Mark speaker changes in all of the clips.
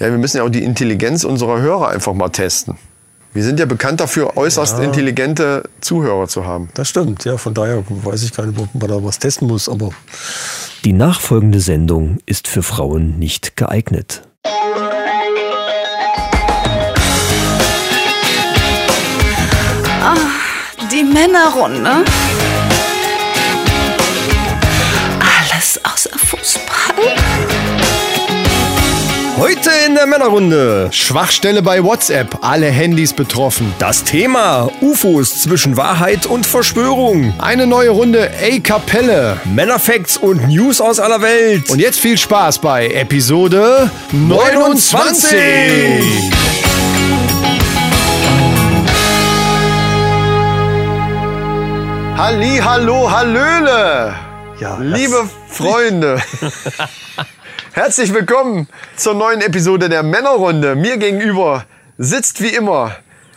Speaker 1: Ja, wir müssen ja auch die Intelligenz unserer Hörer einfach mal testen. Wir sind ja bekannt dafür, äußerst
Speaker 2: Ja.
Speaker 1: intelligente Zuhörer zu haben.
Speaker 2: Das stimmt, ja. Von daher weiß ich gar nicht, ob man da was testen muss, aber
Speaker 3: Die nachfolgende Sendung ist für Frauen nicht geeignet.
Speaker 4: Die Männerrunde. Alles außer Fußball.
Speaker 3: Heute in der Männerrunde
Speaker 5: Schwachstelle bei WhatsApp. Alle Handys betroffen.
Speaker 3: das Thema UFOs zwischen Wahrheit und Verschwörung.
Speaker 5: Eine neue Runde A Kapelle.
Speaker 3: Männerfacts und News aus aller Welt.
Speaker 5: Und jetzt viel Spaß bei Episode 29.
Speaker 1: Halli, hallo, hallöle!
Speaker 2: ja.
Speaker 1: Liebe Freunde, herzlich willkommen zur neuen Episode der Männerrunde. Mir gegenüber sitzt wie immer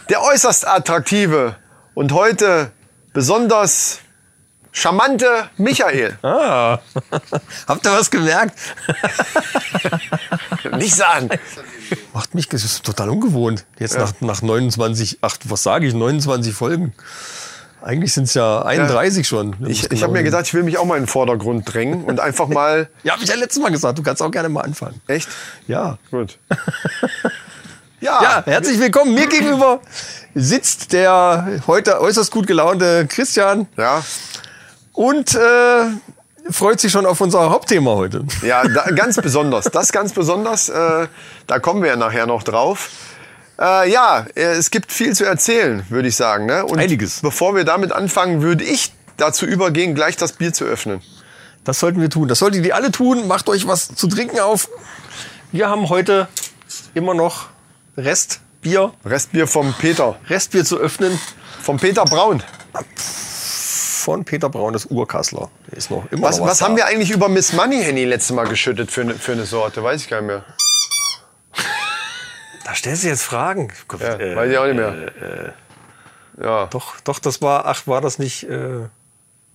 Speaker 1: der äußerst attraktive und heute besonders charmante Michael.
Speaker 2: Ah. Habt ihr was gemerkt?
Speaker 1: Nicht sagen.
Speaker 2: Macht mich, das ist total ungewohnt. Jetzt nach, nach 29, ach, was sage ich, 29 Folgen. Eigentlich sind es ja 31 schon. genau
Speaker 1: Ich, ich habe mir gedacht, ich will mich auch mal in den Vordergrund drängen und einfach mal.
Speaker 2: Ja, habe ich ja letztes Mal gesagt, du kannst auch gerne mal anfangen.
Speaker 1: Echt?
Speaker 2: Ja.
Speaker 1: Gut. Ah.
Speaker 2: Ja, herzlich willkommen. Mir gegenüber sitzt der heute äußerst gut gelaunte Christian
Speaker 1: Ja,
Speaker 2: und äh, freut sich schon auf unser Hauptthema heute.
Speaker 1: ja da, ganz besonders. Das ganz besonders. Äh, da kommen wir ja nachher noch drauf. Äh, ja, äh, es gibt viel zu erzählen, würde ich sagen. Ne? Und
Speaker 2: Einiges.
Speaker 1: Bevor wir damit anfangen, würde ich dazu übergehen, gleich das Bier zu öffnen.
Speaker 2: Das sollten wir tun. Das solltet ihr alle tun. Macht euch was zu trinken auf. Wir haben heute immer noch Restbier,
Speaker 1: Restbier vom Peter.
Speaker 2: Restbier zu öffnen
Speaker 1: Vom Peter Braun.
Speaker 2: von Peter Braun, das Urkassler. Der Ist noch immer
Speaker 1: Was,
Speaker 2: noch
Speaker 1: was
Speaker 2: da.
Speaker 1: haben wir eigentlich über Miss Money Henny letztes Mal geschüttet für eine, für eine Sorte? Weiß ich gar nicht mehr.
Speaker 2: Da stellst du jetzt Fragen.
Speaker 1: Ja,
Speaker 2: Äh,
Speaker 1: weiß ich auch nicht mehr. Ja,
Speaker 2: Doch, doch, das war, ach, war das nicht, äh,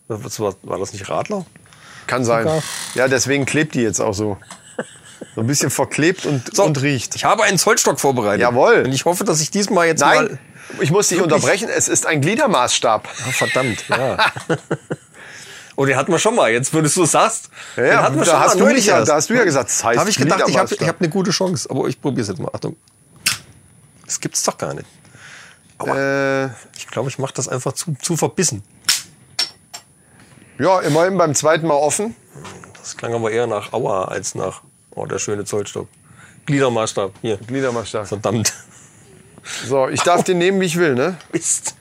Speaker 2: was war, war das nicht Radler?
Speaker 1: kann sein.
Speaker 2: sogar.
Speaker 1: Ja, deswegen klebt die jetzt auch so. So ein bisschen verklebt und,
Speaker 2: So,
Speaker 1: und riecht.
Speaker 2: Ich habe einen Zollstock vorbereitet.
Speaker 1: Jawohl.
Speaker 2: Und ich hoffe, dass ich diesmal jetzt
Speaker 1: Nein,
Speaker 2: mal...
Speaker 1: ich muss dich unterbrechen. Es ist ein Gliedermaßstab.
Speaker 2: Ah, verdammt, ja. Und den hatten wir schon mal. Jetzt, wenn du es so sagst, den hatten wir
Speaker 1: da
Speaker 2: schon
Speaker 1: hast
Speaker 2: mal
Speaker 1: du
Speaker 2: neulich
Speaker 1: nicht- da
Speaker 2: erst.
Speaker 1: hast du ja gesagt, das heißt
Speaker 2: Da habe ich gedacht, ich habe
Speaker 1: Gliedermaßstab.
Speaker 2: ich hab eine gute Chance. Aber ich probiere es jetzt mal. Achtung. Das gibt's doch gar nicht.
Speaker 1: Äh,
Speaker 2: Ich glaube, ich mache das einfach zu, zu verbissen.
Speaker 1: ja, immerhin beim zweiten Mal offen.
Speaker 2: Das klang aber eher nach Aua als nach, oh, der schöne Zollstock. Gliedermaßstab, hier.
Speaker 1: Gliedermaßstab.
Speaker 2: Verdammt.
Speaker 1: So, ich darf den nehmen, wie ich will, ne?
Speaker 2: Mist.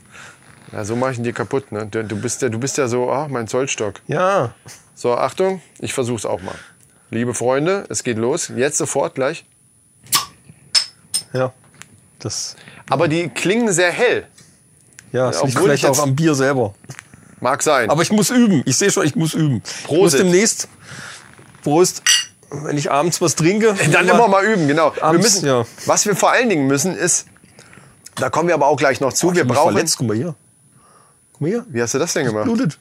Speaker 1: Ja, so mache ich ihn dir kaputt, ne? Du, du, bist ja, du bist ja so, ach, mein Zollstock.
Speaker 2: Ja.
Speaker 1: So, Achtung, ich versuch's auch mal. Liebe Freunde, es geht los. Jetzt sofort gleich.
Speaker 2: Ja. Das,
Speaker 1: Aber die klingen sehr hell.
Speaker 2: ja, das liegt
Speaker 1: obwohl ich
Speaker 2: vielleicht auch
Speaker 1: jetzt-
Speaker 2: am Bier selber.
Speaker 1: Mag sein.
Speaker 2: Aber ich muss üben. Ich sehe schon, ich muss üben. Ich muss
Speaker 1: Prosit.
Speaker 2: demnächst. Prost. Wenn ich abends was trinke.
Speaker 1: Dann immer mal üben, genau. wir
Speaker 2: Abends,
Speaker 1: müssen,
Speaker 2: ja.
Speaker 1: Was wir vor allen Dingen müssen, ist, da kommen wir aber auch gleich noch zu, wir brauchen.
Speaker 2: Verletzt. Guck mal hier. Guck mal hier.
Speaker 1: Wie hast du das denn gemacht?
Speaker 2: Blutet.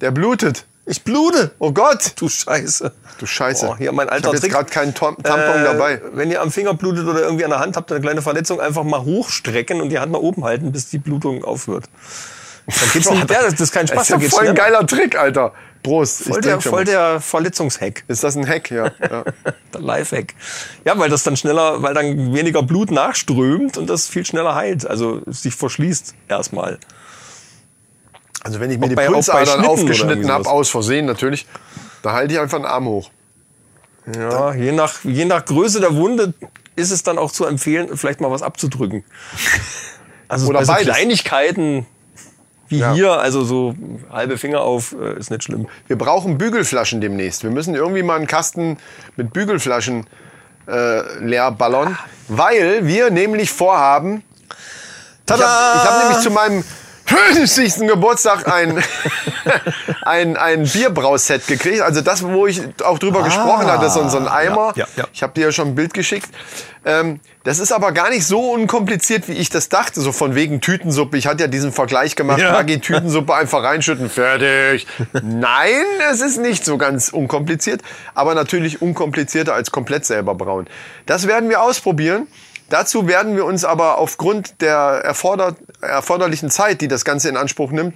Speaker 1: Der blutet.
Speaker 2: Ich blute.
Speaker 1: Oh Gott!
Speaker 2: Du Scheiße.
Speaker 1: Du Scheiße.
Speaker 2: Oh, hier mein
Speaker 1: ich
Speaker 2: alter
Speaker 1: hab jetzt
Speaker 2: Trick. Äh,
Speaker 1: gerade keinen Tam Tampon dabei.
Speaker 2: Wenn ihr am Finger blutet oder irgendwie an der Hand habt, eine kleine Verletzung, einfach mal hochstrecken und die Hand mal oben halten, bis die Blutung aufhört. Dann geht's
Speaker 1: Boah,
Speaker 2: nicht, ja, das ist kein
Speaker 1: Das ist
Speaker 2: Spaß,
Speaker 1: ja
Speaker 2: dann geht's
Speaker 1: voll ein
Speaker 2: schneller.
Speaker 1: geiler Trick, Alter. Prost. ich
Speaker 2: voll,
Speaker 1: trink
Speaker 2: der,
Speaker 1: schon
Speaker 2: voll
Speaker 1: mal.
Speaker 2: der Verletzungshack.
Speaker 1: Ist das ein Hack? Ja. ja.
Speaker 2: Der Lifehack. Ja, weil das dann schneller, weil dann weniger Blut nachströmt und das viel schneller heilt. Also sich verschließt erstmal.
Speaker 1: Also wenn ich mir
Speaker 2: Auch
Speaker 1: die
Speaker 2: bei- auch bei
Speaker 1: Pulsadern
Speaker 2: Schnitten oder
Speaker 1: aufgeschnitten
Speaker 2: irgendwie
Speaker 1: habe,
Speaker 2: sowas.
Speaker 1: aus Versehen natürlich, da halte ich einfach einen Arm hoch.
Speaker 2: Ja, je nach, je nach Größe der Wunde ist es dann auch zu empfehlen, vielleicht mal was abzudrücken. Also
Speaker 1: Oder
Speaker 2: bei so
Speaker 1: beides.
Speaker 2: Kleinigkeiten wie
Speaker 1: Ja.
Speaker 2: hier, also so halbe Finger auf, äh, ist nicht schlimm.
Speaker 1: Wir brauchen Bügelflaschen demnächst. Wir müssen irgendwie mal einen Kasten mit Bügelflaschen äh, leer ballern, weil wir nämlich vorhaben. Ich habe hab nämlich zu meinem 50. Geburtstag ein, ein, ein Bierbrauset gekriegt. Also das, wo ich auch drüber gesprochen hatte, so, so ein Eimer.
Speaker 2: Ah. ja, ja.
Speaker 1: Ich habe dir ja schon ein Bild geschickt. Ähm, das ist aber gar nicht so unkompliziert, wie ich das dachte, so von wegen Tütensuppe. Ich hatte ja diesen Vergleich gemacht,
Speaker 2: Ja.
Speaker 1: da geht Tütensuppe einfach reinschütten, fertig. Nein, es ist nicht so ganz unkompliziert, aber natürlich unkomplizierter als komplett selber brauen. Das werden wir ausprobieren. Dazu werden wir uns aber aufgrund der erforder erforderlichen Zeit, die das Ganze in Anspruch nimmt,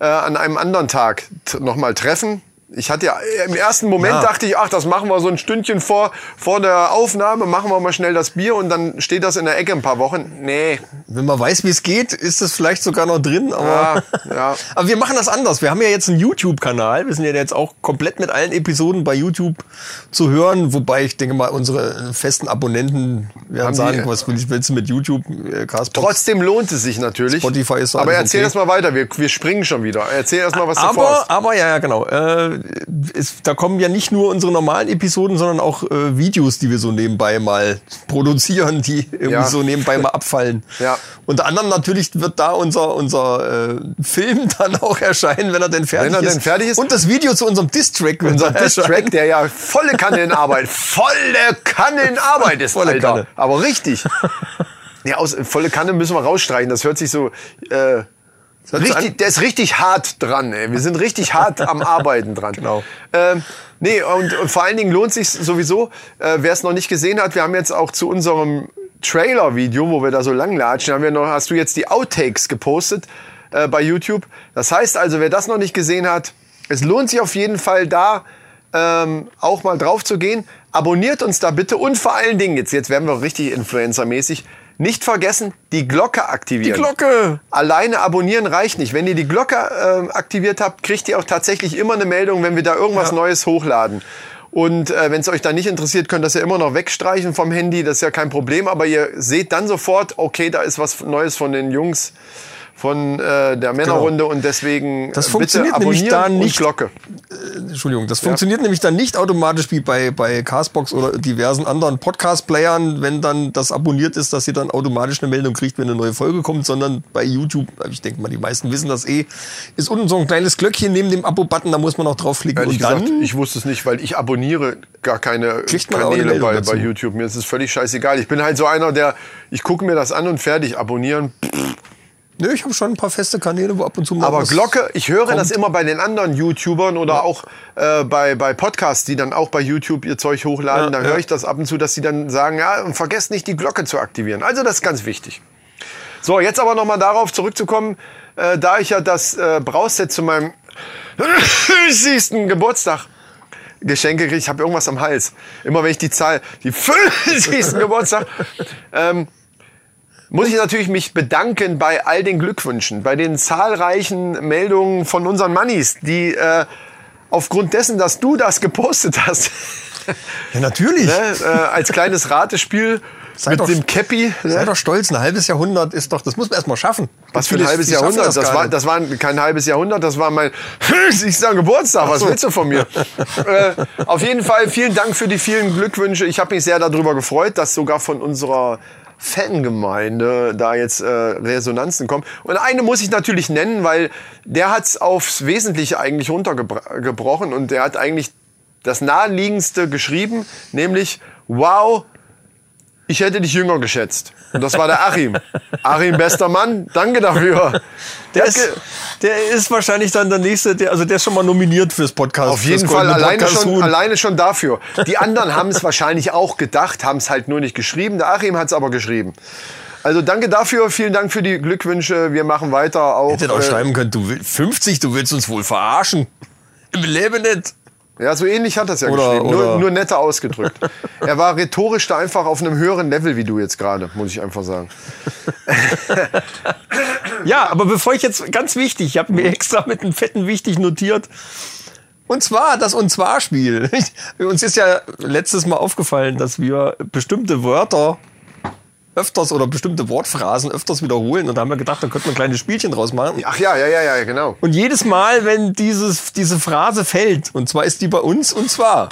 Speaker 1: äh, an einem anderen Tag nochmal treffen. Ich hatte ja äh, im ersten Moment
Speaker 2: Ja.
Speaker 1: dachte ich, ach, das machen wir so ein Stündchen vor, vor der Aufnahme, machen wir mal schnell das Bier und dann steht das in der Ecke ein paar Wochen. Nee,
Speaker 2: Wenn man weiß, wie es geht, ist das vielleicht sogar noch drin. Aber,
Speaker 1: Ja, ja.
Speaker 2: aber wir machen das anders. Wir haben ja jetzt einen YouTube-Kanal. Wir sind ja jetzt auch komplett mit allen Episoden bei YouTube zu hören. Wobei ich denke mal, unsere festen Abonnenten werden
Speaker 1: Haben
Speaker 2: sagen,
Speaker 1: die-
Speaker 2: was will- willst du mit YouTube, äh, Castbox?
Speaker 1: trotzdem lohnt es sich natürlich.
Speaker 2: Spotify ist so
Speaker 1: Aber
Speaker 2: alles
Speaker 1: erzähl
Speaker 2: okay.
Speaker 1: erst mal weiter, wir, wir springen schon wieder. Erzähl erst mal, was du
Speaker 2: aber,
Speaker 1: vorhast.
Speaker 2: aber ja, ja, genau. Äh, es, da kommen ja nicht nur unsere normalen Episoden, sondern auch äh, Videos, die wir so nebenbei mal produzieren, die irgendwie
Speaker 1: Ja.
Speaker 2: so nebenbei mal abfallen.
Speaker 1: Ja.
Speaker 2: Unter anderem natürlich wird da unser, unser äh, Film dann auch erscheinen, wenn er denn fertig,
Speaker 1: Wenn er
Speaker 2: ist.
Speaker 1: denn fertig ist.
Speaker 2: Und das Video zu unserem Distrack, wenn
Speaker 1: Unser
Speaker 2: er erscheint.
Speaker 1: Distrack, der ja volle Kanne in Arbeit, volle Kanne in Arbeit ist,
Speaker 2: Volle
Speaker 1: Alter.
Speaker 2: Kanne.
Speaker 1: Aber richtig. Ja, aus, volle Kanne müssen wir rausstreichen. Das hört sich so. Äh,
Speaker 2: hört sich
Speaker 1: richtig,
Speaker 2: an-
Speaker 1: der ist richtig hart dran. Ey. Wir sind richtig hart am Arbeiten dran.
Speaker 2: Genau.
Speaker 1: Ähm, nee, und, und vor allen Dingen lohnt sich sowieso, äh, wer es noch nicht gesehen hat, wir haben jetzt auch zu unserem Trailer-Video, wo wir da so langlatschen, haben wir noch, hast du jetzt die Outtakes gepostet äh, bei YouTube. Das heißt also, wer das noch nicht gesehen hat, es lohnt sich auf jeden Fall da ähm, auch mal drauf zu gehen. Abonniert uns da bitte und vor allen Dingen, jetzt, jetzt werden wir richtig influencermäßig, nicht vergessen, die Glocke aktivieren.
Speaker 2: Die Glocke!
Speaker 1: Alleine abonnieren reicht nicht. Wenn ihr die Glocke ähm, aktiviert habt, kriegt ihr auch tatsächlich immer eine Meldung, wenn wir da irgendwas Neues hochladen. Und äh, wenn es euch dann nicht interessiert, könnt ihr das ja immer noch wegstreichen vom Handy, das ist ja kein Problem. Aber ihr seht dann sofort, okay, da ist was Neues von den Jungs von äh, der Männerrunde und deswegen
Speaker 2: Das
Speaker 1: äh,
Speaker 2: funktioniert
Speaker 1: bitte
Speaker 2: nämlich
Speaker 1: abonnieren
Speaker 2: da
Speaker 1: und
Speaker 2: nicht.
Speaker 1: Glocke.
Speaker 2: Entschuldigung, das funktioniert nämlich dann nicht automatisch wie bei, bei Castbox oder diversen anderen Podcast-Playern, wenn dann das abonniert ist, dass ihr dann automatisch eine Meldung kriegt, wenn eine neue Folge kommt, sondern bei YouTube, ich denke mal, die meisten wissen das eh, ist unten so ein kleines Glöckchen neben dem Abo-Button, da muss man noch draufklicken
Speaker 1: Ehrlich
Speaker 2: und
Speaker 1: gesagt,
Speaker 2: dann
Speaker 1: ich wusste es nicht, weil ich abonniere gar keine
Speaker 2: Kriegt man auch eine
Speaker 1: Kanäle
Speaker 2: Meldung
Speaker 1: bei,
Speaker 2: dazu?
Speaker 1: bei YouTube. Mir ist es völlig scheißegal. Ich bin halt so einer, der, ich gucke mir das an und fertig, abonnieren.
Speaker 2: Nö, ich habe schon ein paar feste Kanäle, wo ab und zu mal
Speaker 1: Aber
Speaker 2: was-
Speaker 1: Glocke, ich höre das immer bei den anderen YouTubern oder auch äh, bei, bei Podcasts, die dann auch bei YouTube ihr Zeug hochladen. da höre ich das ab und zu, dass sie dann sagen, ja, und vergesst nicht, die Glocke zu aktivieren. Also das ist ganz wichtig. So, jetzt aber nochmal darauf zurückzukommen, äh, da ich ja das äh, Brauset zu meinem 50. Geburtstag Geschenke kriege. Ich habe irgendwas am Hals. Immer wenn ich die Zahl, die 50. Geburtstag, ähm, muss ich natürlich mich bedanken bei all den Glückwünschen, bei den zahlreichen Meldungen von unseren Mannis, die äh, aufgrund dessen, dass du das gepostet hast,
Speaker 2: Ja, natürlich.
Speaker 1: ne, äh, als kleines Ratespiel
Speaker 2: Sei
Speaker 1: mit
Speaker 2: doch-
Speaker 1: dem Cappy.
Speaker 2: Sei
Speaker 1: Ne?
Speaker 2: doch stolz, ein halbes Jahrhundert ist doch, das muss man erst mal schaffen.
Speaker 1: Was für ein
Speaker 2: Viele-
Speaker 1: halbes
Speaker 2: viele schaffen
Speaker 1: Jahrhundert? Das,
Speaker 2: gar
Speaker 1: war,
Speaker 2: nicht.
Speaker 1: das war kein halbes Jahrhundert, das war mein 50. Geburtstag. Was willst du von mir? äh, auf jeden Fall vielen Dank für die vielen Glückwünsche. Ich habe mich sehr darüber gefreut, dass sogar von unserer Fangemeinde da jetzt äh, Resonanzen kommen. Und eine muss ich natürlich nennen, weil der hat es aufs Wesentliche eigentlich runtergebrochen und der hat eigentlich das Naheliegendste geschrieben, nämlich, wow, ich hätte dich jünger geschätzt. Und das war der Achim. Achim, bester Mann, danke dafür.
Speaker 2: Der
Speaker 1: hat
Speaker 2: ist,
Speaker 1: ge-
Speaker 2: der ist wahrscheinlich dann der nächste, der, also der ist schon mal nominiert fürs Podcast.
Speaker 1: auf
Speaker 2: fürs
Speaker 1: jeden Fall
Speaker 2: Goldene
Speaker 1: alleine schon,
Speaker 2: Podcast-Huhn.
Speaker 1: alleine schon dafür. Die anderen haben es wahrscheinlich auch gedacht, haben es halt nur nicht geschrieben. Der Achim hat es aber geschrieben. Also danke dafür, vielen Dank für die Glückwünsche. Wir machen weiter auch. äh,
Speaker 2: Hättet auch schreiben können, du willst 50, du willst uns wohl verarschen. Im Leben nicht.
Speaker 1: Ja, so ähnlich hat das ja
Speaker 2: Oder-
Speaker 1: geschrieben,
Speaker 2: oder-
Speaker 1: nur, nur netter ausgedrückt. er war rhetorisch da einfach auf einem höheren Level wie du jetzt gerade, muss ich einfach sagen.
Speaker 2: Ja, aber bevor ich jetzt, ganz wichtig, ich habe mir extra mit einem fetten Wichtig notiert. Und zwar das Und zwar Spiel. Uns ist ja letztes Mal aufgefallen, dass wir bestimmte Wörter öfters oder bestimmte Wortphrasen öfters wiederholen. Und da haben wir gedacht, da könnte man ein kleines Spielchen draus machen.
Speaker 1: Ach ja, ja, ja, ja, genau.
Speaker 2: Und jedes Mal, wenn dieses, diese Phrase fällt, und zwar ist die bei uns, und zwar,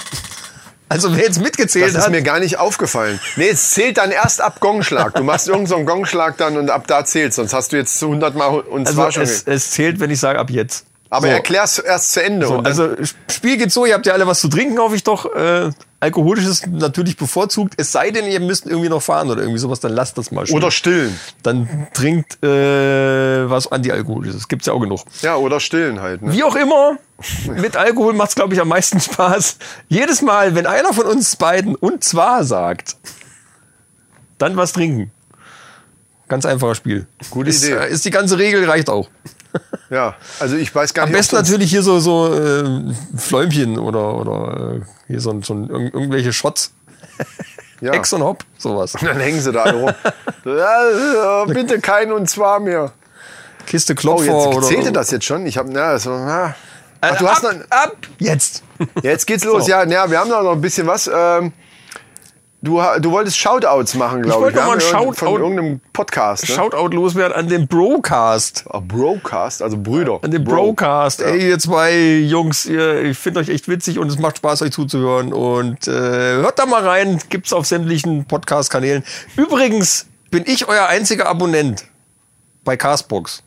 Speaker 2: Also wer jetzt mitgezählt
Speaker 1: Das ist
Speaker 2: hat,
Speaker 1: mir gar nicht aufgefallen. Nee, es zählt dann erst ab Gongschlag. Du machst irgendeinen so einen Gongschlag dann und ab da zählt Sonst hast du jetzt zu 100 Mal und zwar
Speaker 2: also
Speaker 1: schon.
Speaker 2: es, es zählt, wenn ich sage, ab jetzt.
Speaker 1: aber
Speaker 2: so.
Speaker 1: erklär's erst zu Ende.
Speaker 2: So,
Speaker 1: und dann,
Speaker 2: also Sp- Spiel geht so, ihr habt ja alle was zu trinken, hoffe ich doch. Äh, Alkoholisches natürlich bevorzugt, es sei denn, ihr müsst irgendwie noch fahren oder irgendwie sowas, dann lasst das mal schon.
Speaker 1: oder stillen.
Speaker 2: dann trinkt äh, was antialkoholisches. Gibt's ja auch genug.
Speaker 1: Ja, oder stillen halt. Ne?
Speaker 2: Wie auch immer, mit Alkohol macht's glaube ich am meisten Spaß. Jedes Mal, wenn einer von uns beiden und zwar sagt, dann was trinken. Ganz einfaches Spiel. Gute ist,
Speaker 1: Idee.
Speaker 2: äh, Ist die ganze Regel reicht auch.
Speaker 1: Ja, also ich weiß gar
Speaker 2: Am
Speaker 1: nicht.
Speaker 2: besten
Speaker 1: ob das-
Speaker 2: natürlich hier so so äh, Fläumchen oder oder äh, hier so, ein- so ein, irg irgendwelche Shots.
Speaker 1: Ja.
Speaker 2: Ex und Hop, sowas.
Speaker 1: Dann hängen sie da alle rum. ja, äh, bitte kein und zwar mehr.
Speaker 2: Kiste
Speaker 1: Oh,
Speaker 2: Klopfer
Speaker 1: jetzt
Speaker 2: oder
Speaker 1: zählte das jetzt schon. Ich habe, na, so, na.
Speaker 2: Äh,
Speaker 1: Ach, du hast noch,
Speaker 2: ab, ab jetzt.
Speaker 1: Jetzt geht's los. Ja, na, wir haben da noch ein bisschen was. Ähm, du, ha- du wolltest Shoutouts machen, glaube ich.
Speaker 2: wollte
Speaker 1: Wir
Speaker 2: noch mal
Speaker 1: haben
Speaker 2: einen
Speaker 1: irgend- Von
Speaker 2: Shoutout-
Speaker 1: irgendeinem Podcast. Ne?
Speaker 2: Shoutout loswerden an den Brocast.
Speaker 1: Ah, Brocast, also Brüder.
Speaker 2: An den
Speaker 1: Bro.
Speaker 2: Brocast. Ey, ihr zwei Jungs, ihr, ich finde euch echt witzig und es macht Spaß, euch zuzuhören. Und äh, hört da mal rein, gibt's auf sämtlichen Podcast-Kanälen. Übrigens bin ich euer einziger Abonnent bei Castbox.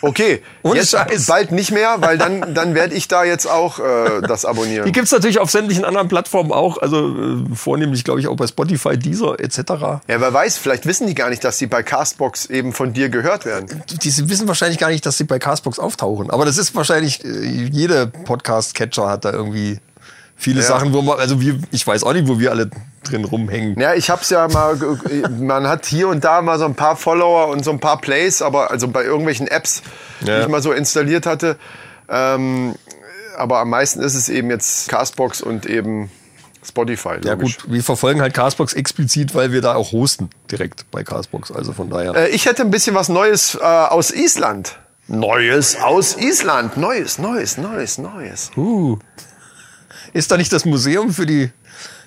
Speaker 1: Okay,
Speaker 2: Ohne
Speaker 1: jetzt
Speaker 2: Scheiß.
Speaker 1: bald nicht mehr, weil dann, dann werde ich da jetzt auch äh, das
Speaker 2: Die
Speaker 1: abonnieren.
Speaker 2: gibt's natürlich auf sämtlichen anderen Plattformen auch, also äh, vornehmlich, glaube ich, auch bei Spotify, Deezer etc.
Speaker 1: Ja, wer weiß, vielleicht wissen die gar nicht, dass die bei Castbox eben von dir gehört werden.
Speaker 2: Die wissen wahrscheinlich gar nicht, dass sie bei Castbox auftauchen. Aber das ist wahrscheinlich, äh, jeder Podcast-Catcher hat da irgendwie viele Sachen, wo man, also wir, ich weiß auch nicht, wo wir alle drin rumhängen.
Speaker 1: Ja, ich hab's ja mal, ge- man hat hier und da mal so ein paar Follower und so ein paar Plays, aber also bei irgendwelchen Apps,
Speaker 2: Ja.
Speaker 1: die ich mal so installiert hatte. Ähm, aber am meisten ist es eben jetzt Castbox und eben Spotify.
Speaker 2: Ja
Speaker 1: logisch.
Speaker 2: gut, wir verfolgen halt Castbox explizit, weil wir da auch hosten direkt bei Castbox. Also von daher.
Speaker 1: Äh, ich hätte ein bisschen was Neues äh, aus Island. Neues aus Island. Neues, neues, neues, neues.
Speaker 2: Uh. Ist da nicht das Museum für die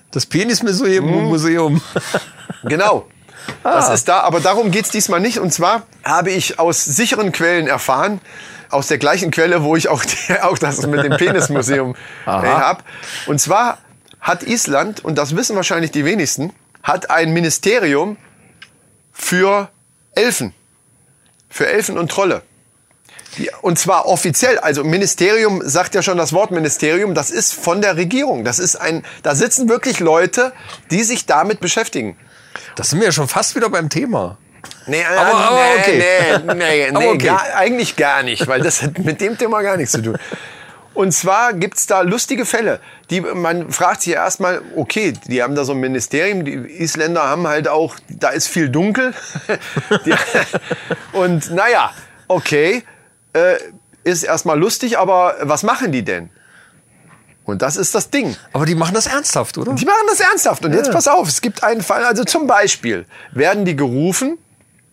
Speaker 2: das Penismuseum? Museum.
Speaker 1: Genau. Das ist da, aber darum geht's diesmal nicht. Und zwar habe ich aus sicheren Quellen erfahren, aus der gleichen Quelle, wo ich auch, die, auch das mit dem Penismuseum äh, hab. Und zwar hat Island, und das wissen wahrscheinlich die wenigsten, hat ein Ministerium für Elfen. Für Elfen und Trolle. Die- Und zwar offiziell, also Ministerium sagt ja schon das Wort Ministerium, das ist von der Regierung. Das ist ein, da sitzen wirklich Leute, die sich damit beschäftigen.
Speaker 2: Das sind wir ja schon fast wieder beim Thema.
Speaker 1: Nee,
Speaker 2: Aber- aber okay.
Speaker 1: nee, nee, nee,
Speaker 2: Aber okay.
Speaker 1: gar, eigentlich gar nicht, weil das hat mit dem Thema gar nichts zu tun. Und zwar gibt's da lustige Fälle, die man fragt sich erstmal, okay, die haben da so ein Ministerium, die Isländer haben halt auch, da ist viel dunkel. die, und naja, okay, äh, ist erstmal lustig, aber was machen die denn? Und das ist das Ding.
Speaker 2: Aber die machen das ernsthaft, oder?
Speaker 1: Die machen das ernsthaft. Und jetzt pass auf, es gibt einen Fall, also zum Beispiel werden die gerufen,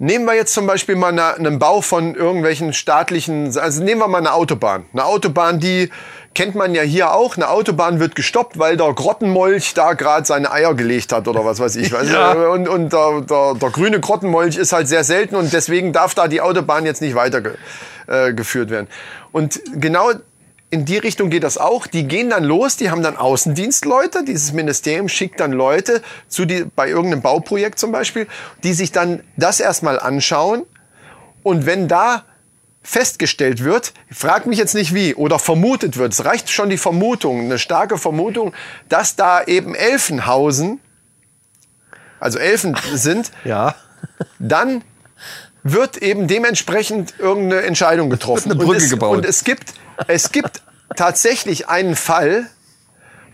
Speaker 1: nehmen wir jetzt zum Beispiel mal eine, einen Bau von irgendwelchen staatlichen, also nehmen wir mal eine Autobahn. Eine Autobahn, die kennt man ja hier auch, eine Autobahn wird gestoppt, weil der Grottenmolch da gerade seine Eier gelegt hat oder was weiß ich. Weißt du?
Speaker 2: Ja.
Speaker 1: Also, äh, Und, und der, der, der grüne Grottenmolch ist halt sehr selten und deswegen darf da die Autobahn jetzt nicht weitergeführt äh, geführt werden. Und genau in die Richtung geht das auch. Die gehen dann los, die haben dann Außendienstleute. Dieses Ministerium schickt dann Leute zu die, bei irgendeinem Bauprojekt zum Beispiel, die sich dann das erstmal anschauen. Und wenn da festgestellt wird, frag mich jetzt nicht wie, oder vermutet wird, es reicht schon die Vermutung, eine starke Vermutung, dass da eben Elfen hausen, also Elfen sind,
Speaker 2: Ja.
Speaker 1: dann wird eben dementsprechend irgendeine Entscheidung getroffen.
Speaker 2: Wird eine Brücke
Speaker 1: und es,
Speaker 2: gebaut.
Speaker 1: Und es gibt, es gibt tatsächlich einen Fall,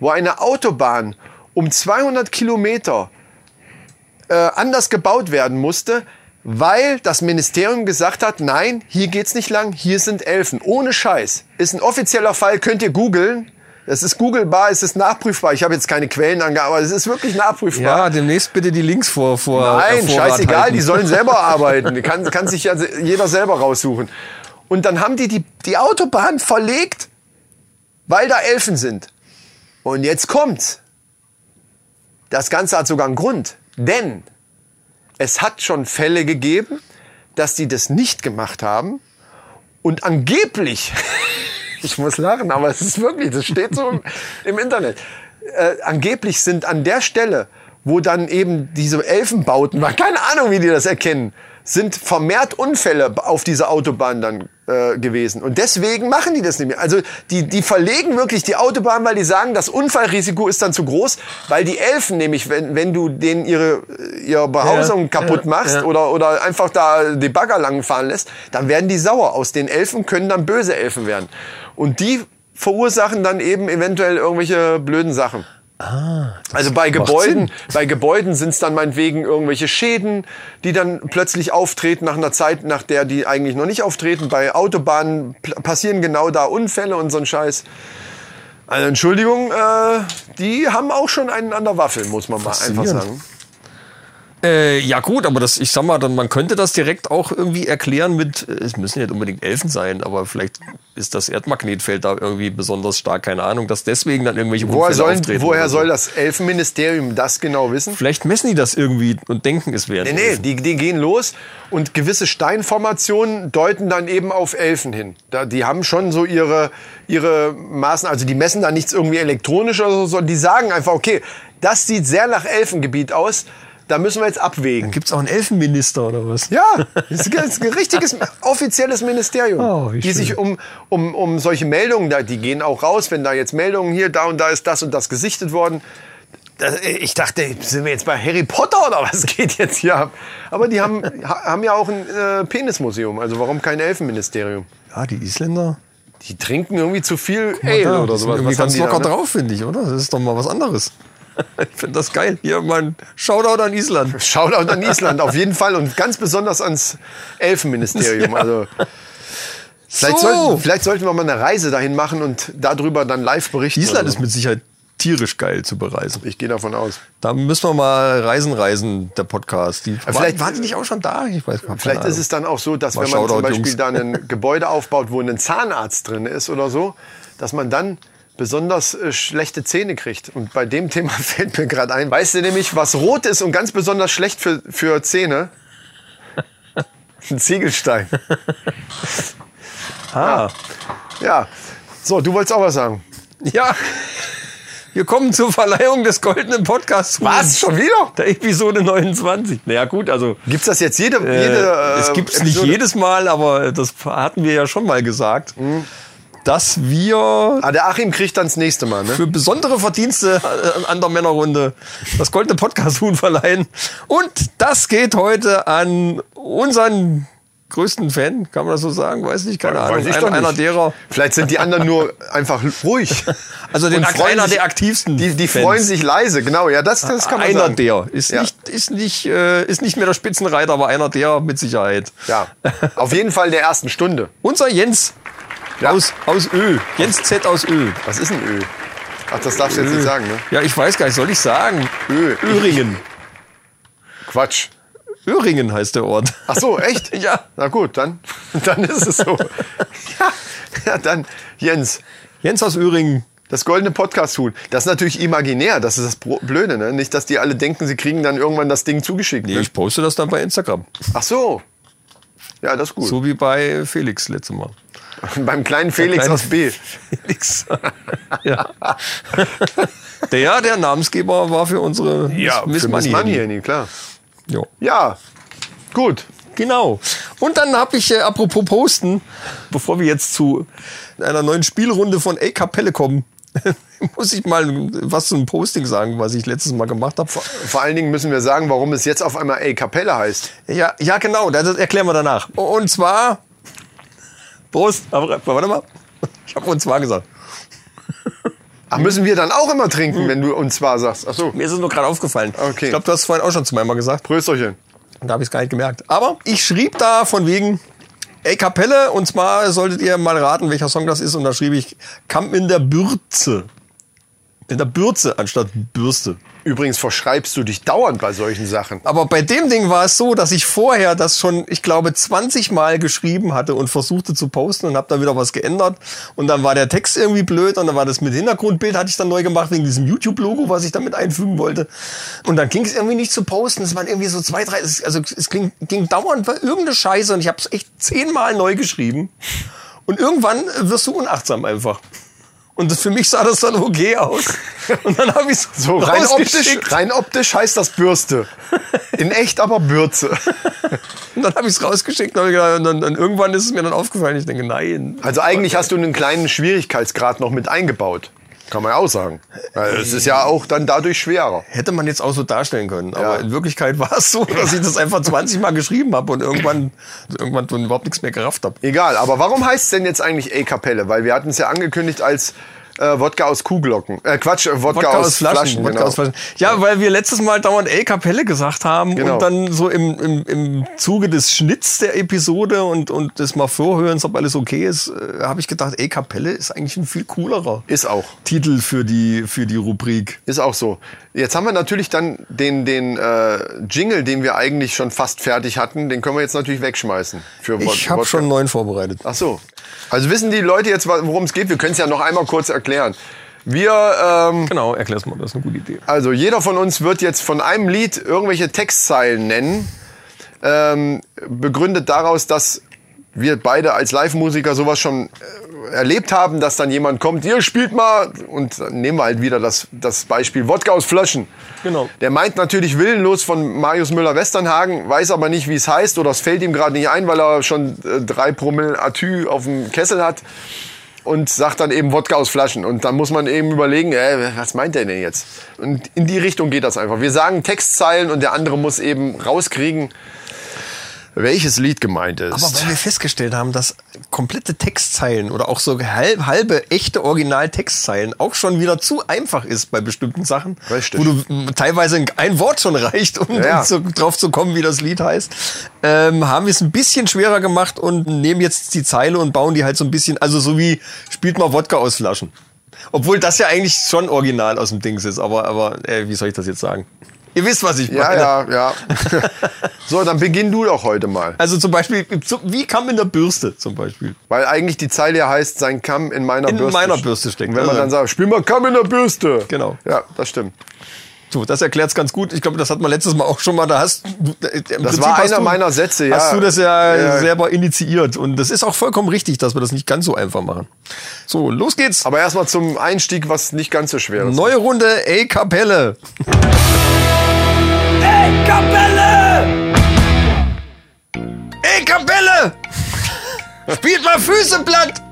Speaker 1: wo eine Autobahn um 200 Kilometer äh, anders gebaut werden musste, weil das Ministerium gesagt hat, nein, hier geht's nicht lang, hier sind Elfen. Ohne Scheiß. Ist ein offizieller Fall, könnt ihr googeln. Es ist googelbar, es ist nachprüfbar. Ich habe jetzt keine Quellenangabe, aber es ist wirklich nachprüfbar.
Speaker 2: Ja, demnächst bitte die Links vor. vor
Speaker 1: Nein,
Speaker 2: äh, Vorrat
Speaker 1: scheißegal,
Speaker 2: halten.
Speaker 1: die sollen selber arbeiten. Die Kann, kann sich ja se- jeder selber raussuchen. Und dann haben die, die die Autobahn verlegt, weil da Elfen sind. Und jetzt kommt's. Das Ganze hat sogar einen Grund. Denn es hat schon Fälle gegeben, dass die das nicht gemacht haben und angeblich, ich muss lachen, aber es ist wirklich, das steht so im, im Internet, äh, angeblich sind an der Stelle, wo dann eben diese Elfenbauten, man keine Ahnung, wie die das erkennen, sind vermehrt Unfälle auf dieser Autobahn dann äh, gewesen. Und deswegen machen die das nicht mehr. Also die, die verlegen wirklich die Autobahn, weil die sagen, das Unfallrisiko ist dann zu groß, weil die Elfen nämlich, wenn, wenn du denen ihre, äh, ihre Behausung
Speaker 2: Ja,
Speaker 1: kaputt
Speaker 2: ja,
Speaker 1: machst
Speaker 2: ja.
Speaker 1: Oder, oder einfach da die Bagger lang fahren lässt, dann werden die sauer. Aus den Elfen können dann böse Elfen werden. Und die verursachen dann eben eventuell irgendwelche blöden Sachen. Also bei Gebäuden, bei Gebäuden sind es dann meinetwegen irgendwelche Schäden, die dann plötzlich auftreten nach einer Zeit, nach der die eigentlich noch nicht auftreten. Bei Autobahnen pl- passieren genau da Unfälle und so ein Scheiß. Also Entschuldigung, äh, die haben auch schon einen an der Waffel, muss man mal einfach sagen.
Speaker 2: Äh, ja gut, aber das, ich sag mal, dann, man könnte das direkt auch irgendwie erklären mit, äh, es müssen nicht unbedingt Elfen sein, aber vielleicht ist das Erdmagnetfeld da irgendwie besonders stark, keine Ahnung, dass deswegen dann irgendwelche Unfälle
Speaker 1: Woher, sollen,
Speaker 2: auftreten.
Speaker 1: woher
Speaker 2: oder so.
Speaker 1: soll das Elfenministerium das genau wissen?
Speaker 2: Vielleicht messen die das irgendwie und denken, es wären
Speaker 1: Nee, nee, die, die gehen los und gewisse Steinformationen deuten dann eben auf Elfen hin. Da, die haben schon so ihre, ihre Maßen, also die messen da nichts irgendwie elektronisch oder so, sondern die sagen einfach, okay, das sieht sehr nach Elfengebiet aus, da müssen wir jetzt abwägen.
Speaker 2: Gibt es auch einen Elfenminister oder was?
Speaker 1: Ja, das ist ein- das ist ein richtiges offizielles Ministerium,
Speaker 2: Oh, wie
Speaker 1: die sich um, um, um solche Meldungen, da, die gehen auch raus, wenn da jetzt Meldungen hier, da und da ist das und das gesichtet worden. Das- Ich dachte, sind wir jetzt bei Harry Potter oder was geht jetzt hier ab? Aber die haben, ha- haben ja auch ein äh, Penismuseum, also warum kein Elfenministerium?
Speaker 2: Ja, die Isländer.
Speaker 1: Die trinken irgendwie zu viel
Speaker 2: Ja,
Speaker 1: Ale
Speaker 2: da,
Speaker 1: oder
Speaker 2: die sind
Speaker 1: sowas.
Speaker 2: Irgendwie
Speaker 1: Was haben
Speaker 2: ganz
Speaker 1: die
Speaker 2: locker
Speaker 1: da, ne?
Speaker 2: drauf, finde ich, oder? Das ist doch mal was anderes. Ich finde das geil. Hier mal ein Shoutout an Island.
Speaker 1: Shoutout an Island auf jeden Fall und ganz besonders ans Elfenministerium. Also vielleicht,
Speaker 2: So.
Speaker 1: sollten, vielleicht sollten wir mal eine Reise dahin machen und darüber dann live berichten.
Speaker 2: Island
Speaker 1: oder so.
Speaker 2: ist mit Sicherheit tierisch geil zu bereisen.
Speaker 1: Ich gehe davon aus.
Speaker 2: Da müssen wir mal Reisen, Reisen, der Podcast. Die,
Speaker 1: vielleicht-
Speaker 2: waren die nicht auch schon da? Ich weiß gar
Speaker 1: Vielleicht ist es dann auch so, dass
Speaker 2: Mal
Speaker 1: wenn man zum
Speaker 2: Shoutout,
Speaker 1: Beispiel
Speaker 2: Jungs.
Speaker 1: da ein Gebäude aufbaut, wo ein Zahnarzt drin ist oder so, dass man dann besonders äh, schlechte Zähne kriegt. Und bei dem Thema fällt mir gerade ein, weißt du nämlich, was rot ist und ganz besonders schlecht für, für Zähne? Ein Ziegelstein.
Speaker 2: Ah.
Speaker 1: Ja. So, du wolltest auch was sagen.
Speaker 2: Ja. Wir kommen zur Verleihung des goldenen Podcasts.
Speaker 1: Was? Schon wieder?
Speaker 2: Der Episode 29. Naja, gut, also.
Speaker 1: Gibt's das jetzt jede,
Speaker 2: Äh,
Speaker 1: jede äh,
Speaker 2: es gibt es nicht
Speaker 1: Episode?
Speaker 2: jedes Mal, aber das hatten wir ja schon mal gesagt, dass wir
Speaker 1: Ah, der Achim kriegt dann das nächste Mal, ne?
Speaker 2: für besondere Verdienste äh, an der Männerrunde das goldene Podcast-Huhn verleihen. Und das geht heute an unseren größten Fan, kann man das so sagen? Weiß nicht, keine Ahnung.
Speaker 1: Weiß ich
Speaker 2: Ein-
Speaker 1: doch
Speaker 2: einer
Speaker 1: nicht.
Speaker 2: derer.
Speaker 1: Vielleicht sind die anderen nur einfach ruhig.
Speaker 2: Also den
Speaker 1: Und
Speaker 2: ak-
Speaker 1: freuen
Speaker 2: einer
Speaker 1: sich-
Speaker 2: der aktivsten
Speaker 1: Die, die
Speaker 2: Fans.
Speaker 1: freuen sich leise, genau. Ja, das, das kann man
Speaker 2: einer
Speaker 1: sagen.
Speaker 2: der. Ist,
Speaker 1: Ja.
Speaker 2: nicht, ist, nicht, äh, ist nicht mehr der Spitzenreiter, aber einer der mit Sicherheit. Äh,
Speaker 1: Ja, auf jeden Fall in der ersten Stunde.
Speaker 2: Unser Jens
Speaker 1: Ja.
Speaker 2: aus, aus Ö. Jens Z aus Ö.
Speaker 1: Was ist ein Ö? Ach, das darfst du jetzt nicht sagen, ne?
Speaker 2: Ja, ich weiß gar nicht, soll ich sagen?
Speaker 1: Ö.
Speaker 2: Öhringen.
Speaker 1: Quatsch.
Speaker 2: Öhringen heißt der Ort.
Speaker 1: Ach so, echt?
Speaker 2: Ja.
Speaker 1: Na gut, dann, dann ist es so. ja, ja, dann, Jens,
Speaker 2: Jens aus Öhringen.
Speaker 1: das goldene Podcast-Huhn. Das ist natürlich imaginär, das ist das Bro- Blöde, ne? Nicht, dass die alle denken, sie kriegen dann irgendwann das Ding zugeschickt.
Speaker 2: Nee,
Speaker 1: Ne?
Speaker 2: ich poste das dann bei Instagram.
Speaker 1: Ach so. Ja, das ist gut.
Speaker 2: So wie bei Felix letztes Mal.
Speaker 1: Beim kleinen Felix
Speaker 2: kleine-
Speaker 1: aus B.
Speaker 2: Felix. ja. Der, der Namensgeber war für unsere
Speaker 1: Miss Money. Money, klar.
Speaker 2: Ja.
Speaker 1: Ja, gut.
Speaker 2: Genau. Und dann habe ich, äh, apropos Posten, bevor wir jetzt zu einer neuen Spielrunde von A Kapelle kommen, muss ich mal was zum Posting sagen, was ich letztes Mal gemacht habe.
Speaker 1: Vor allen Dingen müssen wir sagen, warum es jetzt auf einmal A Capella heißt.
Speaker 2: Ja, ja, genau, das das erklären wir danach. Und zwar. Prost, aber warte mal. Ich habe und zwar gesagt.
Speaker 1: Ach, müssen wir dann auch immer trinken, wenn du uns zwar sagst. Ach so,
Speaker 2: Mir ist es nur gerade aufgefallen.
Speaker 1: Okay.
Speaker 2: Ich glaube, du hast es vorhin auch schon zweimal gesagt.
Speaker 1: Prösterchen.
Speaker 2: Da habe ich es gar nicht gemerkt. Aber ich schrieb da von wegen, ey Kapelle, und zwar solltet ihr mal raten, welcher Song das ist. Und da schrieb ich, Kampf in der Bürze. In der Bürze anstatt Bürste.
Speaker 1: Übrigens verschreibst du dich dauernd bei solchen Sachen.
Speaker 2: Aber bei dem Ding war es so, dass ich vorher das schon, ich glaube, 20 Mal geschrieben hatte und versuchte zu posten und habe dann wieder was geändert. Und dann war der Text irgendwie blöd und dann war das mit Hintergrundbild, hatte ich dann neu gemacht wegen diesem YouTube-Logo, was ich damit einfügen wollte. Und dann ging es irgendwie nicht zu posten. Es waren irgendwie so zwei, drei, es, also es ging, ging dauernd war irgendeine Scheiße und ich habe es echt zehnmal neu geschrieben. Und irgendwann wirst du unachtsam einfach. Und das, für mich sah das dann okay aus. Und dann habe ich es
Speaker 1: So rein optisch,
Speaker 2: rausgeschickt.
Speaker 1: rein optisch heißt das Bürste. In echt aber Bürze.
Speaker 2: Und dann habe ich es rausgeschickt und, hab ich gedacht, und dann, dann irgendwann ist es mir dann aufgefallen. Ich denke, nein.
Speaker 1: Also eigentlich hast du einen kleinen Schwierigkeitsgrad noch mit eingebaut. Kann man ja auch sagen. Weil Es ist ja auch dann dadurch schwerer.
Speaker 2: Hätte man jetzt auch so darstellen können. Aber
Speaker 1: Ja.
Speaker 2: in Wirklichkeit war es so, dass ich das einfach 20 Mal geschrieben habe und irgendwann, irgendwann dann überhaupt nichts mehr gerafft habe.
Speaker 1: Egal, aber warum heißt es denn jetzt eigentlich E-Kapelle? Weil wir hatten es ja angekündigt als äh, Wodka aus Kuhglocken. Äh, Quatsch, äh, Wodka,
Speaker 2: Wodka
Speaker 1: aus, Flaschen.
Speaker 2: Wodka
Speaker 1: genau.
Speaker 2: aus Flaschen. Ja, weil wir letztes Mal dauernd El Kapelle gesagt haben
Speaker 1: Genau.
Speaker 2: und dann so im, im, im Zuge des Schnitts der Episode und, und des mal Vorhörens, ob alles okay ist, äh, habe ich gedacht, El Kapelle ist eigentlich ein viel coolerer
Speaker 1: Ist auch.
Speaker 2: Titel für die, für die Rubrik.
Speaker 1: Ist auch so. Jetzt haben wir natürlich dann den, den äh, Jingle, den wir eigentlich schon fast fertig hatten, den können wir jetzt natürlich wegschmeißen. Für Wod-
Speaker 2: Ich habe
Speaker 1: Wodka.
Speaker 2: schon einen neuen vorbereitet.
Speaker 1: Ach so. Also wissen die Leute jetzt, wa- worum es geht? Wir können es ja noch einmal kurz erklären. Wir, ähm,
Speaker 2: Genau, erklär's mal, das ist eine gute Idee.
Speaker 1: also jeder von uns wird jetzt von einem Lied irgendwelche Textzeilen nennen, ähm, begründet daraus, dass wir beide als Live-Musiker sowas schon äh, erlebt haben, dass dann jemand kommt, ihr spielt mal und dann nehmen wir halt wieder das, das Beispiel Wodka aus Flaschen.
Speaker 2: Genau.
Speaker 1: Der meint natürlich willenlos von Marius Müller-Westernhagen, weiß aber nicht, wie es heißt oder es fällt ihm gerade nicht ein, weil er schon äh, drei Promille Atü auf dem Kessel hat und sagt dann eben Wodka aus Flaschen. Und dann muss man eben überlegen, äh, was meint der denn jetzt? Und in die Richtung geht das einfach. Wir sagen Textzeilen und der andere muss eben rauskriegen, welches Lied gemeint ist.
Speaker 2: Aber weil wir festgestellt haben, dass komplette Textzeilen oder auch so halb, halbe echte Originaltextzeilen auch schon wieder zu einfach ist bei bestimmten Sachen,
Speaker 1: Richtig.
Speaker 2: wo du m, teilweise ein Wort schon reicht, um,
Speaker 1: Ja, ja.
Speaker 2: um zu, drauf zu kommen, wie das Lied heißt, ähm, haben wir es ein bisschen schwerer gemacht und nehmen jetzt die Zeile und bauen die halt so ein bisschen, also so wie spielt mal Wodka aus Flaschen. Obwohl das ja eigentlich schon original aus dem Dings ist, aber, aber äh, wie soll ich das jetzt sagen? Ihr wisst, was ich meine.
Speaker 1: ja, ja, ja. so, dann beginn du doch heute mal.
Speaker 2: Also zum Beispiel, so wie kam in der Bürste zum Beispiel?
Speaker 1: Weil eigentlich die Zeile ja heißt, sein Kamm in meiner
Speaker 2: In
Speaker 1: Bürste.
Speaker 2: meiner
Speaker 1: st-
Speaker 2: Bürste steckt.
Speaker 1: Und wenn man
Speaker 2: Also-
Speaker 1: dann sagt, spiel mal Kamm in der Bürste.
Speaker 2: Genau.
Speaker 1: Ja, das stimmt.
Speaker 2: So, das erklärt es ganz gut. Ich glaube, das hat man letztes Mal auch schon mal. Da hast du, äh, im Prinzip
Speaker 1: war
Speaker 2: hast
Speaker 1: einer
Speaker 2: du,
Speaker 1: meiner Sätze, ja.
Speaker 2: Hast du das ja,
Speaker 1: Ja.
Speaker 2: selber initiiert. Und das ist auch vollkommen richtig, dass wir das nicht ganz so einfach machen. So, los geht's.
Speaker 1: Aber erstmal zum Einstieg, was nicht ganz so schwer ist.
Speaker 2: Neue Runde, ey Kapelle. Ey Kapelle! Ey Kapelle! Spielt mal Füße platt!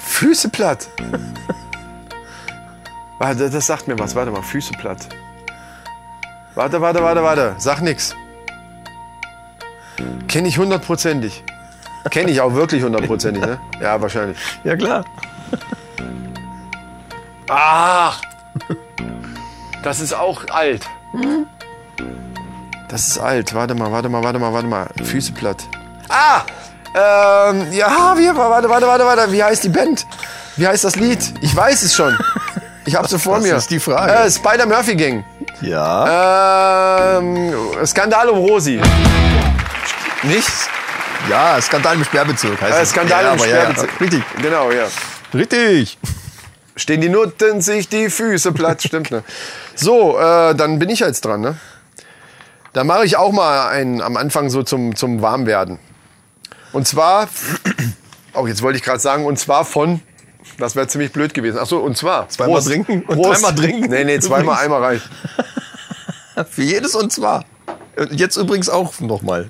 Speaker 1: Füße platt. Warte, das sagt mir was. Warte mal, Füße platt. Warte, warte, warte, warte. Sag nix. Kenne ich hundertprozentig. Kenne ich auch wirklich hundertprozentig, ne? Ja, wahrscheinlich.
Speaker 2: Ja klar.
Speaker 1: Ach! Das ist auch alt. Das ist alt. Warte mal, warte mal, warte mal, warte mal. Füße platt. Ah! Ähm, ja, wie, warte, warte, warte, warte. Wie heißt die Band? Wie heißt das Lied? Ich weiß es schon. Ich hab's so vor
Speaker 2: Das
Speaker 1: mir.
Speaker 2: ist die Frage.
Speaker 1: Äh, Spider Murphy Gang.
Speaker 2: Ja.
Speaker 1: Ähm, Skandal um Rosi.
Speaker 2: Nicht? Ja, Skandal im Sperrbezirk heißt
Speaker 1: Äh,
Speaker 2: es.
Speaker 1: Skandal
Speaker 2: ja,
Speaker 1: im
Speaker 2: aber ja, ja.
Speaker 1: Sperrbezirk.
Speaker 2: Richtig.
Speaker 1: Genau, ja.
Speaker 2: Richtig.
Speaker 1: Stehen die Nutten sich die Füße platt. Stimmt, ne? So, äh, dann bin ich jetzt dran, ne? Da mache ich auch mal einen am Anfang so zum, zum Warmwerden. Und zwar, oh, jetzt wollte ich gerade sagen, und zwar von, das wäre ziemlich blöd gewesen. Ach so, und zwar.
Speaker 2: Zweimal trinken und dreimal trinken.
Speaker 1: Nee, nee, zweimal
Speaker 2: Übrigens.
Speaker 1: einmal rein.
Speaker 2: Für jedes und zwar. Und Jetzt übrigens auch nochmal.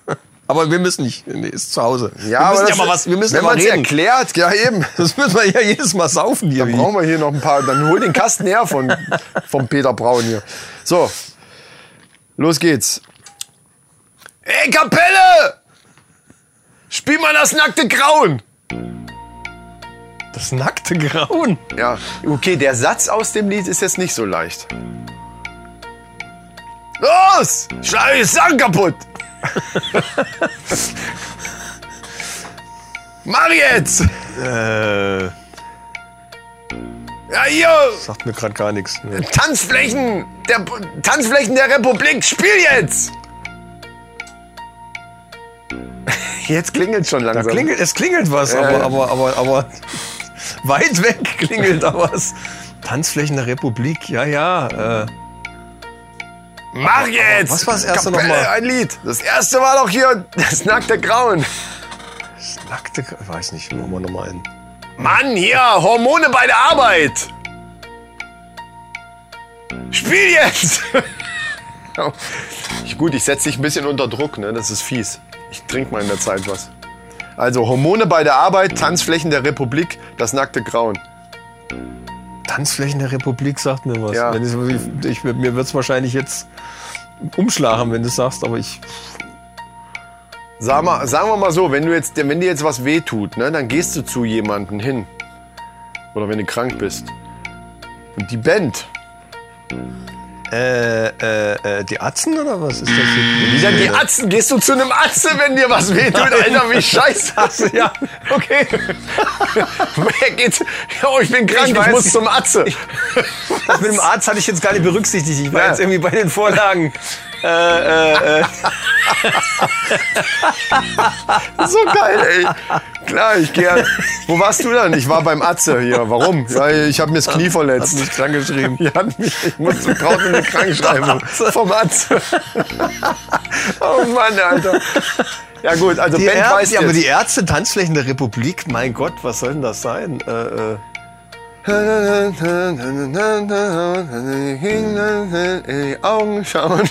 Speaker 2: Aber wir müssen nicht. Nee, ist zu Hause. wir müssen ja
Speaker 1: das-
Speaker 2: mal was. Wir müssen
Speaker 1: wenn
Speaker 2: ja mal
Speaker 1: man's
Speaker 2: reden.
Speaker 1: erklärt, ja eben.
Speaker 2: Das müssen wir ja jedes Mal saufen hier.
Speaker 1: Dann brauchen wir hier noch ein paar. Dann hol den Kasten her von, von Peter Braun hier. So, los geht's. Ey, Kapelle! Spiel mal das nackte Grauen!
Speaker 2: das nackte Grauen.
Speaker 1: Ja, okay, der Satz aus dem Lied ist jetzt nicht so leicht. Los! Schlag das Sang kaputt! Mach jetzt!
Speaker 2: Äh,
Speaker 1: Ja, hier!
Speaker 2: sagt mir gerade gar nichts. Nee.
Speaker 1: Tanzflächen der Tanzflächen der Republik, spiel jetzt! Jetzt klingelt schon
Speaker 2: Da
Speaker 1: langsam.
Speaker 2: klingelt, es klingelt was,
Speaker 1: Ja,
Speaker 2: aber,
Speaker 1: ja.
Speaker 2: aber, aber, aber weit weg klingelt da was. Tanzflächen der Republik, ja, ja. Äh,
Speaker 1: Mach jetzt!
Speaker 2: was war das erste
Speaker 1: Kapelle,
Speaker 2: nochmal?
Speaker 1: Ein Lied. Das erste war doch hier das nackte Grauen.
Speaker 2: nackte Grauen. Weiß nicht, machen wir nochmal einen.
Speaker 1: Mann, hier, Hormone bei der Arbeit. Spiel jetzt! Ich- Gut, ich setze dich ein bisschen unter Druck, ne? Das ist fies. Ich trinke mal in der Zeit was. Also Hormone bei der Arbeit, Tanzflächen der Republik, das nackte Grauen.
Speaker 2: Tanzflächen der Republik sagt mir was.
Speaker 1: Ja.
Speaker 2: Wenn es- ich, ich, mir wird es wahrscheinlich jetzt umschlagen, wenn du es sagst, aber ich.
Speaker 1: Sag mal, sagen wir mal so, wenn, du jetzt, wenn dir jetzt was wehtut, ne, dann gehst du zu jemandem hin. Oder wenn du krank bist. Und die Band,
Speaker 2: Äh, äh, äh, die Atzen oder was ist das hier?
Speaker 1: Wieder die Atzen. Gehst du zu einem Atze, wenn dir was wehtut? Alter, wie scheiße hast du? Ja, okay. Wer geht? Oh, ich bin krank,
Speaker 2: Ich
Speaker 1: ich,
Speaker 2: weiß
Speaker 1: muss
Speaker 2: nicht.
Speaker 1: zum Atze.
Speaker 2: Das mit dem Arzt hatte ich jetzt gar nicht berücksichtigt. Ich war
Speaker 1: Ja.
Speaker 2: jetzt irgendwie bei den Vorlagen. äh, äh, äh.
Speaker 1: So geil, ey. Klar, ich gehe. Wo warst du denn? Ich war beim Atze hier. Warum? Ja, ich habe mir das Knie verletzt.
Speaker 2: Hat mich krankgeschrieben.
Speaker 1: Ja, hat mich, ich musste draußen eine Krankschreibung vom Atze. Oh Mann, Alter. Ja gut, also
Speaker 2: Die
Speaker 1: Ben
Speaker 2: Ärzte,
Speaker 1: weiß
Speaker 2: aber
Speaker 1: jetzt.
Speaker 2: die Ärzte, Tanzflächen der Republik, mein Gott, was soll denn das sein? Äh, äh.
Speaker 1: In die Augen schauen.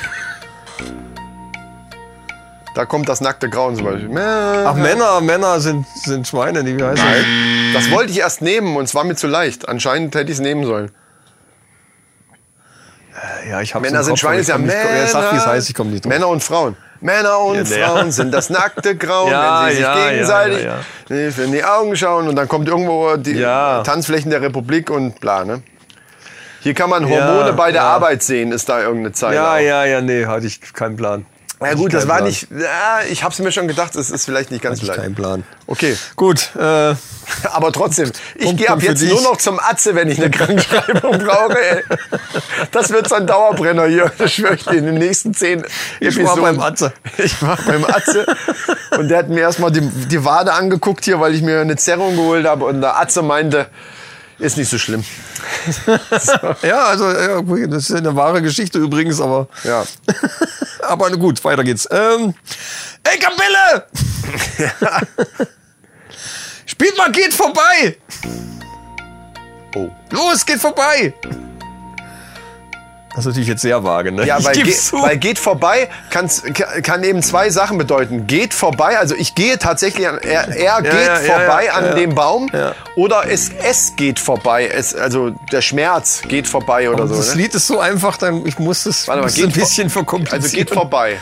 Speaker 1: Da kommt das nackte Grauen zum Beispiel.
Speaker 2: Ach, Männer, Männer sind, sind Schweine, die wie heißt das?
Speaker 1: Das wollte ich erst nehmen und es war mir zu leicht. Anscheinend hätte ich es nehmen sollen.
Speaker 2: Ja, ich hab's
Speaker 1: Männer
Speaker 2: im
Speaker 1: sind
Speaker 2: Kopf,
Speaker 1: Schweine,
Speaker 2: aber
Speaker 1: ist ja
Speaker 2: ich komm nicht-
Speaker 1: Männer.
Speaker 2: Ja, sag, wie es heißt, ich komme nicht drauf.
Speaker 1: Männer und Frauen. Männer und
Speaker 2: Ja, ja.
Speaker 1: Frauen sind das nackte Grauen,
Speaker 2: Ja,
Speaker 1: wenn sie sich
Speaker 2: ja, ja,
Speaker 1: gegenseitig
Speaker 2: ja,
Speaker 1: in die Augen schauen und dann kommt irgendwo die
Speaker 2: Ja.
Speaker 1: Tanzflächen der Republik und bla, ne? Hier kann man
Speaker 2: Ja,
Speaker 1: Hormone bei der
Speaker 2: ja.
Speaker 1: Arbeit sehen, ist da irgendeine Zeile.
Speaker 2: Ja,
Speaker 1: auch.
Speaker 2: ja, ja, nee, hatte ich keinen Plan.
Speaker 1: Ja
Speaker 2: Hatte
Speaker 1: gut,
Speaker 2: ich
Speaker 1: das
Speaker 2: keinen
Speaker 1: war
Speaker 2: Plan.
Speaker 1: nicht. Ja, ich hab's mir schon gedacht, es ist vielleicht nicht ganz
Speaker 2: Hatte ich
Speaker 1: leicht.
Speaker 2: keinen Plan.
Speaker 1: Okay,
Speaker 2: Gut, äh,
Speaker 1: aber trotzdem, ich
Speaker 2: Punkt,
Speaker 1: gehe ab
Speaker 2: Punkt für
Speaker 1: jetzt
Speaker 2: dich.
Speaker 1: nur noch zum Atze, wenn ich eine Krankschreibung brauche. Ey. Das wird so ein Dauerbrenner hier, das schwöre ich dir, in den nächsten zehn
Speaker 2: ich war
Speaker 1: Episoden.
Speaker 2: beim Atze.
Speaker 1: Ich war beim Atze und der hat mir erstmal die, die Wade angeguckt hier, weil ich mir eine Zerrung geholt habe und der Atze meinte, ist nicht so schlimm.
Speaker 2: Ja, also, ja, okay, das ist eine wahre Geschichte übrigens, aber.
Speaker 1: Ja.
Speaker 2: aber gut, weiter geht's. Ähm, ey, Kapelle! Spielt mal, geht vorbei!
Speaker 1: Oh.
Speaker 2: Los, geht vorbei! Das ist natürlich jetzt sehr vage, ne?
Speaker 1: Ja,
Speaker 2: Ich
Speaker 1: weil, ge
Speaker 2: geb's zu.
Speaker 1: weil geht vorbei kann's, ka- kann eben zwei Sachen bedeuten. Geht vorbei, also ich gehe tatsächlich an, er, er geht
Speaker 2: ja, ja,
Speaker 1: vorbei
Speaker 2: ja,
Speaker 1: an
Speaker 2: ja.
Speaker 1: dem Baum
Speaker 2: Ja.
Speaker 1: oder es, es geht vorbei, es, also der Schmerz geht vorbei oder
Speaker 2: Und
Speaker 1: so.
Speaker 2: Also das
Speaker 1: Ne?
Speaker 2: Lied ist so einfach, dann ich muss das
Speaker 1: Warte mal,
Speaker 2: muss ein
Speaker 1: geht vor-
Speaker 2: bisschen verkomplizieren.
Speaker 1: Also geht vorbei.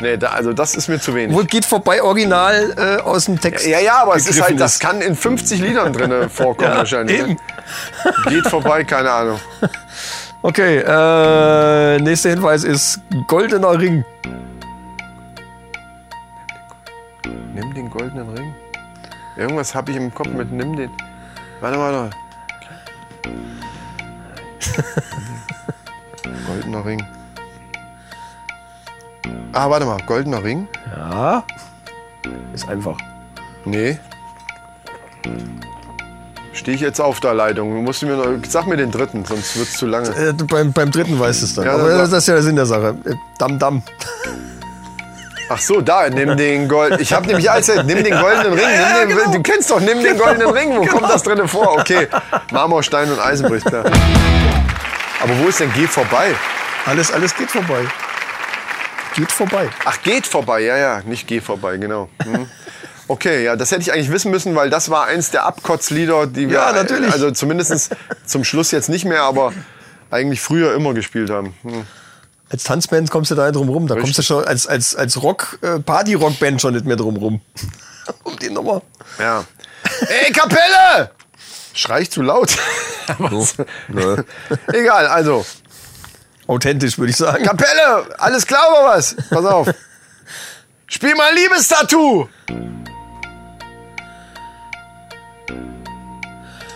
Speaker 1: Nee, da, also das ist mir zu wenig.
Speaker 2: Obwohl geht vorbei original äh, aus dem Text.
Speaker 1: ja, ja, aber es ist
Speaker 2: gegriffen
Speaker 1: halt, das kann in 50 Liedern drin vorkommen wahrscheinlich.
Speaker 2: eben.
Speaker 1: Ne? Geht vorbei, keine Ahnung.
Speaker 2: Okay, äh, nächster Hinweis ist goldener Ring.
Speaker 1: Nimm den goldenen Ring. Irgendwas habe ich im Kopf mit nimm den. Warte mal. warte mal. Goldener Ring. Ah, warte mal. Goldener Ring?
Speaker 2: Ja. Ist einfach.
Speaker 1: Nee. Stehe ich jetzt auf der Leitung? Du Musst du mir noch, sag mir den dritten, sonst wird's zu lange.
Speaker 2: Äh, beim, beim dritten weißt du es dann.
Speaker 1: Ja,
Speaker 2: Aber
Speaker 1: ja,
Speaker 2: das ist ja der Sinn der Sache. Äh, Damm, damm.
Speaker 1: Ach so, da, nimm den Gold. Ich habe nämlich alles. Nimm den goldenen Ring. Nimm den,
Speaker 2: genau.
Speaker 1: Du kennst doch, nimm den goldenen Ring. Wo kommt das drinne vor? Okay, Marmor, Stein und Eisen bricht klar. Aber wo ist denn geh vorbei?
Speaker 2: Alles, alles geht vorbei. Geht vorbei.
Speaker 1: Ach, geht vorbei, ja, ja, nicht geh vorbei, genau. Hm. Okay, ja, das hätte ich eigentlich wissen müssen, weil das war eins der Abkotzlieder, die wir,
Speaker 2: Ja, natürlich.
Speaker 1: also zumindest zum Schluss jetzt nicht mehr, aber eigentlich früher immer gespielt haben. Hm.
Speaker 2: Als Tanzband kommst du da nicht drum rum. Da kommst du schon als, als, als Rock, äh, Party-Rock-Band schon nicht mehr drum rum. um die Nummer.
Speaker 1: Ja. Ey, Kapelle! Schrei ich zu laut? Was? Egal, also,
Speaker 2: Authentisch, würde ich sagen.
Speaker 1: Kapelle, alles klar oder was? Pass auf. Spiel mal Liebestattoo!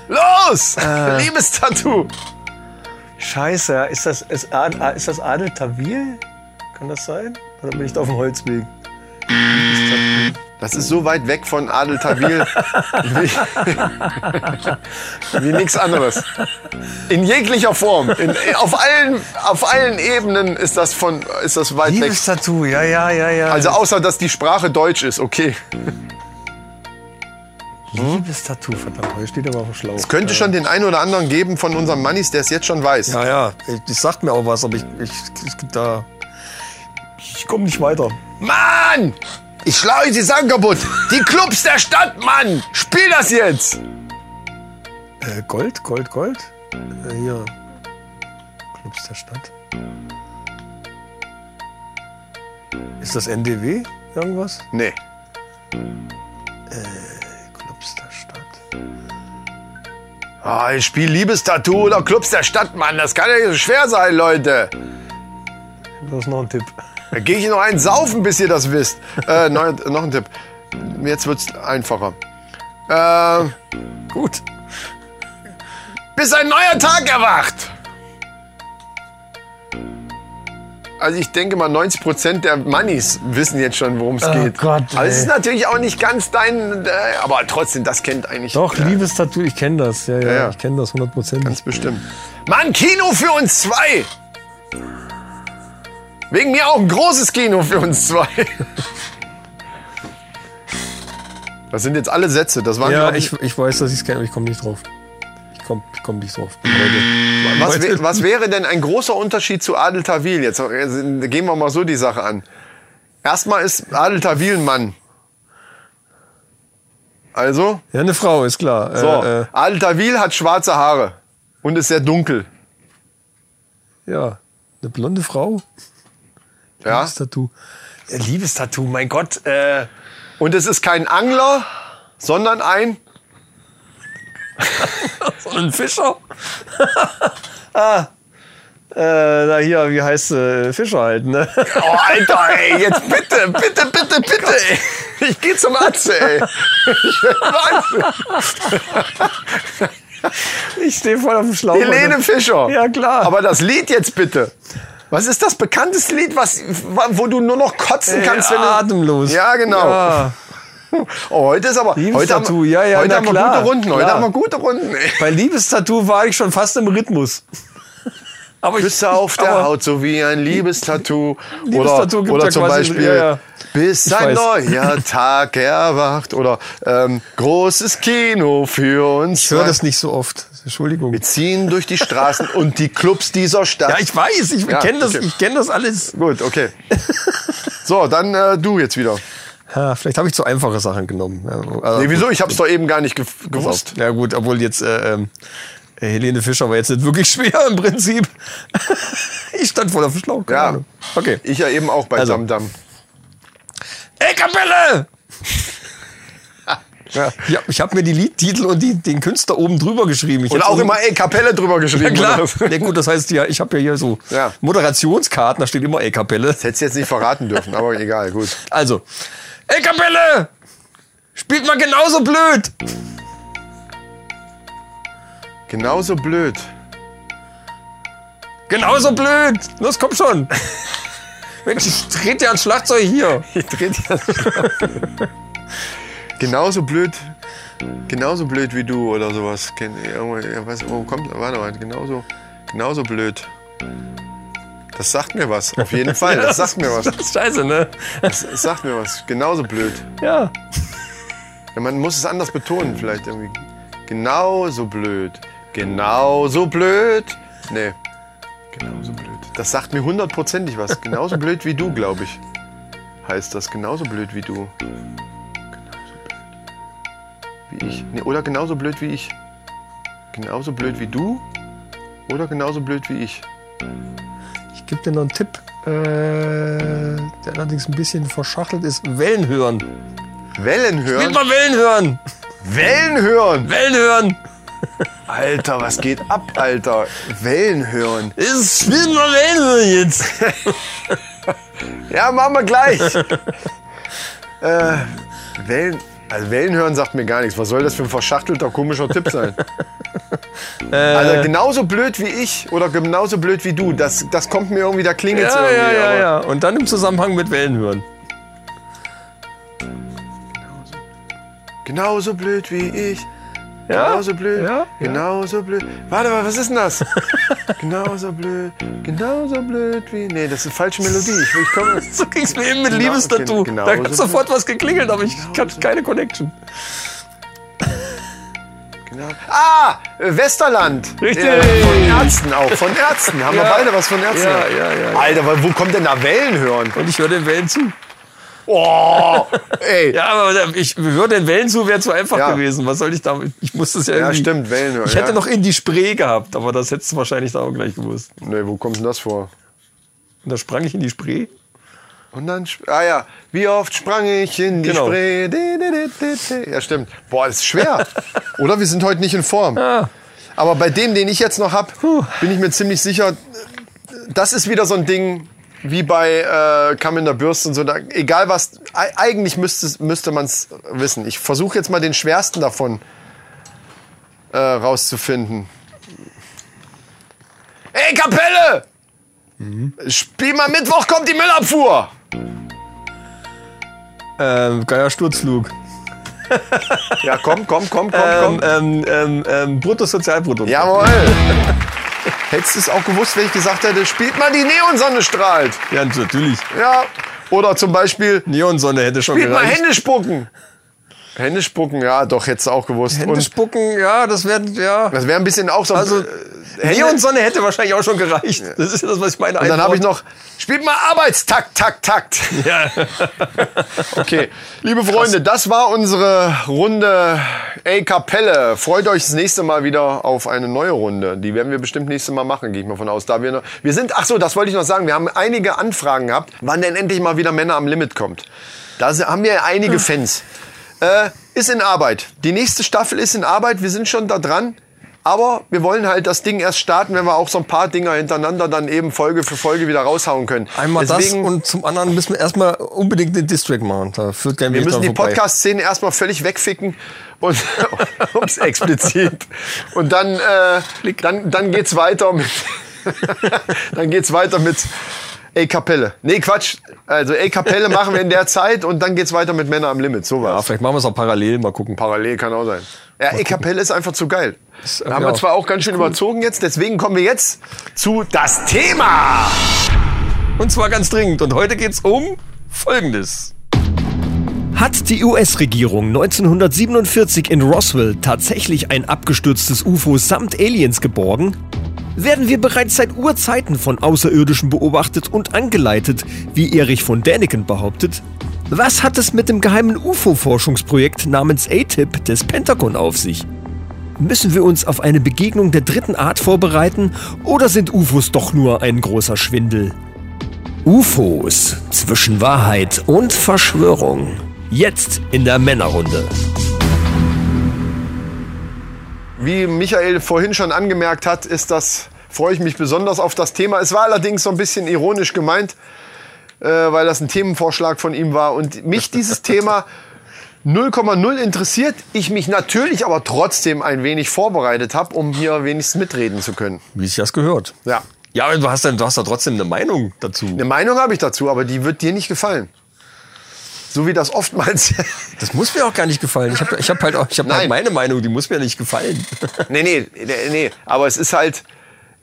Speaker 1: Los! Liebestattoo!
Speaker 2: Scheiße, ja. ist das, ist, Ad- A- ist das Adel Tawil? Kann das sein? Oder bin ich da auf dem Holzweg? Hm.
Speaker 1: Das ist so weit weg von Adel Tawil wie, wie nichts anderes. In jeglicher Form. In, auf, allen, auf allen Ebenen ist das, von, ist das weit weg.
Speaker 2: Liebes-Tattoo, ja, ja, ja, ja.
Speaker 1: Also außer, dass die Sprache Deutsch ist, okay.
Speaker 2: Liebes Tattoo, verdammt. Hier steht aber auf dem Schlauch.
Speaker 1: Es könnte schon den einen oder anderen geben von unseren Mannis, der es jetzt schon weiß.
Speaker 2: Ja, ja. Ich, das sagt mir auch was, aber ich, ich, es gibt da. Ich komme nicht weiter.
Speaker 1: Mann! Ich schlage euch die Sachen kaputt. Die Clubs der Stadt, Mann! Spiel das jetzt!
Speaker 2: Äh, Gold, Gold, Gold. Äh, hier. Clubs der Stadt. Ist das NDW? Irgendwas?
Speaker 1: Nee.
Speaker 2: Clubs der Stadt.
Speaker 1: Ah, ich spiele Liebestattoo oder Clubs der Stadt, Mann. Das kann ja nicht so schwer sein, Leute.
Speaker 2: Das ist noch ein Tipp.
Speaker 1: Da gehe ich noch einen saufen, bis ihr das wisst. Äh, neu, noch ein Tipp. Jetzt wird's einfacher. Äh,
Speaker 2: Gut.
Speaker 1: bis ein neuer Tag erwacht. Also ich denke mal, 90% der Mannis wissen jetzt schon, worum es geht.
Speaker 2: Oh Gott,
Speaker 1: Aber es
Speaker 2: ey.
Speaker 1: ist natürlich auch nicht ganz dein... Äh, aber trotzdem, das kennt eigentlich...
Speaker 2: Doch,
Speaker 1: Ja,
Speaker 2: liebes Tattoo, ich kenne das. Ja, ja,
Speaker 1: Ja, ja.
Speaker 2: ich kenne das 100 Prozent.
Speaker 1: Ganz bestimmt. Mann, Kino für uns zwei! Wegen mir auch ein großes Kino für uns zwei. Das sind jetzt alle Sätze. Das waren
Speaker 2: Ja,
Speaker 1: glaub
Speaker 2: ich, ich weiß, dass ich es kenne, aber ich komme nicht drauf. Ich komme ich komm nicht drauf. Leute.
Speaker 1: Was,
Speaker 2: Leute.
Speaker 1: wä- was wäre denn ein großer Unterschied zu Adel Tawil? Jetzt äh, gehen wir mal so die Sache an. Erstmal ist Adel Tawil ein Mann. Also,
Speaker 2: Ja, eine Frau, ist klar.
Speaker 1: so.
Speaker 2: Äh, äh,
Speaker 1: Adel Tawil hat schwarze Haare und ist sehr dunkel.
Speaker 2: ja, eine blonde Frau.
Speaker 1: Ja?
Speaker 2: Liebes Tattoo. Ja, liebes Tattoo, mein Gott. Äh,
Speaker 1: Und es ist kein Angler, sondern ein
Speaker 2: so ein Fischer. ah, äh, na hier, wie heißt äh, Fischer halt, ne?
Speaker 1: Oh, Alter, ey, jetzt bitte, bitte, bitte, bitte, ey. Ich geh zum Arzt, ey. Ich werd Wahnsinn.
Speaker 2: Ich stehe voll auf dem Schlauch.
Speaker 1: Helene Fischer.
Speaker 2: Ja, klar.
Speaker 1: Aber das Lied jetzt bitte. Was ist das bekannteste Lied, was, wo du nur noch kotzen
Speaker 2: Ey,
Speaker 1: kannst, wenn du...
Speaker 2: atemlos.
Speaker 1: Ja, genau.
Speaker 2: Ja.
Speaker 1: Oh, heute ist aber...
Speaker 2: Liebes
Speaker 1: Heute haben,
Speaker 2: Tattoo, ja, ja,
Speaker 1: heute
Speaker 2: na
Speaker 1: haben wir
Speaker 2: klar,
Speaker 1: gute Runden, heute
Speaker 2: klar.
Speaker 1: haben wir gute Runden. ey.
Speaker 2: Bei Liebestattoo war ich schon fast im Rhythmus. Aber ich-
Speaker 1: Küsse auf der
Speaker 2: aber-
Speaker 1: Haut, so wie ein Liebestattoo.
Speaker 2: Liebestattoo
Speaker 1: oder
Speaker 2: gibt
Speaker 1: oder
Speaker 2: ja
Speaker 1: zum
Speaker 2: quasi-
Speaker 1: Beispiel,
Speaker 2: ja, ja.
Speaker 1: bis
Speaker 2: Ich
Speaker 1: ein
Speaker 2: weiß.
Speaker 1: neuer Tag erwacht. Oder ähm, großes Kino für uns.
Speaker 2: Ich höre das nicht so oft. Entschuldigung.
Speaker 1: Wir ziehen durch die Straßen und die Clubs dieser Stadt.
Speaker 2: Ja, ich weiß, ich
Speaker 1: Ja,
Speaker 2: kenne das,
Speaker 1: okay.
Speaker 2: ich kenn das alles.
Speaker 1: Gut, okay. So, dann äh, du jetzt wieder.
Speaker 2: Ja, vielleicht habe ich zu einfache Sachen genommen. Ja, also-
Speaker 1: Nee, wieso? Ich hab's doch eben gar nicht ge gewusst.
Speaker 2: Ja gut, obwohl jetzt äh, ähm, Helene Fischer war jetzt nicht wirklich schwer im Prinzip. ich stand voll auf dem Schlauch. keine
Speaker 1: Ja.
Speaker 2: Ahnung. Okay.
Speaker 1: Ich ja eben auch bei
Speaker 2: Also.
Speaker 1: Samdam.
Speaker 2: Ey, Kapelle! ja. ja, ich habe mir die Liedtitel und die, den Künstler oben drüber geschrieben. Ich
Speaker 1: Und
Speaker 2: hätte
Speaker 1: auch
Speaker 2: oben-
Speaker 1: immer ey, Kapelle drüber geschrieben.
Speaker 2: Ja, klar.
Speaker 1: oder was?
Speaker 2: Ja, gut, das heißt ja, ich habe ja hier so
Speaker 1: Ja.
Speaker 2: Moderationskarten, da steht immer Ey, Kapelle.
Speaker 1: Hättest jetzt nicht verraten dürfen, aber egal, gut.
Speaker 2: Also, Ey, Kapelle! Spielt mal genauso blöd!
Speaker 1: Genauso blöd.
Speaker 2: Genauso blöd! Los, komm schon! Mensch, ich trete ja ein Schlagzeug hier.
Speaker 1: Ich dreh dir das Genauso blöd. Genauso blöd wie du oder sowas. Ken- irgendwo- Ich weiß, wo kommt. Warte mal, genauso, genauso blöd. Das sagt mir was, auf jeden Fall. Das sagt mir was.
Speaker 2: Das ist scheiße, ne?
Speaker 1: Das sagt mir was. Genauso blöd.
Speaker 2: Ja.
Speaker 1: Ja, man muss es anders betonen, vielleicht irgendwie. Genauso blöd. Genauso blöd. Nee. Genauso blöd. Das sagt mir hundertprozentig was. Genauso blöd wie du, glaube ich. Heißt das. Genauso blöd wie du. Genauso blöd. Wie ich. Nee, oder genauso blöd wie ich. Genauso blöd wie du. Oder genauso blöd wie ich.
Speaker 2: Ich gebe dir noch einen Tipp, äh, der allerdings ein bisschen verschachtelt ist. Wellen hören.
Speaker 1: Wellen
Speaker 2: Spielt
Speaker 1: hören.
Speaker 2: mal Wellen hören!
Speaker 1: Wellen hören.
Speaker 2: Wellen hören!
Speaker 1: Alter, was geht ab, Alter? Wellen hören.
Speaker 2: Ist, spielt mal Wellen hören jetzt!
Speaker 1: Ja, machen wir gleich. äh, Wellen, also Wellen hören sagt mir gar nichts. Was soll das für ein verschachtelter, komischer Tipp sein?
Speaker 2: Äh.
Speaker 1: also genauso blöd wie ich oder genauso blöd wie du, das, das kommt mir irgendwie, da klingelt
Speaker 2: Ja,
Speaker 1: irgendwie.
Speaker 2: ja, ja,
Speaker 1: aber-
Speaker 2: ja. Und dann im Zusammenhang mit Wellen hören.
Speaker 1: Genauso blöd wie ich.
Speaker 2: Ja?
Speaker 1: Genauso blöd.
Speaker 2: Ja?
Speaker 1: Genauso blöd. Warte mal, was ist denn das? genauso blöd. Genauso blöd wie. Nee, das ist eine falsche Melodie. Ich, ich komme.
Speaker 2: So ging's mir eben mit
Speaker 1: Genau,
Speaker 2: Liebestattoo.
Speaker 1: gen- genau
Speaker 2: da
Speaker 1: so
Speaker 2: hat sofort was geklingelt, aber ich hatte keine Connection.
Speaker 1: Ah, äh, Westerland.
Speaker 2: Richtig.
Speaker 1: Ja, von Ärzten auch. Von Ärzten. Haben wir
Speaker 2: Ja.
Speaker 1: beide was von Ärzten?
Speaker 2: Ja, ja, ja, ja.
Speaker 1: Alter, wa- wo kommt denn da Wellen hören?
Speaker 2: Und ich höre den Wellen zu.
Speaker 1: Oh, ey.
Speaker 2: Ja, aber ich höre den Wellen zu, wäre zu einfach
Speaker 1: Ja.
Speaker 2: gewesen. Was soll ich damit? Ich musste es ja
Speaker 1: Ja,
Speaker 2: irgendwie.
Speaker 1: stimmt, Wellen hören.
Speaker 2: Ich hätte
Speaker 1: ja.
Speaker 2: noch in die Spree gehabt, aber das hättest du wahrscheinlich da auch gleich gewusst.
Speaker 1: Nee, wo kommt denn das vor?
Speaker 2: Und da sprang ich in die Spree.
Speaker 1: Und dann, sp- ah ja, wie oft sprang ich in die
Speaker 2: Genau.
Speaker 1: Spree? Di, di, di, di, di. Ja, stimmt. Boah, das ist schwer. Oder wir sind heute nicht in Form. Aber bei dem, den ich jetzt noch hab, bin ich mir ziemlich sicher, das ist wieder so ein Ding wie bei äh, Kamm in der Bürste und so. Da, egal was, ei- eigentlich müsste, müsste man es wissen. Ich versuche jetzt mal den schwersten davon äh, rauszufinden. Ey, Kapelle! Spiel mal Mittwoch, kommt die Müllabfuhr!
Speaker 2: Ähm, geiler Sturzflug.
Speaker 1: Ja, komm, komm, komm, komm, komm.
Speaker 2: Ähm, ähm, ähm, ähm, Bruttosozialprodukt.
Speaker 1: äh, Jawohl. Hättest du es auch gewusst, wenn ich gesagt hätte, spielt mal die Neonsonne strahlt.
Speaker 2: ja, natürlich.
Speaker 1: Ja. Oder zum Beispiel,
Speaker 2: Neonsonne hätte schon
Speaker 1: spielt mal
Speaker 2: gereicht.
Speaker 1: Hände spucken. Hände spucken, ja, doch, hättest du auch gewusst. Und
Speaker 2: spucken, ja, das wäre, ja.
Speaker 1: das wäre ein bisschen auch so.
Speaker 2: Also,
Speaker 1: äh, Hände. Und
Speaker 2: Neonsonne hätte wahrscheinlich auch schon gereicht. Das ist ja das, was ich meine.
Speaker 1: dann
Speaker 2: Ein
Speaker 1: habe ich
Speaker 2: Wort.
Speaker 1: noch, spielt mal Arbeitstakt, Takt, Takt.
Speaker 2: Ja.
Speaker 1: Okay, liebe Freunde, das war unsere Runde Ey Kapelle. Freut euch das nächste Mal wieder auf eine neue Runde. Die werden wir bestimmt nächstes Mal machen, gehe ich mal von aus. Da wir, noch, wir sind, ach so, das wollte ich noch sagen. Wir haben einige Anfragen gehabt, wann denn endlich mal wieder Männer am Limit kommt. Da se- haben wir
Speaker 2: Hm.
Speaker 1: einige Fans. Äh, ist in Arbeit. Die nächste Staffel ist in Arbeit. Wir sind schon da dran. Aber wir wollen halt das Ding erst starten, wenn wir auch so ein paar Dinger hintereinander dann eben Folge für Folge wieder raushauen können.
Speaker 2: Einmal
Speaker 1: Deswegen-
Speaker 2: das und zum anderen müssen wir erstmal unbedingt den District machen. Da führt kein
Speaker 1: wir
Speaker 2: Weg
Speaker 1: müssen
Speaker 2: dran
Speaker 1: die
Speaker 2: vorbei.
Speaker 1: Podcast-Szene erstmal völlig wegficken und ups, explizit. Und dann, äh, dann, dann geht's weiter mit. dann geht's weiter mit Ey Kapelle. Nee, Quatsch. Also Ey Kapelle machen wir in der Zeit und dann geht's weiter mit Männer am Limit. So
Speaker 2: Ja,
Speaker 1: war's.
Speaker 2: vielleicht machen wir es auch parallel, mal gucken.
Speaker 1: Parallel kann auch sein. Ja, Ey Kapelle ist einfach zu geil.
Speaker 2: Ist
Speaker 1: Da haben wir
Speaker 2: auch
Speaker 1: zwar auch ganz schön überzogen jetzt, deswegen kommen wir jetzt zu das Thema.
Speaker 2: Und zwar ganz dringend. Und heute geht's um Folgendes.
Speaker 3: Hat die US-Regierung 1947 in Roswell tatsächlich ein abgestürztes UFO samt Aliens geborgen? Werden wir bereits seit Urzeiten von Außerirdischen beobachtet und angeleitet, wie Erich von Däniken behauptet? Was hat es mit dem geheimen UFO-Forschungsprojekt namens ATIP des Pentagon auf sich? Müssen wir uns auf eine Begegnung der dritten Art vorbereiten oder sind UFOs doch nur ein großer Schwindel? UFOs zwischen Wahrheit und Verschwörung. Jetzt in der Männerrunde.
Speaker 1: Wie Michael vorhin schon angemerkt hat, ist das, freue ich mich besonders auf das Thema. Es war allerdings so ein bisschen ironisch gemeint, äh, weil das ein Themenvorschlag von ihm war und mich dieses Thema 0,0 interessiert. Ich mich natürlich aber trotzdem ein wenig vorbereitet habe, um hier wenigstens mitreden zu können.
Speaker 2: Wie ich das gehört.
Speaker 1: Ja.
Speaker 2: Ja, aber du hast, dann, du hast da trotzdem eine Meinung dazu.
Speaker 1: Eine Meinung habe ich dazu, aber die wird dir nicht gefallen. So wie das oftmals.
Speaker 2: Das muss mir auch gar nicht gefallen. Ich habe ich hab halt, auch- ich hab halt
Speaker 1: Nein.
Speaker 2: meine Meinung, die muss mir nicht gefallen.
Speaker 1: Nee, nee, nee, nee. Aber es ist halt,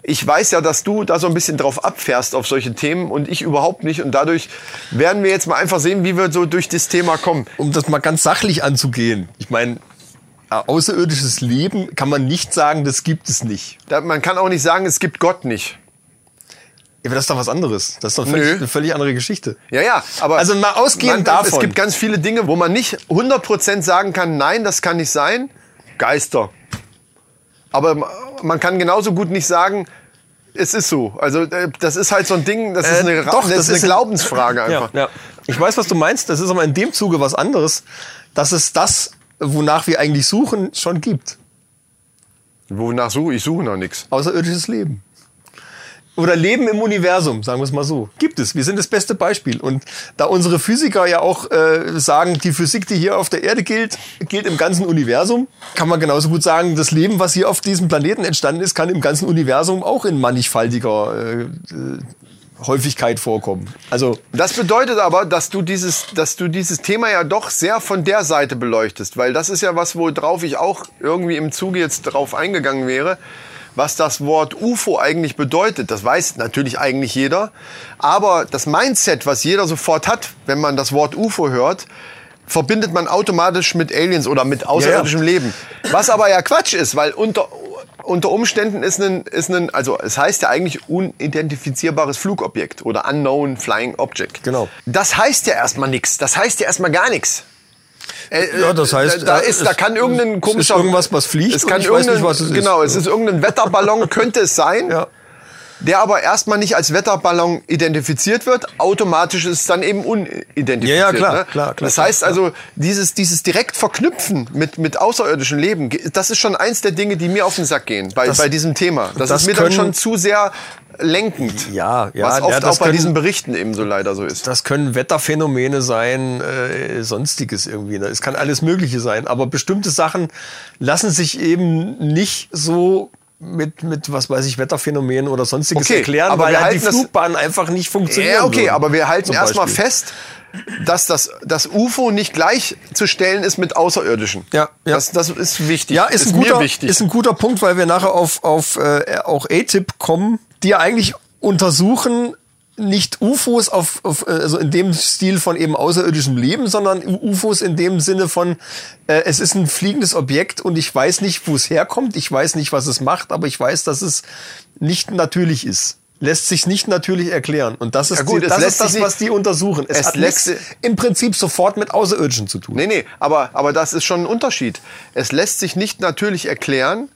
Speaker 1: ich weiß ja, dass du da so ein bisschen drauf abfährst auf solche Themen und ich überhaupt nicht. Und dadurch werden wir jetzt mal einfach sehen, wie wir so durch das Thema kommen.
Speaker 2: um das mal ganz sachlich anzugehen. Ich meine, äh, außerirdisches Leben kann man nicht sagen, das gibt es nicht.
Speaker 1: Da, man kann auch nicht sagen, es gibt Gott nicht.
Speaker 2: Ja, Aber das ist doch was anderes. Das ist doch völlig,
Speaker 1: Nö.
Speaker 2: eine völlig andere Geschichte.
Speaker 1: Ja, ja, aber.
Speaker 2: Also mal ausgehend
Speaker 1: man,
Speaker 2: davon.
Speaker 1: Es gibt ganz viele Dinge, wo man nicht 100% sagen kann, nein, das kann nicht sein. Geister. Aber ma- man kann genauso gut nicht sagen, es ist so. Also, äh, das ist halt so ein Ding, das ist
Speaker 2: Äh,
Speaker 1: eine, Ra-
Speaker 2: doch,
Speaker 1: das
Speaker 2: das
Speaker 1: ist eine
Speaker 2: ist-
Speaker 1: Glaubensfrage
Speaker 2: Ja,
Speaker 1: einfach.
Speaker 2: ja. Ich weiß, was du meinst. Das ist aber in dem Zuge was anderes, dass es das, wonach wir eigentlich suchen, schon gibt.
Speaker 1: Wonach suche ich? suche noch nichts.
Speaker 2: Außerirdisches Leben. Oder Leben im Universum, sagen wir es mal so. Gibt es. Wir sind das beste Beispiel. Und da unsere Physiker ja auch äh, sagen, die Physik, die hier auf der Erde gilt, gilt im ganzen Universum, kann man genauso gut sagen, das Leben, was hier auf diesem Planeten entstanden ist, kann im ganzen Universum auch in mannigfaltiger äh, äh, Häufigkeit vorkommen. Also
Speaker 1: Das bedeutet aber, dass du dieses, dass du dieses Thema ja doch sehr von der Seite beleuchtest, weil das ist ja was, worauf ich auch irgendwie im Zuge jetzt drauf eingegangen wäre, was das Wort UFO eigentlich bedeutet. Das weiß natürlich eigentlich jeder, aber das Mindset, was jeder sofort hat, wenn man das Wort UFO hört, verbindet man automatisch mit Aliens oder mit außerirdischem
Speaker 2: Ja,
Speaker 1: Leben. Was aber ja Quatsch ist, weil unter, unter Umständen ist ein, ist ein, also es heißt ja eigentlich unidentifizierbares Flugobjekt oder Unknown Flying Object.
Speaker 2: Genau.
Speaker 1: Das heißt ja erstmal nichts. Das heißt ja erstmal gar nichts. Äh,
Speaker 2: Ja, das heißt,
Speaker 1: da, da,
Speaker 2: äh,
Speaker 1: ist, da
Speaker 2: es-
Speaker 1: kann
Speaker 2: es
Speaker 1: irgendein
Speaker 2: ist
Speaker 1: komischer
Speaker 2: irgendwas, was fliegt
Speaker 1: Es
Speaker 2: und
Speaker 1: kann
Speaker 2: ich weiß nicht,
Speaker 1: irgendein-
Speaker 2: was es ist.
Speaker 1: Genau, es ist irgendein Wetterballon, könnte es sein,
Speaker 2: Ja.
Speaker 1: der aber erstmal nicht als Wetterballon identifiziert wird. Automatisch ist es dann eben unidentifiziert.
Speaker 2: Ja, ja, klar,
Speaker 1: ne?
Speaker 2: klar, klar,
Speaker 1: Das heißt also, dieses, dieses direkt Verknüpfen mit, mit außerirdischem Leben, ge- das ist schon eins der Dinge, die mir auf den Sack gehen bei,
Speaker 2: Das-
Speaker 1: bei diesem Thema. Das,
Speaker 2: das
Speaker 1: ist mir dann
Speaker 2: können-
Speaker 1: schon zu sehr lenkend.
Speaker 2: Ja, ja,
Speaker 1: was oft
Speaker 2: ja, das
Speaker 1: auch bei
Speaker 2: können-
Speaker 1: diesen Berichten eben so leider so ist.
Speaker 2: Das können Wetterphänomene sein, äh, sonstiges irgendwie. ne? Es kann alles Mögliche sein. Aber bestimmte Sachen lassen sich eben nicht so mit, mit was weiß ich, Wetterphänomenen oder sonstiges
Speaker 1: Okay,
Speaker 2: erklären,
Speaker 1: aber
Speaker 2: weil
Speaker 1: wir
Speaker 2: halt die
Speaker 1: halten das-
Speaker 2: Flugbahn einfach nicht funktioniert.
Speaker 1: Ja, okay, aber wir halten erstmal
Speaker 2: fest.
Speaker 1: fest, dass das, das UFO nicht gleichzustellen ist mit Außerirdischen.
Speaker 2: Ja, ja.
Speaker 1: Das, das ist wichtig.
Speaker 2: Ja, ist, ein guter,
Speaker 1: mir wichtig.
Speaker 2: ist ein guter Punkt, weil wir nachher auf, auf äh, auch A-Tip kommen, die ja eigentlich untersuchen, nicht UFOs auf, auf äh, also in dem Stil von eben außerirdischem Leben, sondern UFOs in dem Sinne von, äh, es ist ein fliegendes Objekt und ich weiß nicht, wo es herkommt, ich weiß nicht, was es macht, aber ich weiß, dass es nicht natürlich ist. Lässt sich nicht natürlich erklären. Und das ist,
Speaker 1: Ja gut,
Speaker 2: die,
Speaker 1: es
Speaker 2: das,
Speaker 1: lässt
Speaker 2: ist das,
Speaker 1: sich nicht-
Speaker 2: was die untersuchen. Es,
Speaker 1: es
Speaker 2: hat
Speaker 1: lässt-
Speaker 2: nichts im Prinzip sofort mit Außerirdischen zu tun.
Speaker 1: nee, nee, aber, aber das ist schon ein Unterschied. Es lässt sich nicht natürlich erklären,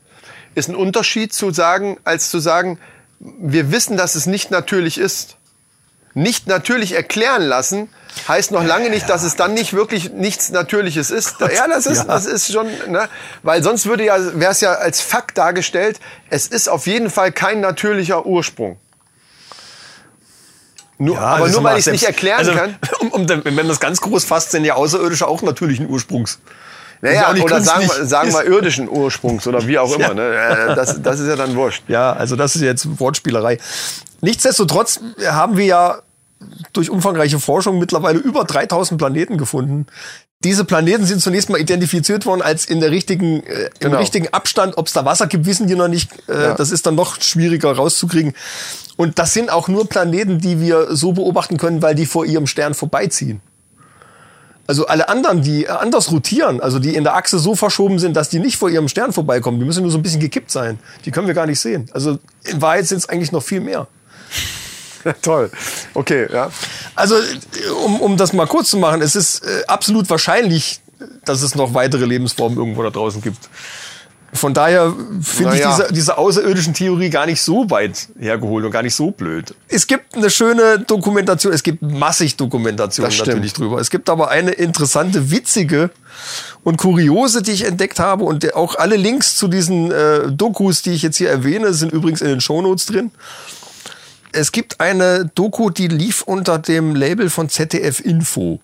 Speaker 1: ist ein Unterschied zu sagen, als zu sagen, wir wissen, dass es nicht natürlich ist. Nicht natürlich erklären lassen heißt noch lange nicht, dass es dann nicht wirklich nichts Natürliches ist. ja, das ist,
Speaker 2: ja.
Speaker 1: das ist schon, ne? weil sonst würde ja, wäre es ja als Fakt dargestellt. Es ist auf jeden Fall kein natürlicher Ursprung. Nur,
Speaker 2: Ja,
Speaker 1: aber
Speaker 2: das
Speaker 1: nur
Speaker 2: ist
Speaker 1: weil
Speaker 2: immer
Speaker 1: ich es nicht
Speaker 2: selbst-
Speaker 1: erklären
Speaker 2: also,
Speaker 1: kann.
Speaker 2: Um, um, wenn man das ganz groß fasst, sind ja Außerirdische auch natürlichen Ursprungs. Das ist
Speaker 1: Naja,
Speaker 2: auch nicht
Speaker 1: oder sagen
Speaker 2: künstlich.
Speaker 1: wir, sagen wir irdischen Ursprungs oder wie auch immer.
Speaker 2: Ja.
Speaker 1: Ne? Äh, Das, das ist ja dann wurscht.
Speaker 2: Ja, also das ist jetzt Wortspielerei. Nichtsdestotrotz haben wir ja durch umfangreiche Forschung mittlerweile über 3000 Planeten gefunden. Diese Planeten sind zunächst mal identifiziert worden als in der richtigen, äh, im
Speaker 1: Genau.
Speaker 2: richtigen Abstand. Ob es da Wasser gibt, wissen die noch nicht. Äh, Das ist dann noch schwieriger rauszukriegen. Und das sind auch nur Planeten, die wir so beobachten können, weil die vor ihrem Stern vorbeiziehen. Also alle anderen, die anders rotieren, also die in der Achse so verschoben sind, dass die nicht vor ihrem Stern vorbeikommen, die müssen nur so ein bisschen gekippt sein. Die können wir gar nicht sehen. Also in Wahrheit sind es eigentlich noch viel mehr.
Speaker 1: Toll. Okay, ja.
Speaker 2: Also äh, um, um das mal kurz zu machen, es ist äh, absolut wahrscheinlich, dass es noch weitere Lebensformen irgendwo da draußen gibt. Von daher finde
Speaker 1: Naja.
Speaker 2: ich diese, diese außerirdischen Theorie gar nicht so weit hergeholt und gar nicht so blöd. Es gibt eine schöne Dokumentation, es gibt massig Dokumentation
Speaker 1: Das stimmt.
Speaker 2: natürlich drüber. Es gibt aber eine interessante, witzige und kuriose, die ich entdeckt habe und der- auch alle Links zu diesen äh, Dokus, die ich jetzt hier erwähne, sind übrigens in den Shownotes drin. Es gibt eine Doku, die lief unter dem Label von ZDF Info.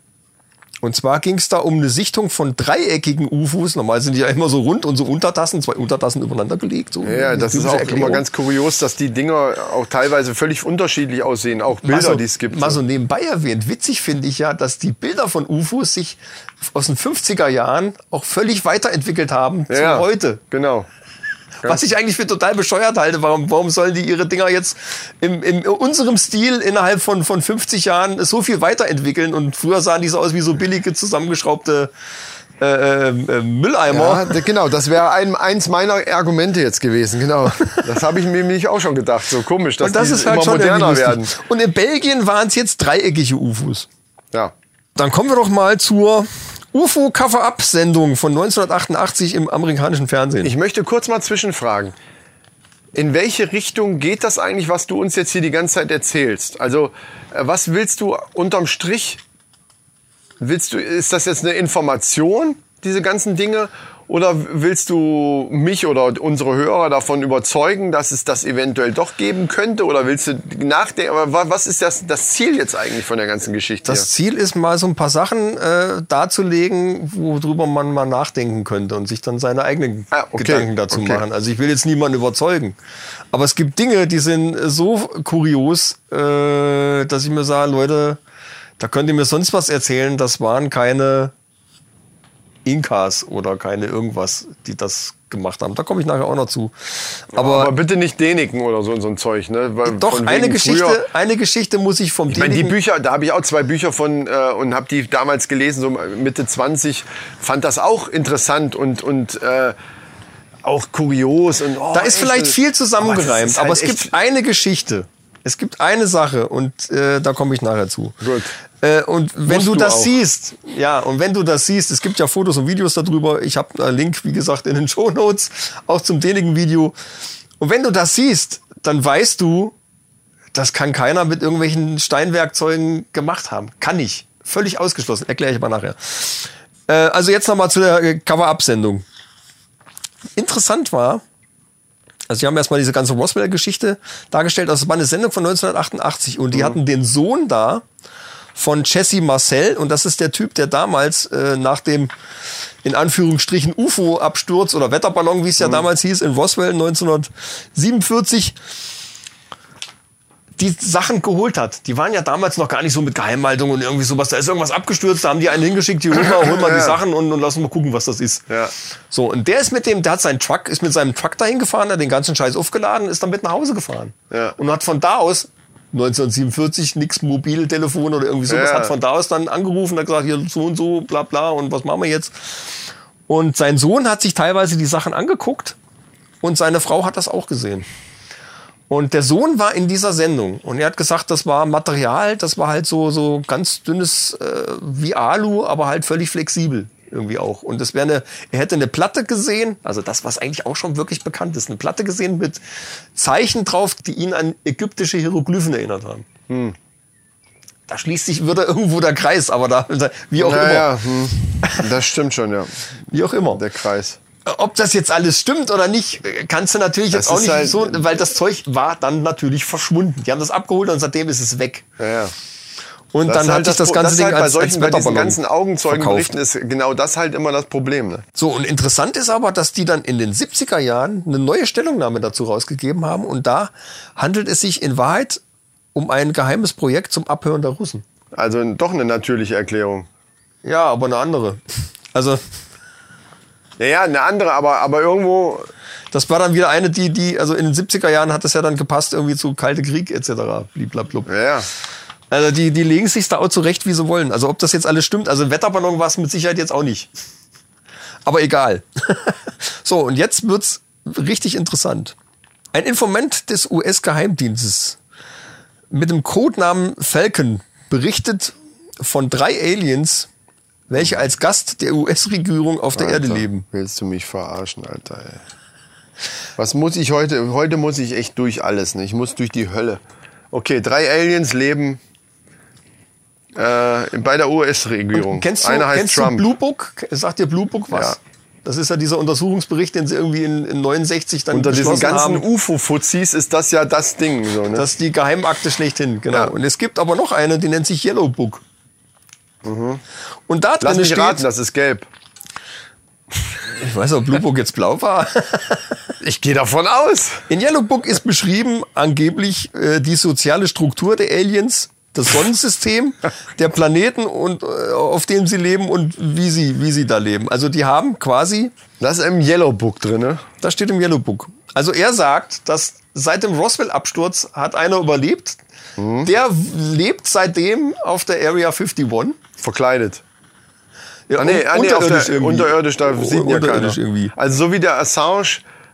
Speaker 2: Und zwar ging es da um eine Sichtung von dreieckigen UFOs. Normal sind die ja immer so rund und so Untertassen, zwei Untertassen übereinander gelegt. So
Speaker 1: Ja, das ist auch immer
Speaker 2: Erklärung.
Speaker 1: ganz kurios, dass die Dinger auch teilweise völlig unterschiedlich aussehen, auch Bilder,
Speaker 2: mal so,
Speaker 1: die es gibt.
Speaker 2: Also, Mal so nebenbei erwähnt, witzig finde ich ja, dass die Bilder von UFOs sich aus den 50er Jahren auch völlig weiterentwickelt haben zu
Speaker 1: ja,
Speaker 2: heute.
Speaker 1: Genau.
Speaker 2: Was ich eigentlich für total bescheuert halte. Warum, warum sollen die ihre Dinger jetzt im, im, in unserem Stil innerhalb von, von 50 Jahren so viel weiterentwickeln? Und früher sahen die so aus wie so billige, zusammengeschraubte äh, äh, äh,
Speaker 1: Ja,
Speaker 2: Mülleimer.
Speaker 1: d- genau, das wäre ein, eins meiner Argumente jetzt gewesen, genau. Das habe ich mir nämlich auch schon gedacht, so komisch, dass
Speaker 2: Und das
Speaker 1: die
Speaker 2: ist halt
Speaker 1: immer
Speaker 2: schon
Speaker 1: moderner
Speaker 2: irgendwie
Speaker 1: werden.
Speaker 2: lustig. Und in Belgien waren es jetzt dreieckige UFOs.
Speaker 1: Ja.
Speaker 2: Dann kommen wir doch mal zur UFO-Cover-Up-Sendung von 1988 im amerikanischen Fernsehen.
Speaker 1: Ich möchte kurz mal zwischenfragen. In welche Richtung geht das eigentlich, was du uns jetzt hier die ganze Zeit erzählst? Also, äh, was willst du unterm Strich? Willst du, ist das jetzt eine Information, diese ganzen Dinge? Oder willst du mich oder unsere Hörer davon überzeugen, dass es das eventuell doch geben könnte? Oder willst du nachdenken? Aber wa- was ist das, das Ziel jetzt eigentlich von der ganzen Geschichte?
Speaker 2: Das Ziel ist mal so ein paar Sachen äh, darzulegen, worüber man mal nachdenken könnte und sich dann seine eigenen
Speaker 1: Ah, okay,
Speaker 2: Gedanken dazu
Speaker 1: okay.
Speaker 2: machen. Also ich will jetzt niemanden überzeugen. Aber es gibt Dinge, die sind so kurios, äh, dass ich mir sage, Leute, da könnt ihr mir sonst was erzählen, das waren keine Inkas oder keine irgendwas, die das gemacht haben. Da komme ich nachher auch noch zu. Aber,
Speaker 1: Aber bitte nicht deniken oder so, so ein Zeug, ne? Weil
Speaker 2: doch,
Speaker 1: von
Speaker 2: eine
Speaker 1: wegen
Speaker 2: Geschichte,
Speaker 1: früher-
Speaker 2: eine Geschichte muss ich vom
Speaker 1: Ich meine, die
Speaker 2: Däniken-
Speaker 1: Bücher, da habe ich auch zwei Bücher von äh, und habe die damals gelesen, so Mitte 20, fand das auch interessant und, und äh, auch kurios. Und, oh,
Speaker 2: Da ist
Speaker 1: echt,
Speaker 2: vielleicht
Speaker 1: äh,
Speaker 2: viel
Speaker 1: das
Speaker 2: zusammengereimt,
Speaker 1: ist
Speaker 2: aber,
Speaker 1: halt
Speaker 2: es
Speaker 1: echt-
Speaker 2: gibt eine Geschichte. Es gibt eine Sache und äh, da komme ich nachher zu.
Speaker 1: Gut.
Speaker 2: Äh, und wenn
Speaker 1: Musst
Speaker 2: du
Speaker 1: du
Speaker 2: das
Speaker 1: auch.
Speaker 2: siehst, ja, und wenn du das siehst, es gibt ja Fotos und Videos darüber. Ich habe einen Link, wie gesagt, in den Show Notes, auch zum dänigen Video. Und wenn du das siehst, dann weißt du, das kann keiner mit irgendwelchen Steinwerkzeugen gemacht haben. Kann nicht. Völlig ausgeschlossen. Erkläre ich aber nachher. Äh, also jetzt nochmal zu der äh, Cover-Up-Sendung. Interessant war, also sie haben erstmal diese ganze Roswell-Geschichte dargestellt. Also es war eine Sendung von 1988 und die hatten den Sohn da von Jesse Marcel und das ist der Typ, der damals äh, nach dem in Anführungsstrichen UFO-Absturz oder Wetterballon, wie es ja damals hieß, in Roswell 1947 die Sachen geholt hat. Die waren ja damals noch gar nicht so mit Geheimhaltung und irgendwie sowas. Da ist irgendwas abgestürzt, da haben die einen hingeschickt, die hol mal, hol mal die
Speaker 1: Ja.
Speaker 2: Sachen und, und lass uns mal gucken, was das ist.
Speaker 1: Ja.
Speaker 2: So, und der ist mit dem, der hat seinen Truck, ist mit seinem Truck dahin gefahren, hat den ganzen Scheiß aufgeladen, ist dann mit nach Hause gefahren.
Speaker 1: Ja.
Speaker 2: Und hat von da aus, 1947, nix Mobiltelefon oder irgendwie sowas,
Speaker 1: Ja.
Speaker 2: hat von da aus dann angerufen, hat gesagt, hier so und so, bla bla, und was machen wir jetzt? Und sein Sohn hat sich teilweise die Sachen angeguckt und seine Frau hat das auch gesehen. Und der Sohn war in dieser Sendung und er hat gesagt, das war Material, das war halt so, so ganz dünnes äh, wie Alu, aber halt völlig flexibel irgendwie auch. Und es wäre eine, er hätte eine Platte gesehen, also das, was eigentlich auch schon wirklich bekannt ist, eine Platte gesehen mit Zeichen drauf, die ihn an ägyptische Hieroglyphen erinnert haben. Da schließt sich wieder irgendwo der Kreis, aber da, da wie auch immer.
Speaker 1: Naja, hm, das stimmt schon, ja.
Speaker 2: Wie auch immer.
Speaker 1: Der Kreis.
Speaker 2: Ob das jetzt alles stimmt oder nicht, kannst du natürlich
Speaker 1: Das
Speaker 2: jetzt auch
Speaker 1: ist
Speaker 2: nicht
Speaker 1: halt-
Speaker 2: so, weil das Zeug war dann natürlich verschwunden. Die haben das abgeholt und seitdem ist es weg.
Speaker 1: Ja, ja.
Speaker 2: Und
Speaker 1: Das
Speaker 2: dann
Speaker 1: ist
Speaker 2: hat sich
Speaker 1: halt
Speaker 2: das
Speaker 1: Pro-
Speaker 2: ganze
Speaker 1: das ist
Speaker 2: Ding
Speaker 1: halt bei
Speaker 2: als, als
Speaker 1: solchen, bei diesen
Speaker 2: Wetterballon
Speaker 1: ganzen Augenzeugenberichten
Speaker 2: verkauft.
Speaker 1: ist genau das halt immer das Problem. Ne?
Speaker 2: So, und interessant ist aber, dass die dann in den 70er Jahren eine neue Stellungnahme dazu rausgegeben haben und da handelt es sich in Wahrheit um ein geheimes Projekt zum Abhören der Russen.
Speaker 1: Also doch eine natürliche Erklärung.
Speaker 2: Ja, aber eine andere. Also,
Speaker 1: Ja, ja, eine andere, aber, aber irgendwo
Speaker 2: das war dann wieder eine, die, die, also in den 70er Jahren hat das ja dann gepasst irgendwie zu Kalte Krieg etc. Bliblablub.
Speaker 1: Ja, ja.
Speaker 2: Also die, die legen sich da auch zurecht, wie sie wollen. Also ob das jetzt alles stimmt. Also Wetterballon war es mit Sicherheit jetzt auch nicht. Aber egal. so, und jetzt wird's richtig interessant. Ein Informant des US-Geheimdienstes mit dem Codenamen Falcon berichtet von drei Aliens, welche als Gast der US-Regierung auf der Erde
Speaker 1: Alter,
Speaker 2: leben.
Speaker 1: Willst du mich verarschen, Alter? Ey. Was muss ich heute? Heute muss ich echt durch alles. Ne? Ich muss durch die Hölle. Okay, drei Aliens leben äh, bei der US-Regierung.
Speaker 2: Kennst du,
Speaker 1: Einer heißt
Speaker 2: kennst
Speaker 1: Trump.
Speaker 2: du Blue Book? Sagt dir Blue Book was?
Speaker 1: Ja.
Speaker 2: Das ist ja dieser Untersuchungsbericht, den sie irgendwie in, in 69 dann
Speaker 1: Unter diesen
Speaker 2: beschlossen
Speaker 1: ganzen
Speaker 2: haben.
Speaker 1: UFO-Fuzis ist das ja das Ding. So, ne?
Speaker 2: Das ist die Geheimakte schlechthin, genau.
Speaker 1: Ja.
Speaker 2: Und es gibt aber noch eine, die nennt sich Yellow Book. Und da
Speaker 1: Mhm. Lass
Speaker 2: drin
Speaker 1: mich
Speaker 2: steht,
Speaker 1: raten, das ist gelb.
Speaker 2: ich weiß nicht, ob Blue Book jetzt blau war.
Speaker 1: Ich gehe davon aus.
Speaker 2: In Yellow Book ist beschrieben angeblich äh, die soziale Struktur der Aliens, das Sonnensystem, der Planeten und äh, auf dem sie leben und wie sie wie sie da leben. Also die haben quasi
Speaker 1: Das ist im Yellow Book drin. Ne?
Speaker 2: Das steht im Yellow Book. Also er sagt, dass seit dem Roswell-Absturz hat einer überlebt.
Speaker 1: Mhm.
Speaker 2: Der w- lebt seitdem auf der Area 51.
Speaker 1: Verkleidet.
Speaker 2: Ja,
Speaker 1: Ah, nee,
Speaker 2: un-
Speaker 1: ah, nee, auf der,
Speaker 2: irgendwie.
Speaker 1: unterirdisch, da sieht ihn ja keiner.
Speaker 2: Unterirdisch irgendwie.
Speaker 1: Also so wie der Assange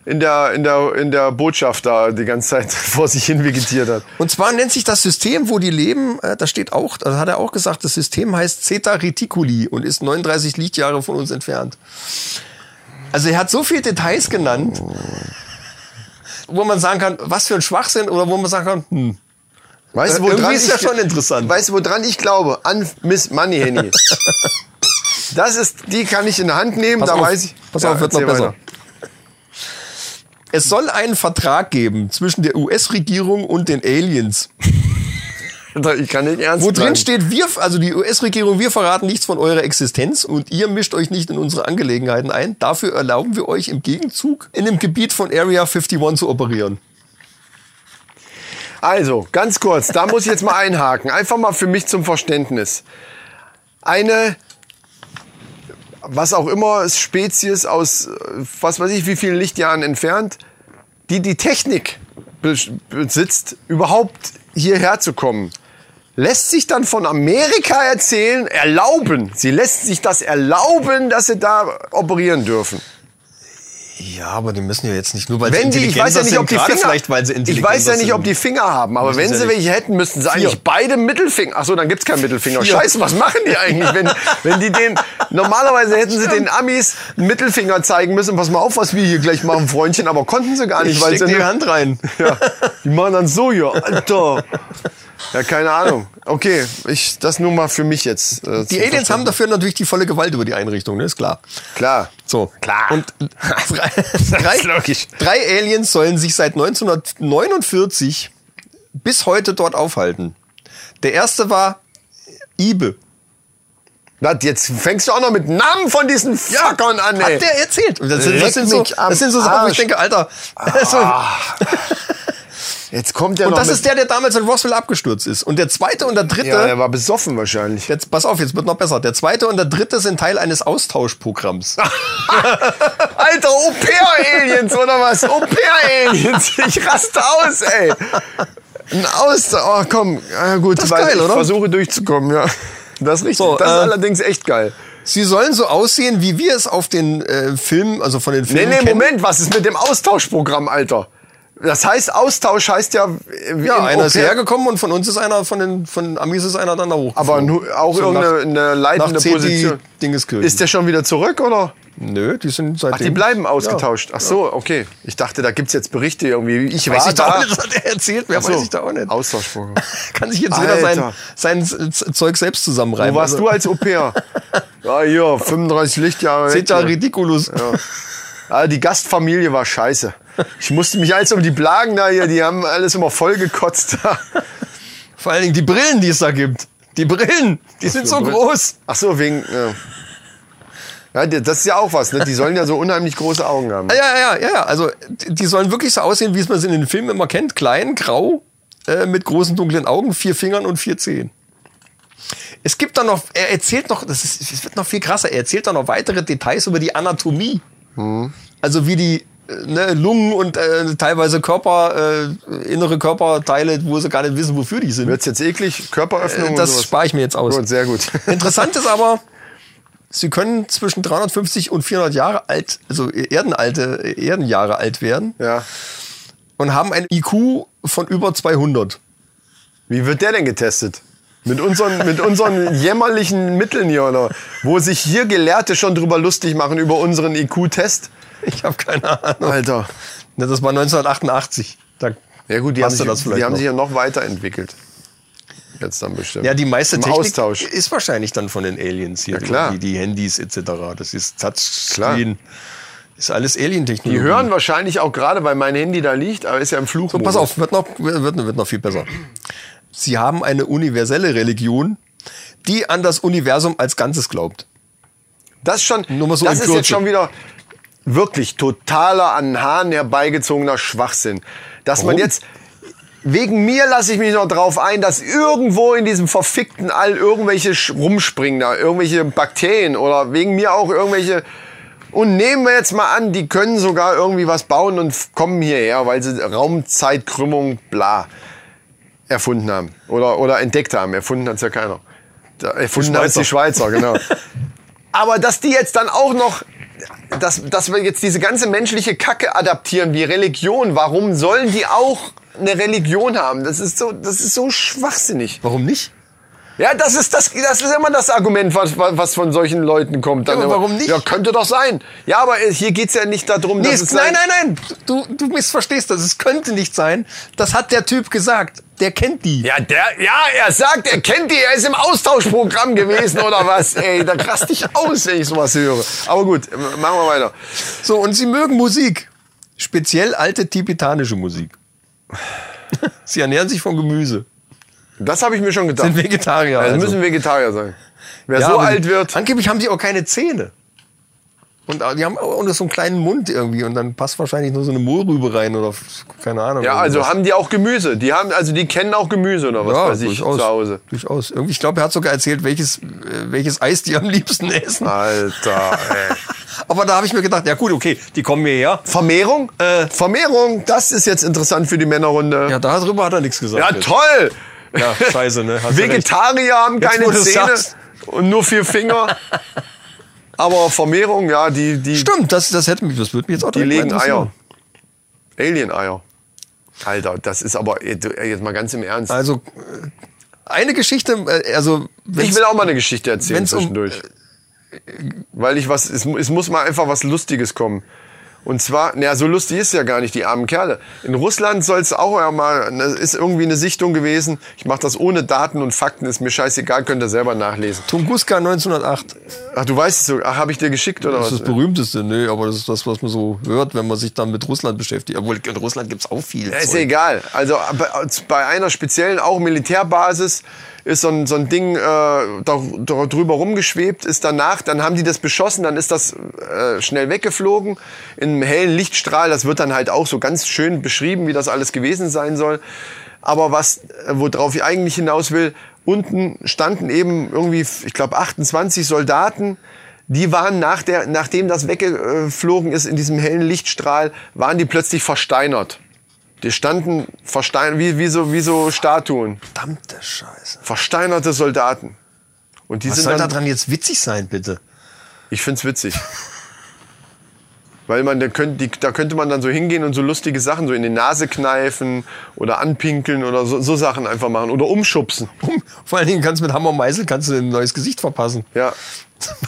Speaker 1: in der, in der, in der Botschaft da die ganze Zeit vor sich hin vegetiert hat.
Speaker 2: Und zwar nennt sich das System, wo die leben, äh, da steht auch, da hat er auch gesagt, das System heißt Zeta Reticuli und ist 39 Lichtjahre von uns entfernt. Also er hat so viele Details genannt, wo man sagen kann, was für ein Schwachsinn oder wo man sagen kann, hm.
Speaker 1: Weißt du,
Speaker 2: Irgendwie
Speaker 1: woran
Speaker 2: ist
Speaker 1: ich
Speaker 2: ja schon interessant.
Speaker 1: Weißt du, woran ich glaube? An Miss Money Henny. Das ist, die kann ich in der Hand nehmen,
Speaker 2: Pass
Speaker 1: da
Speaker 2: auf,
Speaker 1: weiß ich.
Speaker 2: pass auf, wird noch
Speaker 1: erzähl
Speaker 2: besser.
Speaker 1: weiter.
Speaker 2: Es soll einen Vertrag geben zwischen der US-Regierung und den Aliens,
Speaker 1: Ich kann nicht ernst
Speaker 2: wo drin
Speaker 1: bleiben.
Speaker 2: steht, wir, also die US-Regierung, wir verraten nichts von eurer Existenz und ihr mischt euch nicht in unsere Angelegenheiten ein. Dafür erlauben wir euch im Gegenzug in dem Gebiet von Area 51 zu operieren.
Speaker 1: Also, ganz kurz, da muss ich jetzt mal einhaken. Einfach mal für mich zum Verständnis. Eine was auch immer Spezies aus äh, was weiß ich wie vielen Lichtjahren entfernt, die die Technik be- besitzt, überhaupt hierher zu kommen. Lässt sich dann von Amerika erzählen, erlauben. Sie lässt sich das erlauben, dass sie da operieren dürfen.
Speaker 2: Ja, aber die müssen ja jetzt nicht nur, weil
Speaker 1: Wenn die, ich weiß ja nicht, ob die Finger, ich weiß ja nicht, ob die Finger haben, aber wenn
Speaker 2: sie
Speaker 1: sie
Speaker 2: ja
Speaker 1: welche hätten, müssten sie eigentlich beide Mittelfinger. Ach so, dann gibt's keinen Mittelfinger. Scheiße, was machen die eigentlich, wenn, wenn die den, normalerweise hätten sie den Amis einen Mittelfinger zeigen müssen, pass mal auf, was wir hier gleich machen, Freundchen, aber konnten sie gar nicht,
Speaker 2: Ich
Speaker 1: weil
Speaker 2: steck
Speaker 1: sie
Speaker 2: die
Speaker 1: nur-
Speaker 2: Hand rein.
Speaker 1: Ja, die machen dann so, ja, Alter. Ja, keine Ahnung. Okay, ich, das nur mal für mich jetzt. äh, zum
Speaker 2: Die Aliens haben
Speaker 1: Verständnis.
Speaker 2: dafür natürlich die volle Gewalt über die Einrichtung, ne? ist klar.
Speaker 1: Klar.
Speaker 2: So.
Speaker 1: Klar.
Speaker 2: Und drei, drei, drei Aliens sollen sich seit 1949 bis heute dort aufhalten. Der erste war Ibe.
Speaker 1: Na, jetzt fängst du auch noch mit Namen von diesen Fuckern an, ey.
Speaker 2: Hat der erzählt. Und Das sind,
Speaker 1: Leck
Speaker 2: das sind so,
Speaker 1: mich am
Speaker 2: das sind so Sachen, wo
Speaker 1: Arsch.
Speaker 2: ich denke, Alter. Also,
Speaker 1: Jetzt kommt der
Speaker 2: und
Speaker 1: noch
Speaker 2: das
Speaker 1: mit-
Speaker 2: ist der, der damals in Roswell abgestürzt ist. Und der zweite und der dritte,
Speaker 1: Ja, der war besoffen wahrscheinlich.
Speaker 2: jetzt pass auf, jetzt wird noch besser. Der zweite und der dritte sind Teil eines Austauschprogramms.
Speaker 1: Ah. Alter, Au-pair-Aliens oder was? Au-pair-Aliens. Ich raste aus, ey. Ein Aus... Oh, komm. Ah, gut,
Speaker 2: Das ist
Speaker 1: weil
Speaker 2: geil,
Speaker 1: ich
Speaker 2: oder?
Speaker 1: versuche durchzukommen, ja. Das ist richtig.
Speaker 2: So,
Speaker 1: das ist
Speaker 2: äh,
Speaker 1: allerdings echt geil.
Speaker 2: Sie sollen so aussehen, wie wir es auf den äh, Filmen, also von den
Speaker 1: Nee,
Speaker 2: Filmen
Speaker 1: nee,
Speaker 2: kennen.
Speaker 1: Moment. Was ist mit dem Austauschprogramm, Alter? Das heißt, Austausch heißt ja... äh,
Speaker 2: Ja,
Speaker 1: im
Speaker 2: einer ist
Speaker 1: Au-pair-
Speaker 2: hergekommen und von uns ist einer, von den von den Amis ist einer dann da hoch.
Speaker 1: Aber nu- auch irgendeine eine leitende
Speaker 2: nach CD
Speaker 1: Position.
Speaker 2: Dingeskirchen.
Speaker 1: Ist der schon wieder zurück, oder?
Speaker 2: Nö, die sind seitdem...
Speaker 1: Ach, die bleiben ausgetauscht. Ach so, okay. Ich dachte, da gibt's jetzt Berichte irgendwie. Ich
Speaker 2: Weiß
Speaker 1: war
Speaker 2: ich Ah, da
Speaker 1: da.
Speaker 2: auch nicht, das hat er erzählt, wer
Speaker 1: Ach so,
Speaker 2: weiß ich da auch nicht.
Speaker 1: Austauschprogramm.
Speaker 2: Kann sich jetzt jeder sein,
Speaker 1: Alter.
Speaker 2: sein Z- Zeug selbst zusammenreiben.
Speaker 1: Wo warst
Speaker 2: Also,
Speaker 1: du als Au-pair? ja, hier, 35 Lichtjahre. weg
Speaker 2: Seht ja
Speaker 1: hier.
Speaker 2: ridiculous.
Speaker 1: Ah, die Gastfamilie war scheiße. Ich musste mich als um die Blagen da hier, die haben alles immer vollgekotzt.
Speaker 2: Vor allen Dingen die Brillen, die es da gibt. Die Brillen, die sind so
Speaker 1: Brillen?
Speaker 2: groß.
Speaker 1: Ach so, wegen. Ja. Ja, die- das ist ja auch was, ne? Die sollen ja so unheimlich große Augen haben.
Speaker 2: Ah, Ja, ja, ja, ja. Also die die sollen wirklich so aussehen, wie es man es in den Filmen immer kennt. Klein, grau, äh, mit großen dunklen Augen, vier Fingern und vier Zehen. Es gibt dann noch, er erzählt noch, das, ist, es wird noch viel krasser, er erzählt dann noch weitere Details über die Anatomie. Also wie die äh, ne, Lungen und äh, teilweise Körper, äh, innere Körperteile, wo sie gar nicht wissen, wofür die sind.
Speaker 1: Wird's jetzt eklig? Körperöffnung?
Speaker 2: Äh,
Speaker 1: und
Speaker 2: Das
Speaker 1: sowas?
Speaker 2: spare ich mir jetzt aus.
Speaker 1: Gut, sehr gut.
Speaker 2: Interessant ist aber, sie können zwischen 350 und 400 Jahre alt, also Erdenalte, Erdenjahre alt werden
Speaker 1: Ja.
Speaker 2: und haben ein IQ von über 200.
Speaker 1: Wie wird der denn getestet? Mit unseren, mit unseren jämmerlichen Mitteln hier, oder? Wo sich hier Gelehrte schon drüber lustig machen über unseren IQ-Test?
Speaker 2: Ich habe keine Ahnung.
Speaker 1: Alter.
Speaker 2: Ne, Das war 1988. Da
Speaker 1: Halt. Ja gut, die haben,
Speaker 2: passte
Speaker 1: sich,
Speaker 2: das vielleicht
Speaker 1: die haben
Speaker 2: noch.
Speaker 1: sich ja noch weiterentwickelt. Jetzt dann bestimmt.
Speaker 2: ja, die meiste
Speaker 1: Im
Speaker 2: Technik
Speaker 1: Austausch.
Speaker 2: ist wahrscheinlich dann von den Aliens hier.
Speaker 1: klar.
Speaker 2: Die, die Handys etc. Das ist Touchscreen. Ist alles Alien-Technologie.
Speaker 1: Die hören wahrscheinlich auch gerade, weil mein Handy da liegt, aber ist ja im Flug.
Speaker 2: Mhm. So, Oh, pass auf, wird noch, wird, wird noch viel besser. Sie haben eine universelle Religion, die an das Universum als Ganzes glaubt.
Speaker 1: Das ist schon,
Speaker 2: Nur mal so
Speaker 1: das
Speaker 2: in
Speaker 1: ist
Speaker 2: Kürze.
Speaker 1: jetzt schon wieder wirklich totaler an den Haaren herbeigezogener Schwachsinn. Dass man
Speaker 2: Warum?
Speaker 1: jetzt, wegen mir lasse ich mich noch drauf ein, dass irgendwo in diesem verfickten All irgendwelche Sch- rumspringen da, irgendwelche Bakterien oder wegen mir auch irgendwelche. Und nehmen wir jetzt mal an, die können sogar irgendwie was bauen und f- kommen hierher, weil sie Raumzeitkrümmung, bla, erfunden haben. Oder, oder entdeckt haben. Erfunden hat's ja keiner. Da, erfunden die die Schweizer, genau. Aber dass die jetzt dann auch noch, dass, dass wir jetzt diese ganze menschliche Kacke adaptieren wie Religion, warum sollen die auch eine Religion haben? Das ist so, das ist so schwachsinnig.
Speaker 2: Warum nicht?
Speaker 1: Ja, das ist das, das ist immer das Argument, was, was von solchen Leuten kommt. Dann
Speaker 2: Ja, aber
Speaker 1: immer,
Speaker 2: warum nicht?
Speaker 1: Ja, könnte doch sein. Ja, aber äh, hier geht's ja nicht darum,
Speaker 2: Nee,
Speaker 1: dass
Speaker 2: es,
Speaker 1: es
Speaker 2: nein,
Speaker 1: sein-
Speaker 2: nein, nein. Du, du missverstehst das. Es könnte nicht sein. Das hat der Typ gesagt. Der kennt die.
Speaker 1: Ja, der, ja, er sagt, er kennt die, er ist im Austauschprogramm gewesen oder was. Ey, da rast ich aus, wenn ich sowas höre. Aber gut, m- machen wir weiter.
Speaker 2: So, und sie mögen Musik. Speziell alte tibetanische Musik. sie ernähren sich von Gemüse.
Speaker 1: Das habe ich mir schon gedacht.
Speaker 2: Sind Vegetarier.
Speaker 1: Also
Speaker 2: also.
Speaker 1: müssen Vegetarier sein. Wer
Speaker 2: Ja,
Speaker 1: so
Speaker 2: aber
Speaker 1: alt wird,
Speaker 2: Angeblich haben sie auch keine Zähne. Und äh, die haben auch nur so einen kleinen Mund irgendwie und dann passt wahrscheinlich nur so eine Mohrrübe rein oder f- keine Ahnung.
Speaker 1: Ja, also
Speaker 2: irgendwas.
Speaker 1: haben die auch Gemüse. Die haben, also die kennen auch Gemüse oder was
Speaker 2: ja,
Speaker 1: bei sich
Speaker 2: durchaus,
Speaker 1: zu Hause.
Speaker 2: Durchaus. Irgendwie, ich glaube, er hat sogar erzählt, welches, äh, welches Eis die am liebsten essen.
Speaker 1: Alter, ey.
Speaker 2: Aber da habe ich mir gedacht, ja gut, okay, die kommen hierher.
Speaker 1: Vermehrung? Vermehrung, das ist jetzt interessant für die Männerrunde.
Speaker 2: Ja, darüber hat er nichts gesagt.
Speaker 1: Ja,
Speaker 2: jetzt.
Speaker 1: toll!
Speaker 2: Ja, scheiße, ne? Hast du
Speaker 1: Vegetarier haben
Speaker 2: Jetzt, wo
Speaker 1: keine
Speaker 2: du's
Speaker 1: Zähne
Speaker 2: sagst.
Speaker 1: und nur vier Finger. Aber Vermehrung, ja, die, die,
Speaker 2: Stimmt, das, das hätte mich, das würde mich jetzt auch
Speaker 1: die
Speaker 2: direkt mal
Speaker 1: legen Eier.
Speaker 2: interessieren.
Speaker 1: Alien-Eier. Alter, das ist aber, ey, du, ey, jetzt mal ganz im Ernst.
Speaker 2: Also äh, eine Geschichte, äh, also wenn's-
Speaker 1: ich will auch mal eine Geschichte erzählen
Speaker 2: wenn's um- äh,
Speaker 1: zwischendurch. Weil ich was, es, mu- es muss mal einfach was Lustiges kommen. Und zwar, naja, so lustig ist ja gar nicht, die armen Kerle. In Russland soll es auch ja mal, ne, ist irgendwie eine Sichtung gewesen. Ich mache das ohne Daten und Fakten, ist mir scheißegal, könnt ihr selber nachlesen.
Speaker 2: Tunguska 1908.
Speaker 1: Ach, du weißt es so, ach, habe ich dir geschickt oder
Speaker 2: Das
Speaker 1: was?
Speaker 2: ist das berühmteste, nee, aber das ist das, was man so hört, wenn man sich dann mit Russland beschäftigt. Obwohl in Russland gibt's auch viel.
Speaker 1: Ja, ist
Speaker 2: Zeug.
Speaker 1: egal. Also bei- bei einer speziellen, auch Militärbasis, ist so ein, so ein Ding äh, da, da drüber rumgeschwebt, ist danach, dann haben die das beschossen, dann ist das äh, schnell weggeflogen in einem hellen Lichtstrahl. Das wird dann halt auch so ganz schön beschrieben, wie das alles gewesen sein soll. Aber was, äh, worauf ich eigentlich hinaus will, unten standen eben irgendwie, ich glaube, 28 Soldaten. Die waren nach der, nachdem das weggeflogen ist in diesem hellen Lichtstrahl, waren die plötzlich versteinert. Die standen verstein wie, wie, so, wie so Statuen.
Speaker 2: Verdammte Scheiße.
Speaker 1: Versteinerte Soldaten. Und die
Speaker 2: Was
Speaker 1: sind
Speaker 2: soll da
Speaker 1: dann,
Speaker 2: dran jetzt witzig sein, bitte?
Speaker 1: Ich find's witzig. Weil man, da könnte, die, da könnte man dann so hingehen und so lustige Sachen so in die Nase kneifen oder anpinkeln oder so, so Sachen einfach machen. Oder umschubsen.
Speaker 2: Vor allen Dingen kannst du mit Hammer und Meißel kannst du ein neues Gesicht verpassen.
Speaker 1: Ja.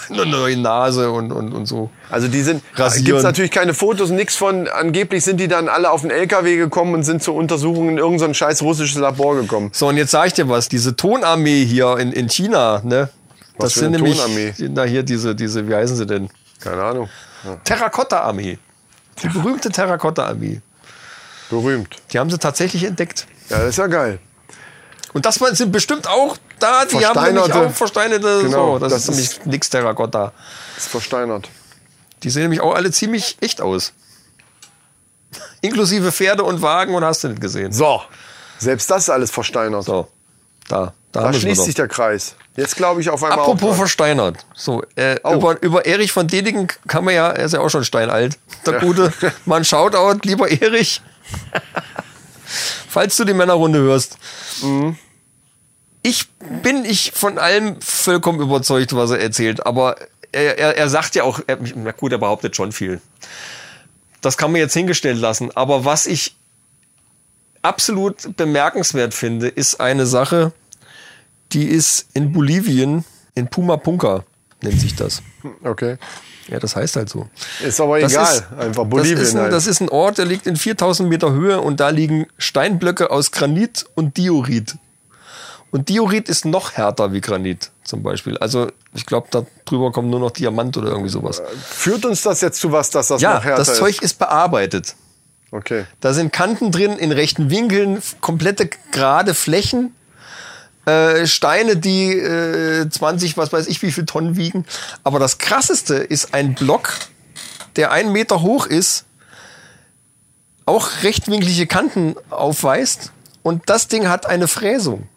Speaker 2: Eine neue Nase und, und, und so.
Speaker 1: Also die sind,
Speaker 2: Rasieren.
Speaker 1: gibt's natürlich keine Fotos, nix von, angeblich sind die dann alle auf den LKW gekommen und sind zur Untersuchung in irgendein scheiß russisches Labor gekommen.
Speaker 2: So, und jetzt sag ich dir was, diese Tonarmee hier in, in China, ne?
Speaker 1: Was für eine Tonarmee?
Speaker 2: na hier diese, diese, wie heißen sie denn?
Speaker 1: Keine Ahnung. Ja.
Speaker 2: Terrakotta-Armee. Die berühmte Terrakotta-Armee.
Speaker 1: Berühmt.
Speaker 2: Die haben sie tatsächlich entdeckt.
Speaker 1: Ja, das ist ja geil.
Speaker 2: Und das waren- sind bestimmt auch da, die haben nämlich
Speaker 1: Versteinerte.
Speaker 2: auch versteinerte,
Speaker 1: Genau,
Speaker 2: so, das,
Speaker 1: das
Speaker 2: ist nämlich nix Terrakotta.
Speaker 1: Das ist versteinert.
Speaker 2: Die sehen nämlich auch alle ziemlich echt aus. Inklusive Pferde und Wagen und hast du nicht gesehen.
Speaker 1: So. Selbst das ist alles versteinert.
Speaker 2: So, da, da,
Speaker 1: Da
Speaker 2: haben wir's
Speaker 1: schließt
Speaker 2: doch.
Speaker 1: sich der Kreis. Jetzt glaube ich auf Oh. einmal
Speaker 2: Apropos
Speaker 1: auch.
Speaker 2: versteinert. So, äh, über, über Erich von Dedigen kann man ja, er ist ja auch schon steinalt. Der gute Mann, Shoutout, lieber Erich. Falls du die Männerrunde hörst. Ich bin ich von allem vollkommen überzeugt, was er erzählt. Aber er, er, er sagt ja auch, er, na gut, er behauptet schon viel. Das kann man jetzt hingestellt lassen. Aber was ich absolut bemerkenswert finde, ist eine Sache, die ist in Bolivien, in Puma Punka nennt sich das.
Speaker 1: Okay.
Speaker 2: Ja, das heißt halt so.
Speaker 1: Ist aber
Speaker 2: Das
Speaker 1: egal.
Speaker 2: ist-
Speaker 1: Einfach Bolivien.
Speaker 2: Das ist, ein,
Speaker 1: halt.
Speaker 2: das ist ein Ort, der liegt in 4000 Meter Höhe und da liegen Steinblöcke aus Granit und Diorit. Und Diorit ist noch härter wie Granit zum Beispiel. Also ich glaube, da drüber kommt nur noch Diamant oder irgendwie sowas.
Speaker 1: Führt uns das jetzt zu was, dass das
Speaker 2: Ja,
Speaker 1: Äh, noch härter
Speaker 2: das Zeug ist bearbeitet.
Speaker 1: ist? Okay.
Speaker 2: Da sind Kanten drin in rechten Winkeln, f- komplette gerade Flächen, äh, Steine, die äh, 20, was weiß ich, wie viel Tonnen wiegen. Aber das Krasseste ist ein Block, der einen Meter hoch ist, auch rechtwinklige Kanten aufweist und das Ding hat eine Fräsung.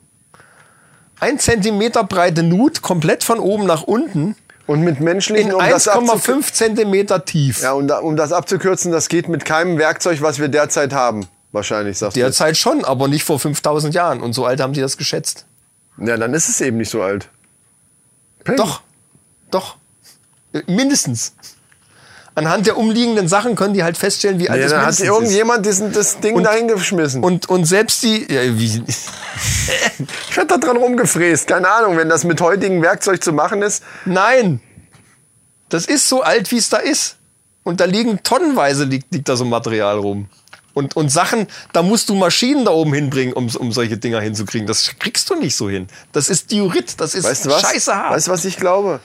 Speaker 2: Ein Zentimeter breite Nut, komplett von oben nach unten,
Speaker 1: Und mit menschlichen,
Speaker 2: in
Speaker 1: um das, abzukür-
Speaker 2: 1,5 Zentimeter tief.
Speaker 1: ja, um, da- um das abzukürzen, das geht mit keinem Werkzeug, was wir derzeit haben. Wahrscheinlich, sagst du.
Speaker 2: Derzeit schon, aber nicht vor 5000 Jahren. Und so alt haben sie das geschätzt.
Speaker 1: Ja, dann ist es eben nicht so alt. Peng.
Speaker 2: Doch, doch. Äh, Mindestens. Anhand der umliegenden Sachen können die halt feststellen, wie alt
Speaker 1: Ja,
Speaker 2: es
Speaker 1: dann hat
Speaker 2: mindestens ist.
Speaker 1: irgendjemand diesen, das Ding
Speaker 2: Und-
Speaker 1: dahin geschmissen.
Speaker 2: Und, und selbst die, ja, wie,
Speaker 1: ich hätte da dran rumgefräst. Keine Ahnung, wenn das mit heutigem Werkzeug zu machen ist.
Speaker 2: nein, das ist so alt, wie es da ist. Und da liegen tonnenweise liegt, liegt da so Material rum. Und, und Sachen, da musst du Maschinen da oben hinbringen, um, um solche Dinger hinzukriegen. Das kriegst du nicht so hin. Das ist Diorit, das ist
Speaker 1: Weißt du was?
Speaker 2: scheiße hart.
Speaker 1: Weißt du, was ich glaube?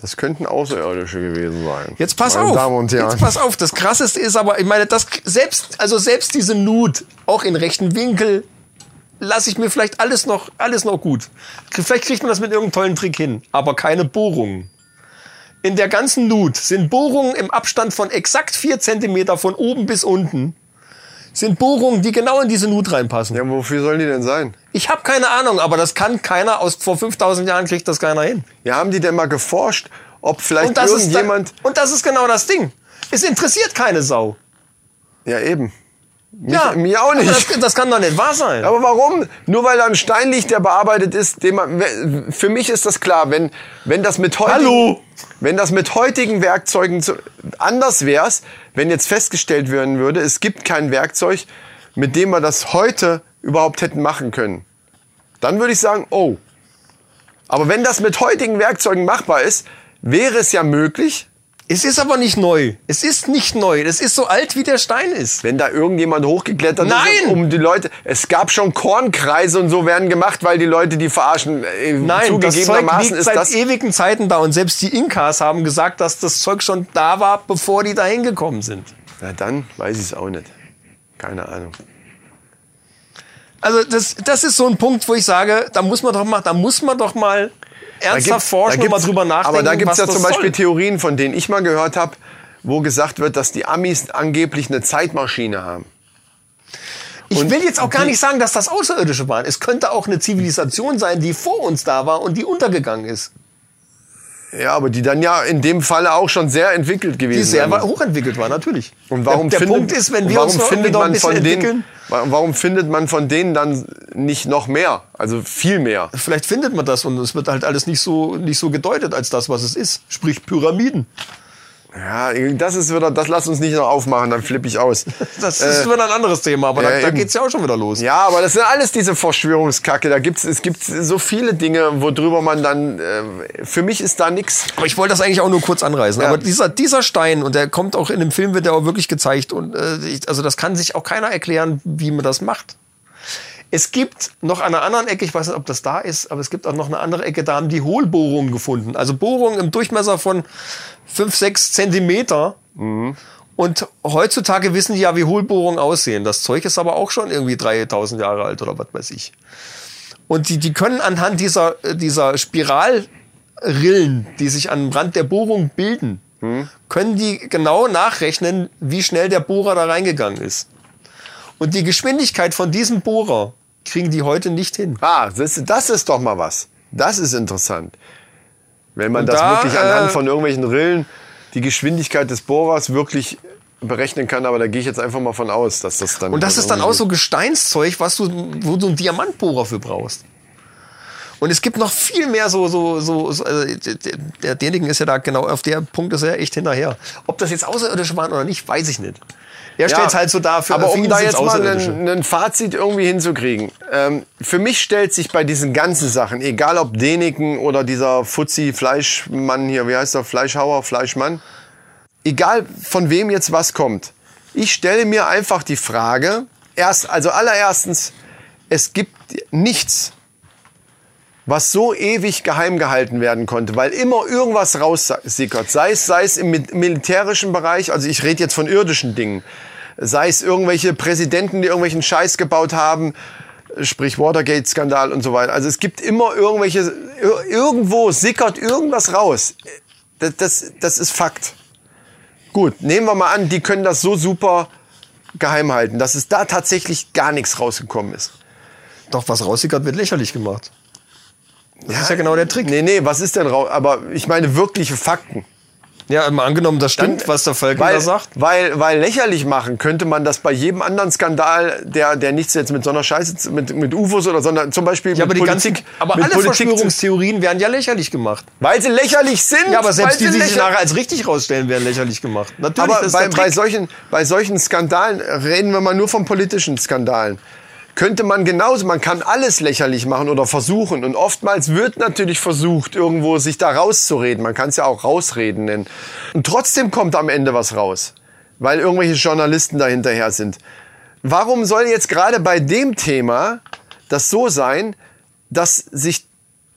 Speaker 1: Das könnten Außerirdische gewesen sein.
Speaker 2: Jetzt pass
Speaker 1: Meine
Speaker 2: auf.
Speaker 1: Damen und Herren.
Speaker 2: Jetzt pass auf. Das Krasseste ist aber, ich meine, das selbst, also selbst diese Nut, auch in rechten Winkel, lasse ich mir vielleicht alles noch, alles noch gut. Vielleicht kriegt man das mit irgendeinem tollen Trick hin, aber keine Bohrungen. In der ganzen Nut sind Bohrungen im Abstand von exakt 4 cm von oben bis unten. Sind Bohrungen, die genau in diese Nut reinpassen.
Speaker 1: Ja, wofür sollen die denn sein?
Speaker 2: Ich habe keine Ahnung, aber das kann keiner aus vor 5000 Jahren kriegt das keiner hin.
Speaker 1: Ja, haben die denn mal geforscht, ob vielleicht
Speaker 2: das ist da-
Speaker 1: irgendjemand.
Speaker 2: und das ist genau das Ding. Es interessiert keine Sau.
Speaker 1: ja, eben. Mich, mir auch nicht.
Speaker 2: aber Das, das kann doch nicht wahr sein.
Speaker 1: Aber warum? Nur weil da ein Stein liegt, der bearbeitet ist, den man, we- für mich ist das klar, wenn, wenn das mit heutigen,
Speaker 2: Hallo!
Speaker 1: wenn das mit heutigen Werkzeugen zu, anders wär's, wenn jetzt festgestellt werden würde, es gibt kein Werkzeug, mit dem wir das heute überhaupt hätten machen können. Dann würde ich sagen, oh. Aber wenn das mit heutigen Werkzeugen machbar ist, wäre es ja möglich,
Speaker 2: Es ist aber nicht neu. Es ist nicht neu. Es ist so alt, wie der Stein ist.
Speaker 1: wenn da irgendjemand hochgeklettert ist,
Speaker 2: Nein!
Speaker 1: um die Leute. Es gab schon Kornkreise und so werden gemacht, weil die Leute die verarschen. äh,
Speaker 2: Nein, das Zeug
Speaker 1: zugegebenermaßen
Speaker 2: liegt
Speaker 1: ist
Speaker 2: seit
Speaker 1: das.
Speaker 2: ewigen Zeiten da. Und selbst die Inkas haben gesagt, dass das Zeug schon da war, bevor die da hingekommen sind.
Speaker 1: Na dann weiß ich es auch nicht. Keine Ahnung.
Speaker 2: Also das, das ist so ein Punkt, wo ich sage, da muss man doch mal, da muss man doch mal ernsthaft forschen und mal
Speaker 1: gibt's-
Speaker 2: drüber nachdenken.
Speaker 1: Aber da gibt es
Speaker 2: was
Speaker 1: ja
Speaker 2: das
Speaker 1: zum Beispiel
Speaker 2: soll.
Speaker 1: Theorien, von denen ich mal gehört habe, wo gesagt wird, dass die Amis angeblich eine Zeitmaschine haben.
Speaker 2: Ich will jetzt auch gar nicht sagen, dass das Außerirdische waren. Es könnte auch eine Zivilisation sein, die vor uns da war und die untergegangen ist.
Speaker 1: Ja, aber die dann ja in dem Falle auch schon sehr entwickelt gewesen
Speaker 2: Die sehr
Speaker 1: sein
Speaker 2: wa-
Speaker 1: muss.
Speaker 2: hochentwickelt war, natürlich.
Speaker 1: Und warum
Speaker 2: der, der
Speaker 1: findet,
Speaker 2: Punkt ist, wenn
Speaker 1: und
Speaker 2: wir
Speaker 1: warum
Speaker 2: uns noch
Speaker 1: findet
Speaker 2: wieder ein
Speaker 1: man
Speaker 2: bisschen
Speaker 1: von denen,
Speaker 2: entwickeln,
Speaker 1: wa- warum findet man von denen dann nicht noch mehr, also viel mehr?
Speaker 2: vielleicht findet man das und es wird halt alles nicht so, nicht so gedeutet als das, was es ist. Sprich Pyramiden.
Speaker 1: Ja, das ist wieder, das lass uns nicht noch aufmachen, dann flippe ich aus.
Speaker 2: Das
Speaker 1: Äh,
Speaker 2: ist wieder ein anderes Thema, aber
Speaker 1: ja,
Speaker 2: da, da
Speaker 1: eben.
Speaker 2: geht's ja auch schon wieder los.
Speaker 1: Ja, aber das sind alles diese Verschwörungskacke. Da gibt's, es gibt so viele Dinge, worüber man dann. Äh, für mich ist da nix.
Speaker 2: Aber ich wollte das eigentlich auch nur kurz anreißen. Aber dieser, dieser Stein, und der kommt auch in dem Film, wird der auch wirklich gezeigt. Und äh, ich, also das kann sich auch keiner erklären, wie man das macht. Es gibt noch an einer anderen Ecke, ich weiß nicht, ob das da ist, aber es gibt auch noch eine andere Ecke, da haben die Hohlbohrungen gefunden. Also Bohrungen im Durchmesser von 5, 6 Zentimeter. Und heutzutage wissen die ja, wie Hohlbohrungen aussehen. Das Zeug ist aber auch schon irgendwie 3000 Jahre alt oder was weiß ich. Und die, die können anhand dieser, dieser Spiralrillen, die sich am Rand der Bohrung bilden,
Speaker 1: Hm.
Speaker 2: können die genau nachrechnen, wie schnell der Bohrer da reingegangen ist. Und die Geschwindigkeit von diesem Bohrer kriegen die heute nicht hin.
Speaker 1: Ah, das, das ist doch mal was. Das ist interessant. Wenn man
Speaker 2: Und
Speaker 1: das
Speaker 2: da,
Speaker 1: wirklich anhand
Speaker 2: äh,
Speaker 1: von irgendwelchen Rillen die Geschwindigkeit des Bohrers wirklich berechnen kann, aber da gehe ich jetzt einfach mal von aus, dass das dann.
Speaker 2: Und das
Speaker 1: halt
Speaker 2: ist dann
Speaker 1: irgendwie-
Speaker 2: auch so Gesteinszeug, was du, wo du einen Diamantbohrer für brauchst. Und es gibt noch viel mehr so, so, so, so also der- der- der, derjenigen ist ja da genau, auf der Punkt ist er ja echt hinterher. Ob das jetzt Außerirdische waren oder nicht, weiß ich nicht. Er
Speaker 1: Ja,
Speaker 2: stellt halt so dar, für
Speaker 1: aber
Speaker 2: für
Speaker 1: um
Speaker 2: ihn
Speaker 1: da
Speaker 2: sind's
Speaker 1: jetzt mal
Speaker 2: Außerirdische.
Speaker 1: einen, einen Fazit irgendwie hinzukriegen. Ähm, für mich stellt sich bei diesen ganzen Sachen, egal ob Deniken oder dieser Fuzzi Fleischmann hier, wie heißt der Fleischhauer, Fleischmann, egal von wem jetzt was kommt. Ich stelle mir einfach die Frage, erst also allererstens, es gibt nichts, was so ewig geheim gehalten werden konnte, weil immer irgendwas raussickert. Sei es, sei es im mi- militärischen Bereich, also ich rede jetzt von irdischen Dingen, sei es irgendwelche Präsidenten, die irgendwelchen Scheiß gebaut haben, sprich Watergate-Skandal und so weiter. Also es gibt immer irgendwelche, ir- irgendwo sickert irgendwas raus. Das, das, das ist Fakt. Gut, nehmen wir mal an, die können das so super geheim halten, dass es da tatsächlich gar nichts rausgekommen ist.
Speaker 2: Doch, was raussickert, wird lächerlich gemacht. Das ist ja genau der Trick.
Speaker 1: Nee, nee, was ist denn raus? Aber ich meine wirkliche Fakten.
Speaker 2: Ja, mal angenommen, das stimmt, was der Falken da
Speaker 1: weil,
Speaker 2: sagt.
Speaker 1: Weil, weil lächerlich machen könnte man das bei jedem anderen Skandal, der, der nichts jetzt mit so einer Scheiße, zu- mit, mit UFOs oder sondern zum Beispiel
Speaker 2: Ja, aber
Speaker 1: mit
Speaker 2: die ganzen,
Speaker 1: Politik,
Speaker 2: aber
Speaker 1: mit
Speaker 2: alle
Speaker 1: Politik zu-
Speaker 2: Verschwörungstheorien werden ja lächerlich gemacht.
Speaker 1: Weil sie lächerlich sind.
Speaker 2: Ja, aber selbst
Speaker 1: weil
Speaker 2: die,
Speaker 1: sie
Speaker 2: die sich
Speaker 1: lächer-
Speaker 2: nachher als richtig rausstellen, werden lächerlich gemacht. Natürlich,
Speaker 1: Aber
Speaker 2: das ist
Speaker 1: bei,
Speaker 2: der
Speaker 1: bei,
Speaker 2: Trick.
Speaker 1: solchen, bei solchen Skandalen reden wir mal nur von politischen Skandalen. Könnte man genauso, man kann alles lächerlich machen oder versuchen. Und oftmals wird natürlich versucht, irgendwo sich da rauszureden. Man kann es ja auch rausreden nennen. Und trotzdem kommt am Ende was raus, weil irgendwelche Journalisten dahinterher sind. Warum soll jetzt gerade bei dem Thema das so sein, dass sich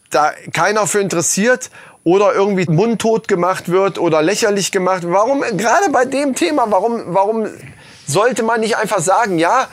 Speaker 1: da keiner für interessiert oder irgendwie mundtot gemacht wird oder lächerlich gemacht. Warum, gerade bei dem Thema, warum, warum sollte man nicht einfach sagen, ja,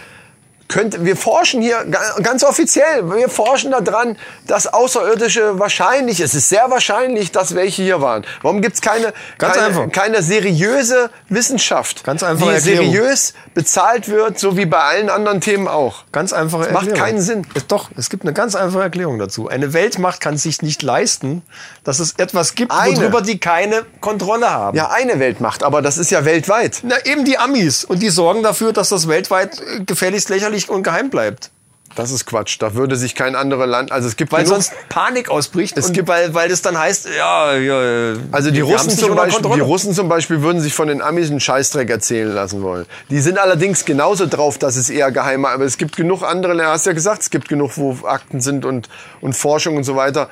Speaker 1: Könnt, wir forschen hier ga- ganz offiziell, wir forschen daran, dass Außerirdische wahrscheinlich, es ist sehr wahrscheinlich, dass welche hier waren. Warum gibt's keine,
Speaker 2: Ganz
Speaker 1: keine,
Speaker 2: einfach.
Speaker 1: keine seriöse Wissenschaft,
Speaker 2: Ganz einfache
Speaker 1: die
Speaker 2: Erklärung.
Speaker 1: seriös bezahlt wird, so wie bei allen anderen Themen auch?
Speaker 2: Ganz einfache
Speaker 1: macht keinen Sinn.
Speaker 2: Es, doch, es gibt eine ganz einfache Erklärung dazu. Eine Weltmacht kann sich nicht leisten, dass es etwas gibt,
Speaker 1: Eine.
Speaker 2: worüber die keine Kontrolle haben.
Speaker 1: Ja, eine Weltmacht, aber das ist ja weltweit.
Speaker 2: Na, eben die Amis. Und die sorgen dafür, dass das weltweit äh, gefährlichst lächerlich und geheim bleibt.
Speaker 1: Das ist Quatsch. Da würde sich kein anderes Land, also es gibt
Speaker 2: Weil
Speaker 1: genug-
Speaker 2: sonst Panik ausbricht.
Speaker 1: Es
Speaker 2: und
Speaker 1: gibt-
Speaker 2: weil, weil das dann heißt, ja, ja äh,
Speaker 1: Also die
Speaker 2: wir haben's
Speaker 1: Russen,
Speaker 2: nicht
Speaker 1: zum
Speaker 2: unter
Speaker 1: Beispiel, die
Speaker 2: Kontrolle.
Speaker 1: Russen zum Beispiel würden sich von den Amis einen Scheißdreck erzählen lassen wollen. Die sind allerdings genauso drauf, dass es eher geheimer, aber es gibt genug andere, du hast ja gesagt, es gibt genug, wo Akten sind und, und Forschung und so weiter.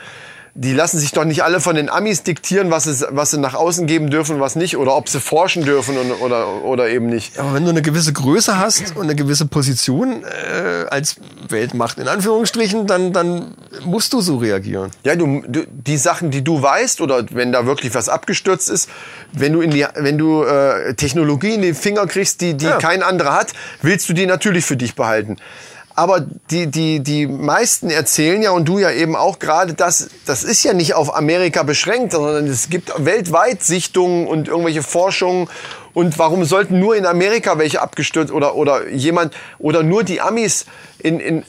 Speaker 1: Die lassen sich doch nicht alle von den Amis diktieren, was, es, was sie nach außen geben dürfen, was nicht, oder ob sie forschen dürfen und, oder, oder eben nicht.
Speaker 2: Aber wenn du eine gewisse Größe hast und eine gewisse Position äh, als Weltmacht, in Anführungsstrichen, dann, dann musst du so reagieren.
Speaker 1: Ja, du, du, die Sachen, die du weißt oder wenn da wirklich was abgestürzt ist, wenn du in die, wenn du äh, Technologie in die Finger kriegst, die, die
Speaker 2: Ja.
Speaker 1: kein anderer hat, willst du die natürlich für dich behalten. Aber die, die, die meisten erzählen ja und du ja eben auch gerade, dass das ist ja nicht auf Amerika beschränkt, sondern es gibt weltweit Sichtungen und irgendwelche Forschungen. Und warum sollten nur in Amerika welche abgestürzt oder, oder jemand oder nur die Amis in, in, äh,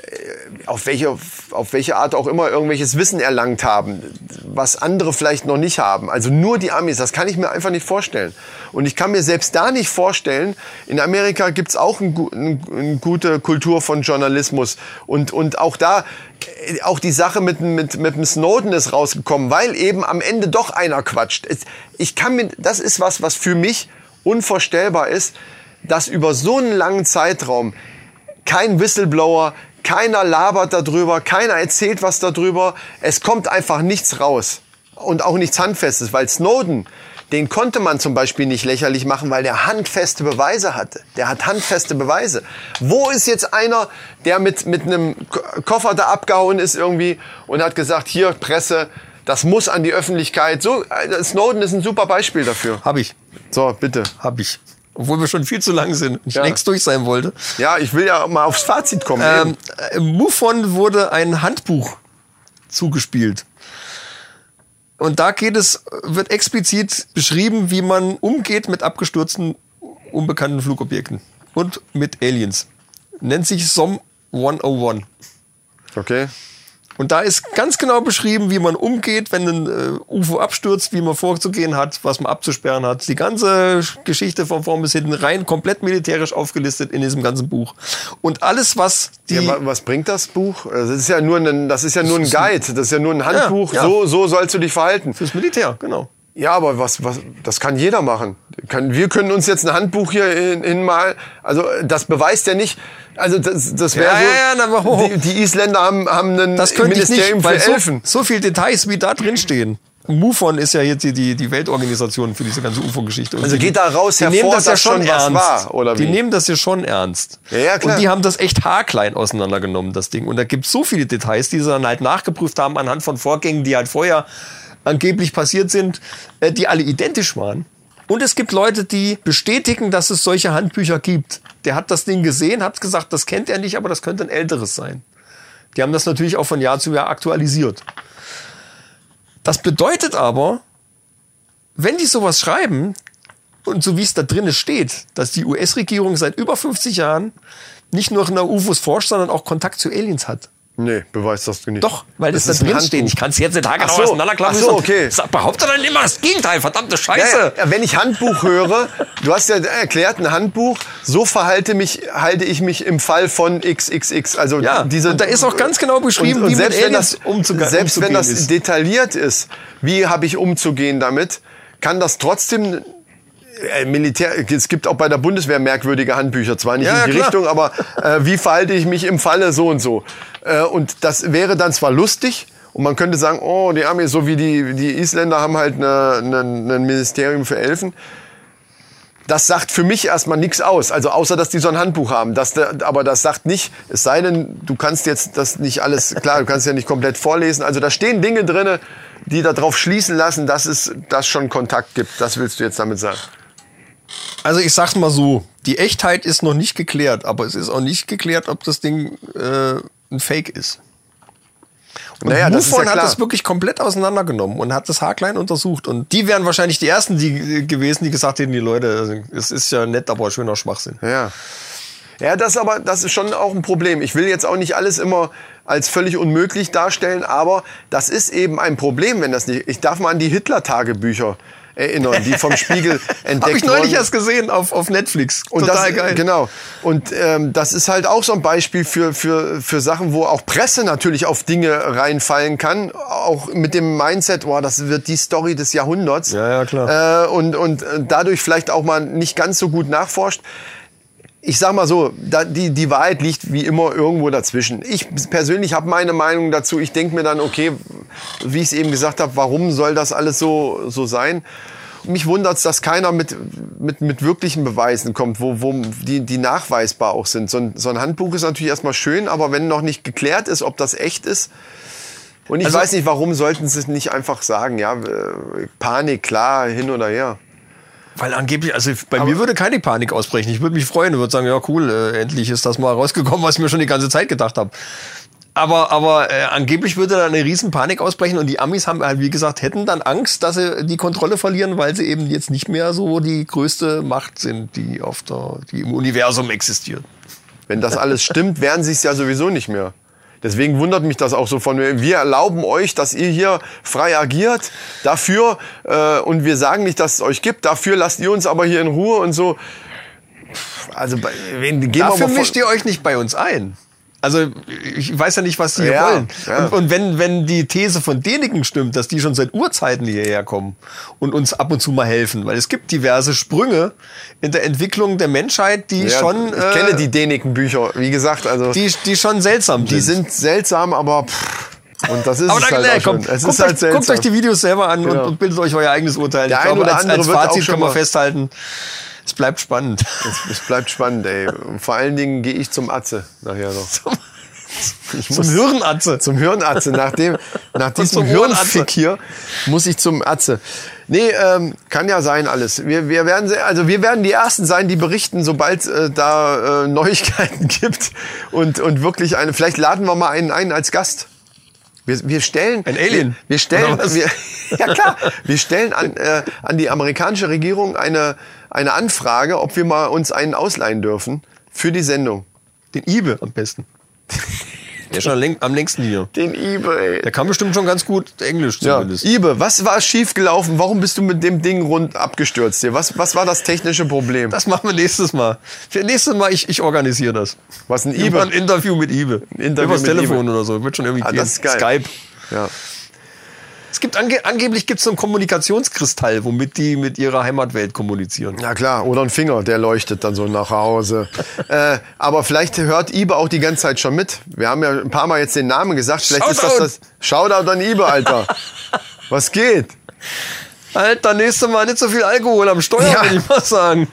Speaker 1: auf, welche, auf welche Art auch immer irgendwelches Wissen erlangt haben, was andere vielleicht noch nicht haben. Also nur die Amis, das kann ich mir einfach nicht vorstellen. Und ich kann mir selbst da nicht vorstellen, in Amerika gibt's auch ein, gu- ein, eine gute Kultur von Journalismus. Und, und auch da, äh, auch die Sache mit, mit, mit dem Snowden ist rausgekommen, weil eben am Ende doch einer quatscht. Es- Ich kann mir, das ist was, was für mich unvorstellbar ist, dass über so einen langen Zeitraum kein Whistleblower, keiner labert darüber, keiner erzählt was darüber. Es kommt einfach nichts raus und auch nichts Handfestes, weil Snowden, den konnte man zum Beispiel nicht lächerlich machen, weil der handfeste Beweise hatte. Der hat handfeste Beweise. Wo ist jetzt einer, der mit, mit einem Ko- Koffer da abgehauen ist irgendwie und hat gesagt, hier Presse, das muss an die Öffentlichkeit. So, äh, Snowden ist ein super Beispiel dafür.
Speaker 2: Hab ich.
Speaker 1: So, bitte.
Speaker 2: Hab ich. Obwohl wir schon viel zu lang sind und ich
Speaker 1: Ja.
Speaker 2: längst durch sein wollte.
Speaker 1: Ja, ich will ja mal aufs Fazit kommen. eben.
Speaker 2: Ähm, äh, MUFON wurde ein Handbuch zugespielt. Und da geht es, wird explizit beschrieben, wie man umgeht mit abgestürzten, unbekannten Flugobjekten und mit Aliens. Nennt sich SOM 101.
Speaker 1: Okay.
Speaker 2: Und da ist ganz genau beschrieben, wie man umgeht, wenn ein äh, UFO abstürzt, wie man vorzugehen hat, was man abzusperren hat. Die ganze Geschichte von vorn bis hinten rein, komplett militärisch aufgelistet in diesem ganzen Buch. Und alles, was die...
Speaker 1: Ja, wa- was bringt das Buch? Also, Das ist ja nur ein, das ist ja nur ein Guide, das ist ja nur ein Handbuch.
Speaker 2: ja.
Speaker 1: So, so sollst du dich verhalten.
Speaker 2: Fürs Militär, genau.
Speaker 1: Ja, aber was, was, das kann jeder machen. Kann, wir können uns jetzt ein Handbuch hier hin, hin mal, also äh, das beweist ja nicht, also das, das wäre
Speaker 2: Ja,
Speaker 1: so,
Speaker 2: ja, ja, na, aber ho, ho.
Speaker 1: Die, die Isländer haben, haben ein
Speaker 2: Das könnte ich
Speaker 1: Ministerium
Speaker 2: nicht, weil
Speaker 1: für Elfen.
Speaker 2: So, so viel Details, wie da drin stehen. MUFON ist ja jetzt die, die, die Weltorganisation für diese ganze UFO-Geschichte. Und
Speaker 1: Also
Speaker 2: die-
Speaker 1: geht da raus
Speaker 2: die
Speaker 1: hervor,
Speaker 2: nehmen das ja
Speaker 1: dass
Speaker 2: schon
Speaker 1: schon was
Speaker 2: ernst.
Speaker 1: war, oder wie?
Speaker 2: Die nehmen das ja schon ernst.
Speaker 1: Ja, ja, klar.
Speaker 2: Und die haben das echt haarklein auseinandergenommen, das Ding. Und da gibt es so viele Details, die sie dann halt nachgeprüft haben anhand von Vorgängen, die halt vorher angeblich passiert sind, äh, die alle identisch waren. Und es gibt Leute, die bestätigen, dass es solche Handbücher gibt. Der hat das Ding gesehen, hat gesagt, das kennt er nicht, aber das könnte ein älteres sein. Die haben das natürlich auch von Jahr zu Jahr aktualisiert. Das bedeutet aber, wenn die sowas schreiben, und so wie es da drin steht, dass die US-Regierung seit über 50 Jahren nicht nur nach UFOs forscht, sondern auch Kontakt zu Aliens hat.
Speaker 1: Nee, beweist das nicht.
Speaker 2: Doch, weil das,
Speaker 1: ist
Speaker 2: da
Speaker 1: ein
Speaker 2: drin steht.
Speaker 1: Handbuch.
Speaker 2: Ich kann es jetzt nicht genau
Speaker 1: Ach so,
Speaker 2: auseinanderklappen.
Speaker 1: ach so, okay.
Speaker 2: Sag- Behauptet dann immer das Gegenteil, verdammte Scheiße.
Speaker 1: Ja, ja, wenn ich Handbuch höre, du hast ja erklärt, ein Handbuch, so verhalte mich, halte ich mich im Fall von XXX. Also
Speaker 2: Ja,
Speaker 1: diese,
Speaker 2: und da ist auch ganz genau beschrieben,
Speaker 1: und, und
Speaker 2: wie mit
Speaker 1: selbst wenn das,
Speaker 2: Aliens umzuge-
Speaker 1: Selbst wenn
Speaker 2: umzugehen
Speaker 1: das
Speaker 2: ist.
Speaker 1: detailliert ist, wie habe ich umzugehen damit, kann das trotzdem äh, Militär, es gibt auch bei der Bundeswehr merkwürdige Handbücher, zwar nicht
Speaker 2: Ja, ja,
Speaker 1: in die
Speaker 2: klar.
Speaker 1: Richtung, aber äh, wie verhalte ich mich im Falle so und so. Äh, und das wäre dann zwar lustig und man könnte sagen, oh, die Armee, so wie die, die Isländer haben halt ne- ne- ne- ein Ministerium für Elfen. Das sagt für mich erstmal nichts aus, also außer dass die so ein Handbuch haben. Das, da- aber das sagt nicht, es sei denn, du kannst jetzt das nicht alles, klar, du kannst ja nicht komplett vorlesen. Also da stehen Dinge drinne, die darauf schließen lassen, dass es das schon Kontakt gibt. Das willst du jetzt damit sagen.
Speaker 2: Also ich sag's mal so, die Echtheit ist noch nicht geklärt, aber es ist auch nicht geklärt, ob das Ding äh, ein Fake ist. Und
Speaker 1: Naja, das ist
Speaker 2: MUFON
Speaker 1: ja
Speaker 2: hat
Speaker 1: klar.
Speaker 2: das wirklich komplett auseinandergenommen und hat das haarklein untersucht. Und die wären wahrscheinlich die Ersten die, äh, gewesen, die gesagt hätten, die Leute, es ist ja nett, aber schöner Schwachsinn.
Speaker 1: Ja. Ja, das aber, das ist schon auch ein Problem. Ich will jetzt auch nicht alles immer als völlig unmöglich darstellen, aber das ist eben ein Problem, wenn das nicht. Ich darf mal an die Hitler-Tagebücher erinnern, die vom Spiegel entdeckt
Speaker 2: Habe ich neulich
Speaker 1: wurden.
Speaker 2: erst gesehen auf, auf Netflix.
Speaker 1: Und
Speaker 2: Total
Speaker 1: das,
Speaker 2: geil.
Speaker 1: Genau. Und ähm, das ist halt auch so ein Beispiel für, für, für Sachen, wo auch Presse natürlich auf Dinge reinfallen kann. Auch mit dem Mindset, boah, das wird die Story des Jahrhunderts.
Speaker 2: Ja, ja, klar.
Speaker 1: Äh, und, und äh, dadurch vielleicht auch mal nicht ganz so gut nachforscht. Ich sag mal so, da, die, die Wahrheit liegt wie immer irgendwo dazwischen. Ich persönlich habe meine Meinung dazu. Ich denke mir dann, okay, wie ich es eben gesagt habe, warum soll das alles so, so sein? Mich wundert es, dass keiner mit, mit, mit wirklichen Beweisen kommt, wo, wo die, die nachweisbar auch sind. So ein, so ein Handbuch ist natürlich erstmal schön, aber wenn noch nicht geklärt ist, ob das echt ist. Und ich
Speaker 2: Also-
Speaker 1: weiß nicht, warum sollten sie es nicht einfach sagen, ja, äh, Panik, klar, hin oder her.
Speaker 2: Weil angeblich, also bei mir würde keine Panik ausbrechen. Ich würde mich freuen und würde sagen, ja cool, äh, endlich ist das mal rausgekommen, was ich mir schon die ganze Zeit gedacht habe. Aber, aber äh, angeblich würde da eine riesen Panik ausbrechen und die Amis haben halt, wie gesagt, hätten dann Angst, dass sie die Kontrolle verlieren, weil sie eben jetzt nicht mehr so die größte Macht sind, die auf der, die im Universum existiert.
Speaker 1: Wenn das alles stimmt, werden sie es ja sowieso nicht mehr. Deswegen wundert mich das auch so von mir. Wir erlauben euch, dass ihr hier frei agiert. Dafür, äh, und wir sagen nicht, dass es euch gibt. Dafür lasst ihr uns aber hier in Ruhe und so. Also, bei- wen, gehen wir
Speaker 2: Dafür
Speaker 1: mal von,
Speaker 2: mischt ihr euch nicht bei uns ein. Also ich weiß ja nicht, was die hier
Speaker 1: Ja,
Speaker 2: wollen.
Speaker 1: ja.
Speaker 2: Und, und wenn, wenn die These von denigen stimmt, dass die schon seit Urzeiten hierher kommen und uns ab und zu mal helfen, weil es gibt diverse Sprünge in der Entwicklung der Menschheit, die
Speaker 1: ja,
Speaker 2: schon äh,
Speaker 1: Ich kenne die Deniken-Bücher, wie gesagt. Also, die,
Speaker 2: die, die schon seltsam sind.
Speaker 1: sind seltsam, aber. Pff, und das ist
Speaker 2: aber
Speaker 1: es
Speaker 2: dann,
Speaker 1: halt
Speaker 2: na,
Speaker 1: auch schon.
Speaker 2: kommt,
Speaker 1: Es
Speaker 2: guckt,
Speaker 1: ist halt
Speaker 2: euch,
Speaker 1: seltsam.
Speaker 2: guckt euch die Videos selber an
Speaker 1: Genau.
Speaker 2: und, und bildet euch euer eigenes Urteil.
Speaker 1: Der eine oder
Speaker 2: als,
Speaker 1: andere
Speaker 2: als
Speaker 1: wird auch
Speaker 2: Fazit
Speaker 1: schon
Speaker 2: kann man
Speaker 1: mal-
Speaker 2: festhalten, es bleibt spannend.
Speaker 1: Es bleibt spannend, ey. Und Vor allen Dingen gehe ich zum Atze nachher noch. Ich
Speaker 2: Zum Hirnatze.
Speaker 1: Zum Hirnatze. Nach, dem, nach diesem
Speaker 2: zum Ohrenatze.
Speaker 1: Hirnfick hier muss ich zum Atze. Nee, ähm, kann ja sein alles. Wir, wir, werden, se- also wir werden die Ersten sein, die berichten, sobald äh, da äh, Neuigkeiten gibt. Und, und wirklich eine, vielleicht laden wir mal einen ein als Gast. Wir, wir stellen.
Speaker 2: Ein Alien?
Speaker 1: Wir, wir stellen.
Speaker 2: Oder was?
Speaker 1: Wir, ja klar. Wir stellen an, äh, an die amerikanische Regierung eine, eine Anfrage, ob wir mal uns einen ausleihen dürfen für die Sendung.
Speaker 2: Den Ibe am besten. Der ist schon am läng- am längsten hier.
Speaker 1: Den Ibe, ey.
Speaker 2: Der kann bestimmt schon ganz gut Englisch
Speaker 1: Ja.
Speaker 2: zumindest.
Speaker 1: Ibe, was war schiefgelaufen? Warum bist du mit dem Ding rund abgestürzt hier? Was, was war das technische Problem?
Speaker 2: Das machen wir nächstes Mal. Für nächstes Mal, ich, ich organisiere das.
Speaker 1: Was ein
Speaker 2: Über ein
Speaker 1: Ibe?
Speaker 2: Interview mit Ibe.
Speaker 1: Interview
Speaker 2: Übers
Speaker 1: mit
Speaker 2: Telefon oder so. Wird schon irgendwie
Speaker 1: Ah,
Speaker 2: gehen.
Speaker 1: das ist geil.
Speaker 2: Skype.
Speaker 1: Ja.
Speaker 2: Es gibt ange angeblich gibt es so einen Kommunikationskristall, womit die mit ihrer Heimatwelt kommunizieren.
Speaker 1: ja klar, oder ein Finger, der leuchtet dann so nach Hause. äh, aber vielleicht hört Ibe auch die ganze Zeit schon mit. Wir haben ja ein paar Mal jetzt den Namen gesagt. Vielleicht ist
Speaker 2: Shoutout!
Speaker 1: das das. Shoutout an Ibe, Alter. was geht?
Speaker 2: Alter, nächstes Mal nicht so viel Alkohol am Steuer,
Speaker 1: Ja.
Speaker 2: will ich mal sagen.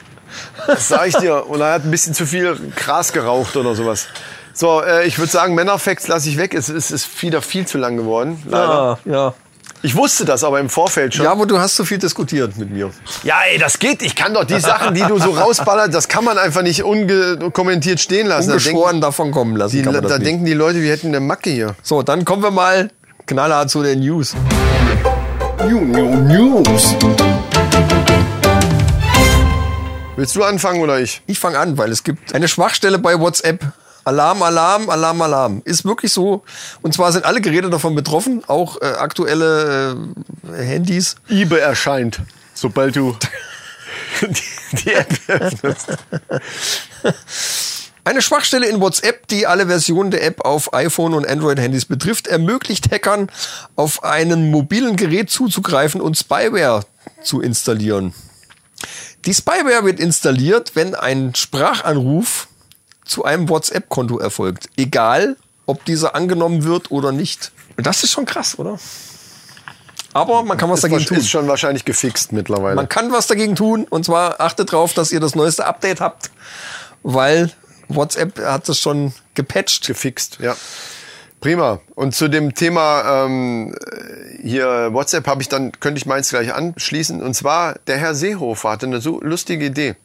Speaker 1: Das sag ich dir. Und er hat ein bisschen zu viel Gras geraucht oder sowas. So, äh, ich würde sagen, Männerfacts lasse ich weg. Es, es ist wieder viel zu lang geworden. Leider.
Speaker 2: Ja, ja.
Speaker 1: Ich wusste das aber im Vorfeld schon.
Speaker 2: ja, aber du hast so viel diskutiert mit mir.
Speaker 1: Ja, ey, das geht. Ich kann doch die Sachen, die du so rausballerst, das kann man einfach nicht unkommentiert stehen lassen. Da, denken
Speaker 2: Ungeschoren davon kommen lassen.
Speaker 1: die,
Speaker 2: kann man das
Speaker 1: da
Speaker 2: nicht.
Speaker 1: denken die Leute, wir hätten eine Macke hier.
Speaker 2: So, dann kommen wir mal knallhart zu den News.
Speaker 1: Willst du anfangen oder ich?
Speaker 2: Ich fange an, weil es gibt eine Schwachstelle bei WhatsApp. Alarm, Alarm, Alarm, Alarm. Ist wirklich so. Und zwar sind alle Geräte davon betroffen, auch äh, aktuelle äh, Handys.
Speaker 1: Ibe erscheint, sobald du die, die App öffnest.
Speaker 2: Eine Schwachstelle in WhatsApp, die alle Versionen der App auf iPhone und Android-Handys betrifft, ermöglicht Hackern, auf einem mobilen Gerät zuzugreifen und Spyware zu installieren. Die Spyware wird installiert, wenn ein Sprachanruf zu einem WhatsApp-Konto erfolgt. Egal, ob dieser angenommen wird oder nicht. Und das ist schon krass, oder? Aber man kann was dagegen
Speaker 1: Das
Speaker 2: tun.
Speaker 1: ist schon wahrscheinlich gefixt mittlerweile.
Speaker 2: Man kann was dagegen tun und zwar achtet drauf, dass ihr das neueste Update habt, weil WhatsApp hat es schon gepatcht.
Speaker 1: gefixt, ja. Prima. Und zu dem Thema ähm, hier WhatsApp habe ich dann, könnte ich meins gleich anschließen. Und zwar, der Herr Seehofer hatte eine so lustige Idee.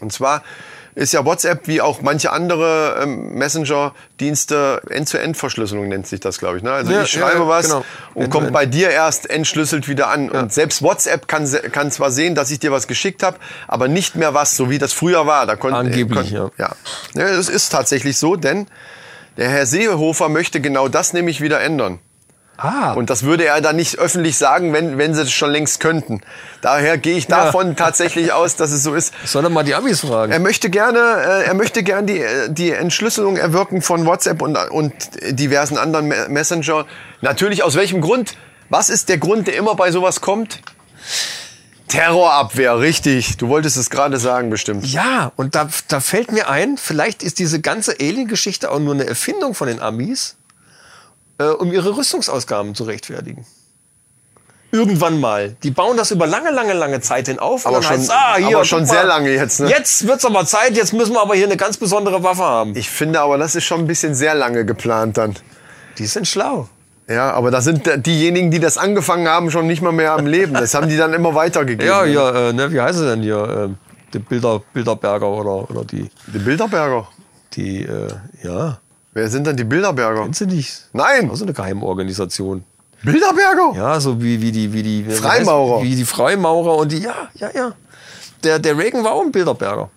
Speaker 1: Und zwar ist ja WhatsApp wie auch manche andere ähm, Messenger-Dienste End-zu-End-Verschlüsselung nennt sich das, glaube ich. Ne? Also
Speaker 2: Ja,
Speaker 1: ich schreibe
Speaker 2: ja, ja,
Speaker 1: was
Speaker 2: genau.
Speaker 1: und
Speaker 2: End-to-end.
Speaker 1: kommt bei dir erst entschlüsselt wieder an. Und selbst WhatsApp kann, se- kann zwar sehen, dass ich dir was geschickt habe, aber nicht mehr was, so wie das früher war. Da konnten,
Speaker 2: Angeblich,
Speaker 1: konnten, ja. ja. Das ist tatsächlich so, denn der Herr Seehofer möchte genau das nämlich wieder ändern.
Speaker 2: Ah.
Speaker 1: Und das würde er dann nicht öffentlich sagen, wenn, wenn sie es schon längst könnten. Daher gehe ich davon tatsächlich aus, dass es so ist.
Speaker 2: Soll er mal die Amis fragen?
Speaker 1: Er möchte gerne, äh, er möchte gerne die, äh, die Entschlüsselung erwirken von WhatsApp und, und diversen anderen Me Messenger. Natürlich, aus welchem Grund? Was ist der Grund, der immer bei sowas kommt? Terrorabwehr, richtig. Du wolltest es gerade sagen, bestimmt.
Speaker 2: Ja, und da, da fällt mir ein, vielleicht ist diese ganze Alien-Geschichte auch nur eine Erfindung von den Amis, äh, um ihre Rüstungsausgaben zu rechtfertigen. Irgendwann mal. Die bauen das über lange, lange, lange Zeit hin auf.
Speaker 1: Aber schon-
Speaker 2: heißt's,
Speaker 1: aber
Speaker 2: ah, guck
Speaker 1: schon sehr lange jetzt, ne?
Speaker 2: Jetzt wird's aber Zeit, jetzt müssen wir aber hier eine ganz besondere Waffe haben.
Speaker 1: Ich finde aber, das ist schon ein bisschen sehr lange geplant dann.
Speaker 2: Die sind schlau.
Speaker 1: Ja, aber da sind da- diejenigen, die das angefangen haben, schon nicht mal mehr am Leben. Das haben die dann immer weitergegeben.
Speaker 2: Ja, ja, äh, ne, wie heißt sie denn hier? Äh, die Bilder, Bilderberger oder, oder die,
Speaker 1: Die Bilderberger.
Speaker 2: die, äh, ja,
Speaker 1: Wer sind denn die Bilderberger?
Speaker 2: sind sie nicht?
Speaker 1: Nein.
Speaker 2: Auch so eine Geheimorganisation.
Speaker 1: Bilderberger?
Speaker 2: Ja, so wie, wie die, wie die wie-
Speaker 1: Freimaurer.
Speaker 2: Wie die Freimaurer und die, ja, ja, ja. Der, der Reagan war auch ein Bilderberger.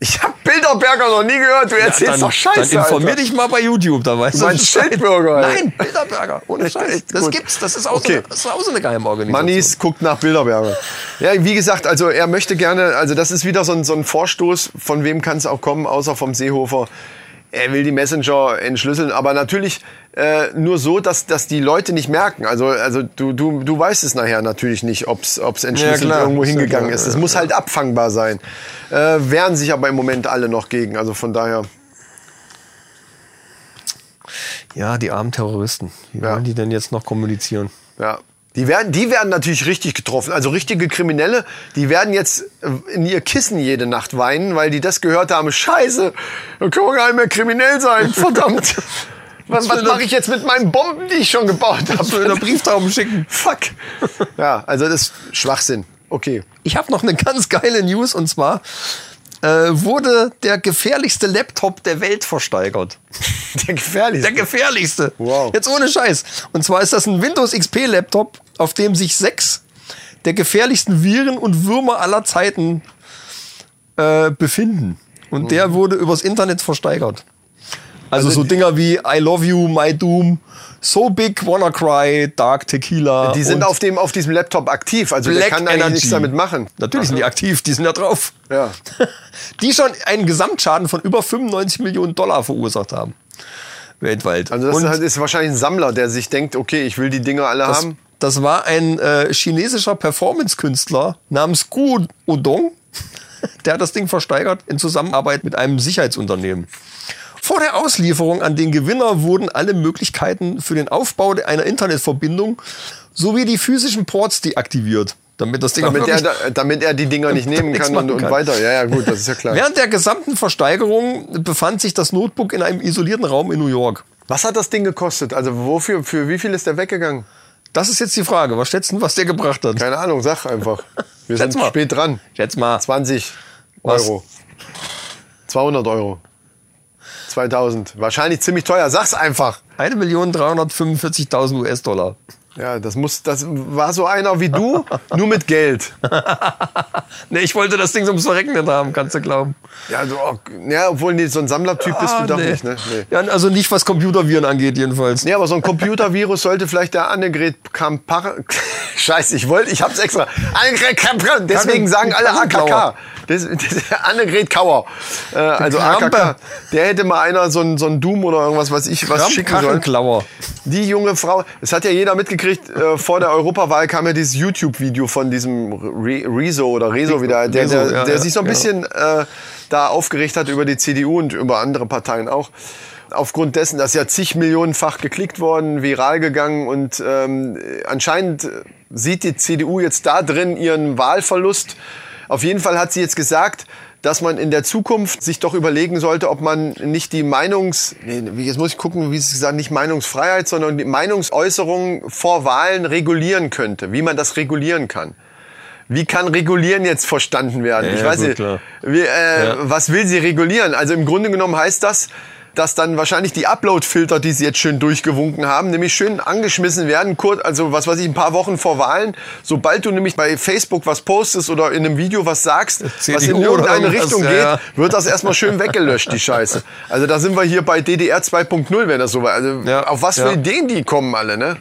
Speaker 1: Ich hab Bilderberger noch nie gehört. Du erzählst
Speaker 2: dann,
Speaker 1: doch Scheiße.
Speaker 2: Dann informier
Speaker 1: Alter.
Speaker 2: dich mal bei YouTube, da weißt
Speaker 1: Du meinst
Speaker 2: Bescheid.
Speaker 1: Schildbürger, Alter.
Speaker 2: Nein, Bilderberger, ohne Scheiß.
Speaker 1: Echt
Speaker 2: Das
Speaker 1: gut.
Speaker 2: gibt's, das ist auch,
Speaker 1: Okay.
Speaker 2: so, eine, das ist auch so eine Geheimorganisation.
Speaker 1: Mannis guckt nach Bilderberger. Ja, wie gesagt, also er möchte gerne, also das ist wieder so ein, so ein Vorstoß, von wem kann es auch kommen, außer vom Seehofer. Er will die Messenger entschlüsseln, aber natürlich äh, nur so, dass, dass die Leute nicht merken. Also, also du, du, du weißt es nachher natürlich nicht, ob es entschlüsselt
Speaker 2: klar.
Speaker 1: irgendwo
Speaker 2: Ist ja
Speaker 1: hingegangen
Speaker 2: klar,
Speaker 1: ist.
Speaker 2: ja,
Speaker 1: Es muss halt abfangbar sein. Äh, wehren sich aber im Moment alle noch gegen. Also von daher.
Speaker 2: Ja, die armen Terroristen. Wie
Speaker 1: Ja.
Speaker 2: wollen die denn jetzt noch kommunizieren?
Speaker 1: Ja. Die werden, die werden natürlich richtig getroffen. Also richtige Kriminelle, die werden jetzt äh, in ihr Kissen jede Nacht weinen, weil die das gehört haben. Scheiße, dann können wir gar nicht mehr kriminell sein. Verdammt. Was, was mache ich jetzt mit meinen Bomben, die ich schon gebaut
Speaker 2: Oder
Speaker 1: habe?
Speaker 2: Brieftauben schicken.
Speaker 1: Fuck. Ja, also das ist Schwachsinn. Okay.
Speaker 2: Ich habe noch eine ganz geile News und zwar äh, wurde der gefährlichste Laptop der Welt versteigert.
Speaker 1: Der gefährlich.
Speaker 2: Der gefährlichste.
Speaker 1: Wow.
Speaker 2: Jetzt ohne Scheiß. Und zwar ist das ein Windows XP Laptop, auf dem um sich sechs der gefährlichsten Viren und Würmer aller Zeiten äh, befinden. Und
Speaker 1: Mhm.
Speaker 2: der wurde übers Internet versteigert. Also, so Dinger wie I Love You, My Doom, So Big, WannaCry, Dark Tequila.
Speaker 1: Die sind
Speaker 2: und
Speaker 1: auf, dem, auf diesem Laptop aktiv. Also der
Speaker 2: Black
Speaker 1: kann eigentlich
Speaker 2: Energy.
Speaker 1: nichts damit machen.
Speaker 2: Natürlich sind die aktiv, die sind da drauf.
Speaker 1: Ja.
Speaker 2: Die schon einen Gesamtschaden von über 95 Millionen Dollar verursacht haben. Weltweit.
Speaker 1: Also das
Speaker 2: Und
Speaker 1: ist halt- ist wahrscheinlich ein Sammler, der sich denkt, okay, ich will die Dinger alle
Speaker 2: das,
Speaker 1: haben.
Speaker 2: das war ein äh, chinesischer Performance-Künstler namens Gu Odong. Der hat das Ding versteigert in Zusammenarbeit mit einem Sicherheitsunternehmen. Vor der Auslieferung an den Gewinner wurden alle Möglichkeiten für den Aufbau einer Internetverbindung sowie die physischen Ports deaktiviert, damit das Ding auch
Speaker 1: Damit er,
Speaker 2: wirklich
Speaker 1: da- damit er die Dinger nicht
Speaker 2: Damit
Speaker 1: nehmen
Speaker 2: nichts
Speaker 1: kann und,
Speaker 2: machen
Speaker 1: und
Speaker 2: kann.
Speaker 1: weiter. Ja, ja, gut, das ist ja klar.
Speaker 2: Während der gesamten Versteigerung befand sich das Notebook in einem isolierten Raum in New York.
Speaker 1: Was hat das Ding gekostet? Also wofür, für wie viel ist der weggegangen?
Speaker 2: Das ist jetzt die Frage. Was schätzen, was der gebracht hat?
Speaker 1: Keine Ahnung, sag einfach. Wir
Speaker 2: Schätz
Speaker 1: sind
Speaker 2: mal.
Speaker 1: spät dran.
Speaker 2: Schätz mal.
Speaker 1: 20
Speaker 2: Was?
Speaker 1: Euro. 200 Euro. 2000. Wahrscheinlich ziemlich teuer. Sag's einfach.
Speaker 2: 1.345.000 US-Dollar.
Speaker 1: Ja, das muss, das war so einer wie du, nur mit Geld.
Speaker 2: nee, ich wollte das Ding so ums Verrecken nicht haben, kannst du glauben.
Speaker 1: Ja, so, oh, ja obwohl, nee, so ein Sammlertyp bist du
Speaker 2: Ah,
Speaker 1: doch
Speaker 2: nee.
Speaker 1: nicht, ne? Nee.
Speaker 2: Ja, also nicht, was Computerviren angeht, jedenfalls.
Speaker 1: Nee, aber so ein Computervirus sollte vielleicht der Annegret Kampar. Scheiße, ich wollte, ich hab's extra. Annegret Kampar. Deswegen sagen alle AKK.
Speaker 2: Kampenblauer.
Speaker 1: Das, das, Annegret Kauer. Äh, also AKK.
Speaker 2: Krampe.
Speaker 1: Der hätte mal einer so ein, so ein Doom oder irgendwas, was ich was
Speaker 2: Kramp-
Speaker 1: schicken sollen.
Speaker 2: Karrenklauer.
Speaker 1: Die junge Frau, es hat ja jeder mitgekriegt, äh, vor der Europawahl kam ja dieses YouTube-Video von diesem Re Rezo oder Rezo wieder, der,
Speaker 2: Rezo,
Speaker 1: der,
Speaker 2: ja,
Speaker 1: der
Speaker 2: ja,
Speaker 1: sich so ein
Speaker 2: genau.
Speaker 1: bisschen äh, da aufgeregt hat über die CDU und über andere Parteien auch. Aufgrund dessen, dass ja zig Millionenfach geklickt worden, viral gegangen und ähm, anscheinend äh, sieht die CDU jetzt da drin ihren Wahlverlust. Auf jeden Fall hat sie jetzt gesagt, dass man in der Zukunft sich doch überlegen sollte, ob man nicht die Meinungs, nee, jetzt muss ich gucken, wie sie es gesagt haben, nicht Meinungsfreiheit, sondern die Meinungsäußerung vor Wahlen regulieren könnte, wie man das regulieren kann. Wie kann regulieren jetzt verstanden werden?
Speaker 2: Ja,
Speaker 1: ich
Speaker 2: ja,
Speaker 1: weiß
Speaker 2: gut,
Speaker 1: nicht.
Speaker 2: klar.
Speaker 1: Wie, äh,
Speaker 2: Ja.
Speaker 1: Was will sie regulieren? Also im Grunde genommen heißt das, dass dann wahrscheinlich die Upload-Filter, die sie jetzt schön durchgewunken haben, nämlich schön angeschmissen werden, kurz, also was weiß ich, ein paar Wochen vor Wahlen, sobald du nämlich bei Facebook was postest oder in einem Video was sagst, was in
Speaker 2: CDU oder
Speaker 1: irgendeine
Speaker 2: irgendwas,
Speaker 1: Richtung
Speaker 2: ja,
Speaker 1: geht,
Speaker 2: ja.
Speaker 1: wird das erstmal schön weggelöscht, die Scheiße. Also da sind wir hier bei DDR 2.0, wenn das so war. Also
Speaker 2: Ja,
Speaker 1: auf was
Speaker 2: ja.
Speaker 1: für Ideen die kommen alle, ne?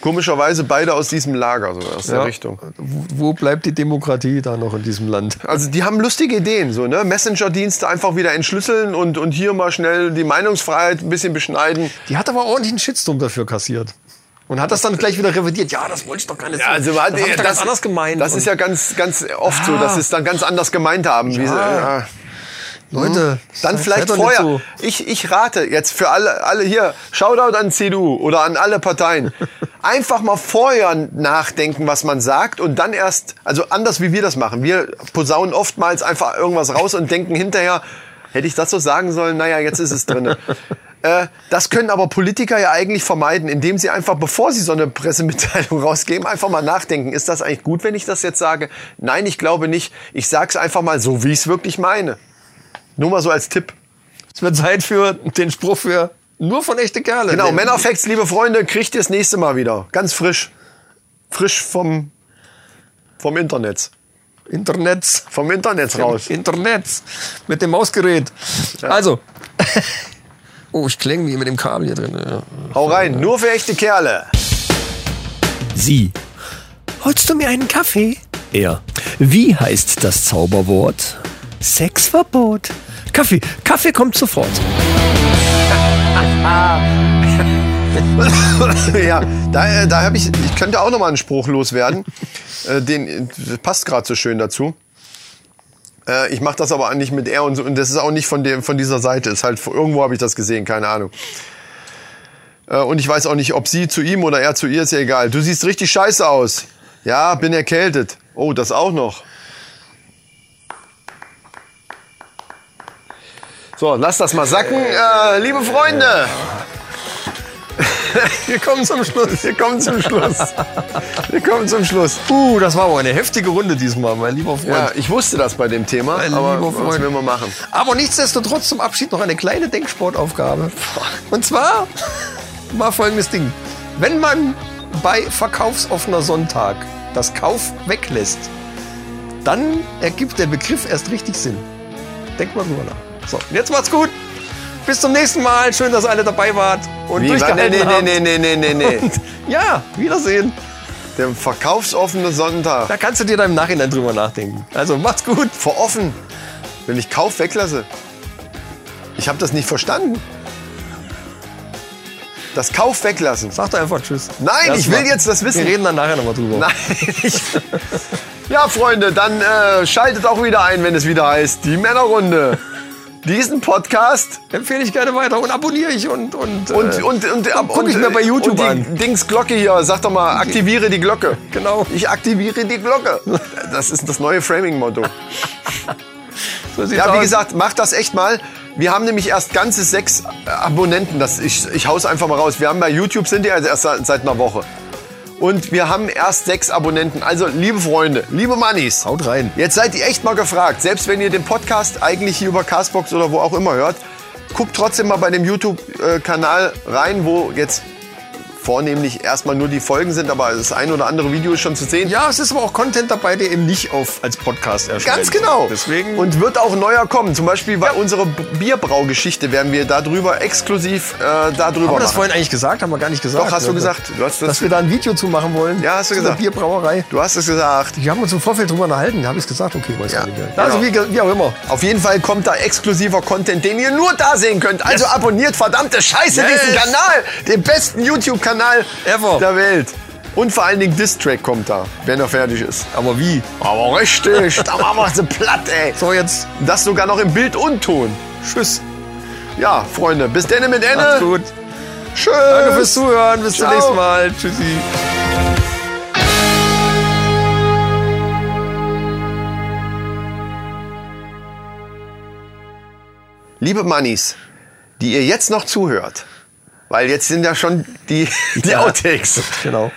Speaker 1: Komischerweise beide aus diesem Lager, so aus der Richtung.
Speaker 2: Wo bleibt die Demokratie da noch in diesem Land?
Speaker 1: Also die haben lustige Ideen, so ne? Messenger-Dienste einfach wieder entschlüsseln und, und hier mal schnell die Meinungsfreiheit ein bisschen beschneiden.
Speaker 2: Die hat aber ordentlich einen Shitstorm dafür kassiert. Und hat das dann gleich wieder revidiert. Ja, das wollte ich doch gar nicht. so.
Speaker 1: hat-
Speaker 2: das, hab ich doch ganz anders gemeint.
Speaker 1: also, Das ist
Speaker 2: Und
Speaker 1: ja ganz, ganz oft so, dass sie es dann ganz anders gemeint haben. wie sie, äh,
Speaker 2: Ja.
Speaker 1: Ah. ja.
Speaker 2: Leute,
Speaker 1: Dann
Speaker 2: seid-
Speaker 1: vielleicht
Speaker 2: seid doch nicht
Speaker 1: vorher.
Speaker 2: so-
Speaker 1: Ich, ich rate jetzt für alle, alle hier, Shoutout an CDU oder an alle Parteien. Einfach mal vorher nachdenken, was man sagt und dann erst, also anders wie wir das machen. Wir posaunen oftmals einfach irgendwas raus und denken hinterher, hätte ich das so sagen sollen, naja, jetzt ist es drin. Äh, Das können aber Politiker ja eigentlich vermeiden, indem sie einfach, bevor sie so eine Pressemitteilung rausgeben, einfach mal nachdenken. Ist das eigentlich gut, wenn ich das jetzt sage? Nein, ich glaube nicht. Ich sage es einfach mal so, wie ich es wirklich meine. Nur mal so als Tipp.
Speaker 2: Es wird Zeit für den Spruch für nur von echte Kerle.
Speaker 1: Genau,
Speaker 2: Den-
Speaker 1: Männerfacts, liebe Freunde, kriegt ihr das nächste Mal wieder. Ganz frisch. Frisch vom, vom Internet.
Speaker 2: Internets.
Speaker 1: Vom Internet raus.
Speaker 2: Internets. Mit dem Mausgerät. Also. oh, ich klänge wie mit dem Kabel hier drin. Ja.
Speaker 1: Hau rein, nur für echte Kerle.
Speaker 3: Sie. Holst du mir einen Kaffee? Er. Wie heißt das Zauberwort? Sexverbot. Kaffee. Kaffee kommt sofort.
Speaker 1: ja, da, äh, da habe ich, ich könnte auch nochmal einen Spruch loswerden. Äh, den äh, passt gerade so schön dazu. Äh, ich mache das aber nicht mit R und so. Und das ist auch nicht von, dem, von dieser Seite. Ist halt, irgendwo habe ich das gesehen, keine Ahnung. Äh, und ich weiß auch nicht, ob sie zu ihm oder er zu ihr, ist ja egal. Du siehst richtig scheiße aus. Ja, bin erkältet. Oh, das auch noch. So, lass das mal sacken. Äh, liebe Freunde.
Speaker 2: Wir kommen zum Schluss.
Speaker 1: Wir kommen zum Schluss. Wir kommen zum Schluss.
Speaker 2: Uh, das war aber eine heftige Runde diesmal, mein lieber Freund.
Speaker 1: Ja, ich wusste das bei dem Thema,
Speaker 2: Mein
Speaker 1: aber
Speaker 2: lieber
Speaker 1: was
Speaker 2: Freund.
Speaker 1: will man machen?
Speaker 2: Äh, Aber nichtsdestotrotz zum Abschied noch eine kleine Denksportaufgabe. Und zwar mal folgendes Ding. Wenn man bei verkaufsoffener Sonntag das Kauf weglässt, dann ergibt der Begriff erst richtig Sinn. Denkt mal drüber nach. So, jetzt macht's gut. Bis zum nächsten Mal. Schön, dass ihr alle dabei wart und
Speaker 1: nee,
Speaker 2: durchgehalten
Speaker 1: nee,
Speaker 2: habt.
Speaker 1: nee, nee, nee, nee, nee.
Speaker 2: Ja, Wiedersehen.
Speaker 1: Der verkaufsoffene Sonntag.
Speaker 2: Da kannst du dir dann im Nachhinein drüber nachdenken. Also macht's gut.
Speaker 1: Vor offen. Wenn ich Kauf weglasse. Ich habe das nicht verstanden. Das Kauf weglassen.
Speaker 2: Sag doch einfach Tschüss.
Speaker 1: Nein,
Speaker 2: Lass
Speaker 1: ich will
Speaker 2: mal.
Speaker 1: jetzt das wissen.
Speaker 2: Wir reden dann nachher nochmal drüber.
Speaker 1: Nein. ich- Ja, Freunde, dann äh, schaltet auch wieder ein, wenn es wieder heißt, die Männerrunde. Diesen Podcast
Speaker 2: empfehle ich gerne weiter und abonniere ich und und
Speaker 1: Und,
Speaker 2: äh,
Speaker 1: und, und, ab-
Speaker 2: guck
Speaker 1: und,
Speaker 2: ich mir bei YouTube
Speaker 1: und die
Speaker 2: an.
Speaker 1: Dings Glocke hier, sag doch mal, aktiviere die Glocke.
Speaker 2: Genau.
Speaker 1: Ich aktiviere die Glocke. Das ist das neue Framing-Motto.
Speaker 2: so sieht's
Speaker 1: Ja, wie
Speaker 2: aus.
Speaker 1: gesagt, macht das echt mal. Wir haben nämlich erst ganze sechs Abonnenten. Das, ich, ich hau's einfach mal raus. Wir haben bei YouTube sind die also erst seit seit einer Woche. Und wir haben erst sechs Abonnenten. Also, liebe Freunde, liebe Mannis.
Speaker 2: haut rein.
Speaker 1: Jetzt seid ihr echt mal gefragt, selbst wenn ihr den Podcast eigentlich hier über Castbox oder wo auch immer hört, guckt trotzdem mal bei dem YouTube-Kanal rein, wo jetzt vornehmlich erstmal nur die Folgen sind, aber das ein oder andere Video ist schon zu sehen.
Speaker 2: Ja, es ist aber auch Content dabei, der eben nicht auf als Podcast erscheint.
Speaker 1: Ganz genau.
Speaker 2: Deswegen
Speaker 1: Und wird auch neuer kommen. Zum Beispiel bei unserer B- Bierbraugeschichte werden wir darüber exklusiv äh, darüber
Speaker 2: haben wir das
Speaker 1: machen.
Speaker 2: vorhin eigentlich gesagt, haben wir gar nicht gesagt.
Speaker 1: Doch, hast du gesagt. Du hast,
Speaker 2: dass
Speaker 1: das,
Speaker 2: wir da ein Video zu machen wollen.
Speaker 1: Ja, hast du
Speaker 2: zu
Speaker 1: gesagt.
Speaker 2: Der Bierbrauerei.
Speaker 1: du hast es gesagt.
Speaker 2: Wir haben uns im Vorfeld drüber unterhalten, habe ich gesagt, okay, weiß
Speaker 1: Ja,
Speaker 2: ich nicht.
Speaker 1: genau.
Speaker 2: Also wie, ge- wie auch immer.
Speaker 1: Auf jeden Fall kommt da exklusiver Content, den ihr nur da sehen könnt. Also abonniert verdammte Scheiße
Speaker 2: Yes.
Speaker 1: diesen Kanal, den besten YouTube-Kanal
Speaker 2: Ever.
Speaker 1: der Welt. Und vor allen Dingen Distrack kommt da, wenn er fertig ist.
Speaker 2: Aber wie?
Speaker 1: Aber richtig, da machen wir sie platt, ey.
Speaker 2: So jetzt
Speaker 1: Das sogar noch im Bild und Ton.
Speaker 2: tschüss.
Speaker 1: Ja, Freunde, bis denne mit
Speaker 2: Macht's
Speaker 1: Ende.
Speaker 2: gut.
Speaker 1: Tschüss.
Speaker 2: Danke fürs Zuhören. Bis
Speaker 1: Ciao.
Speaker 2: zum nächsten Mal. Tschüssi.
Speaker 1: liebe Mannis, die ihr jetzt noch zuhört, weil jetzt sind ja schon die, die Outtakes.
Speaker 2: Genau.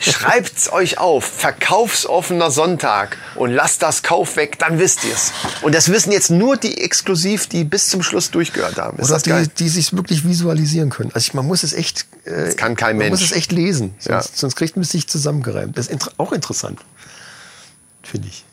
Speaker 1: Schreibt's euch auf, verkaufsoffener Sonntag und lasst das Kauf weg, dann wisst ihr's. Und das wissen jetzt nur die exklusiv, die bis zum Schluss durchgehört haben. Ist
Speaker 2: Oder
Speaker 1: das geil?
Speaker 2: die, die sich wirklich visualisieren können. Also ich, man muss es echt. Äh,
Speaker 1: Das kann kein
Speaker 2: man
Speaker 1: Mensch.
Speaker 2: muss es echt lesen.
Speaker 1: Ja.
Speaker 2: Sonst, sonst kriegt man es nicht zusammengereimt. Das ist inter auch interessant. Finde ich.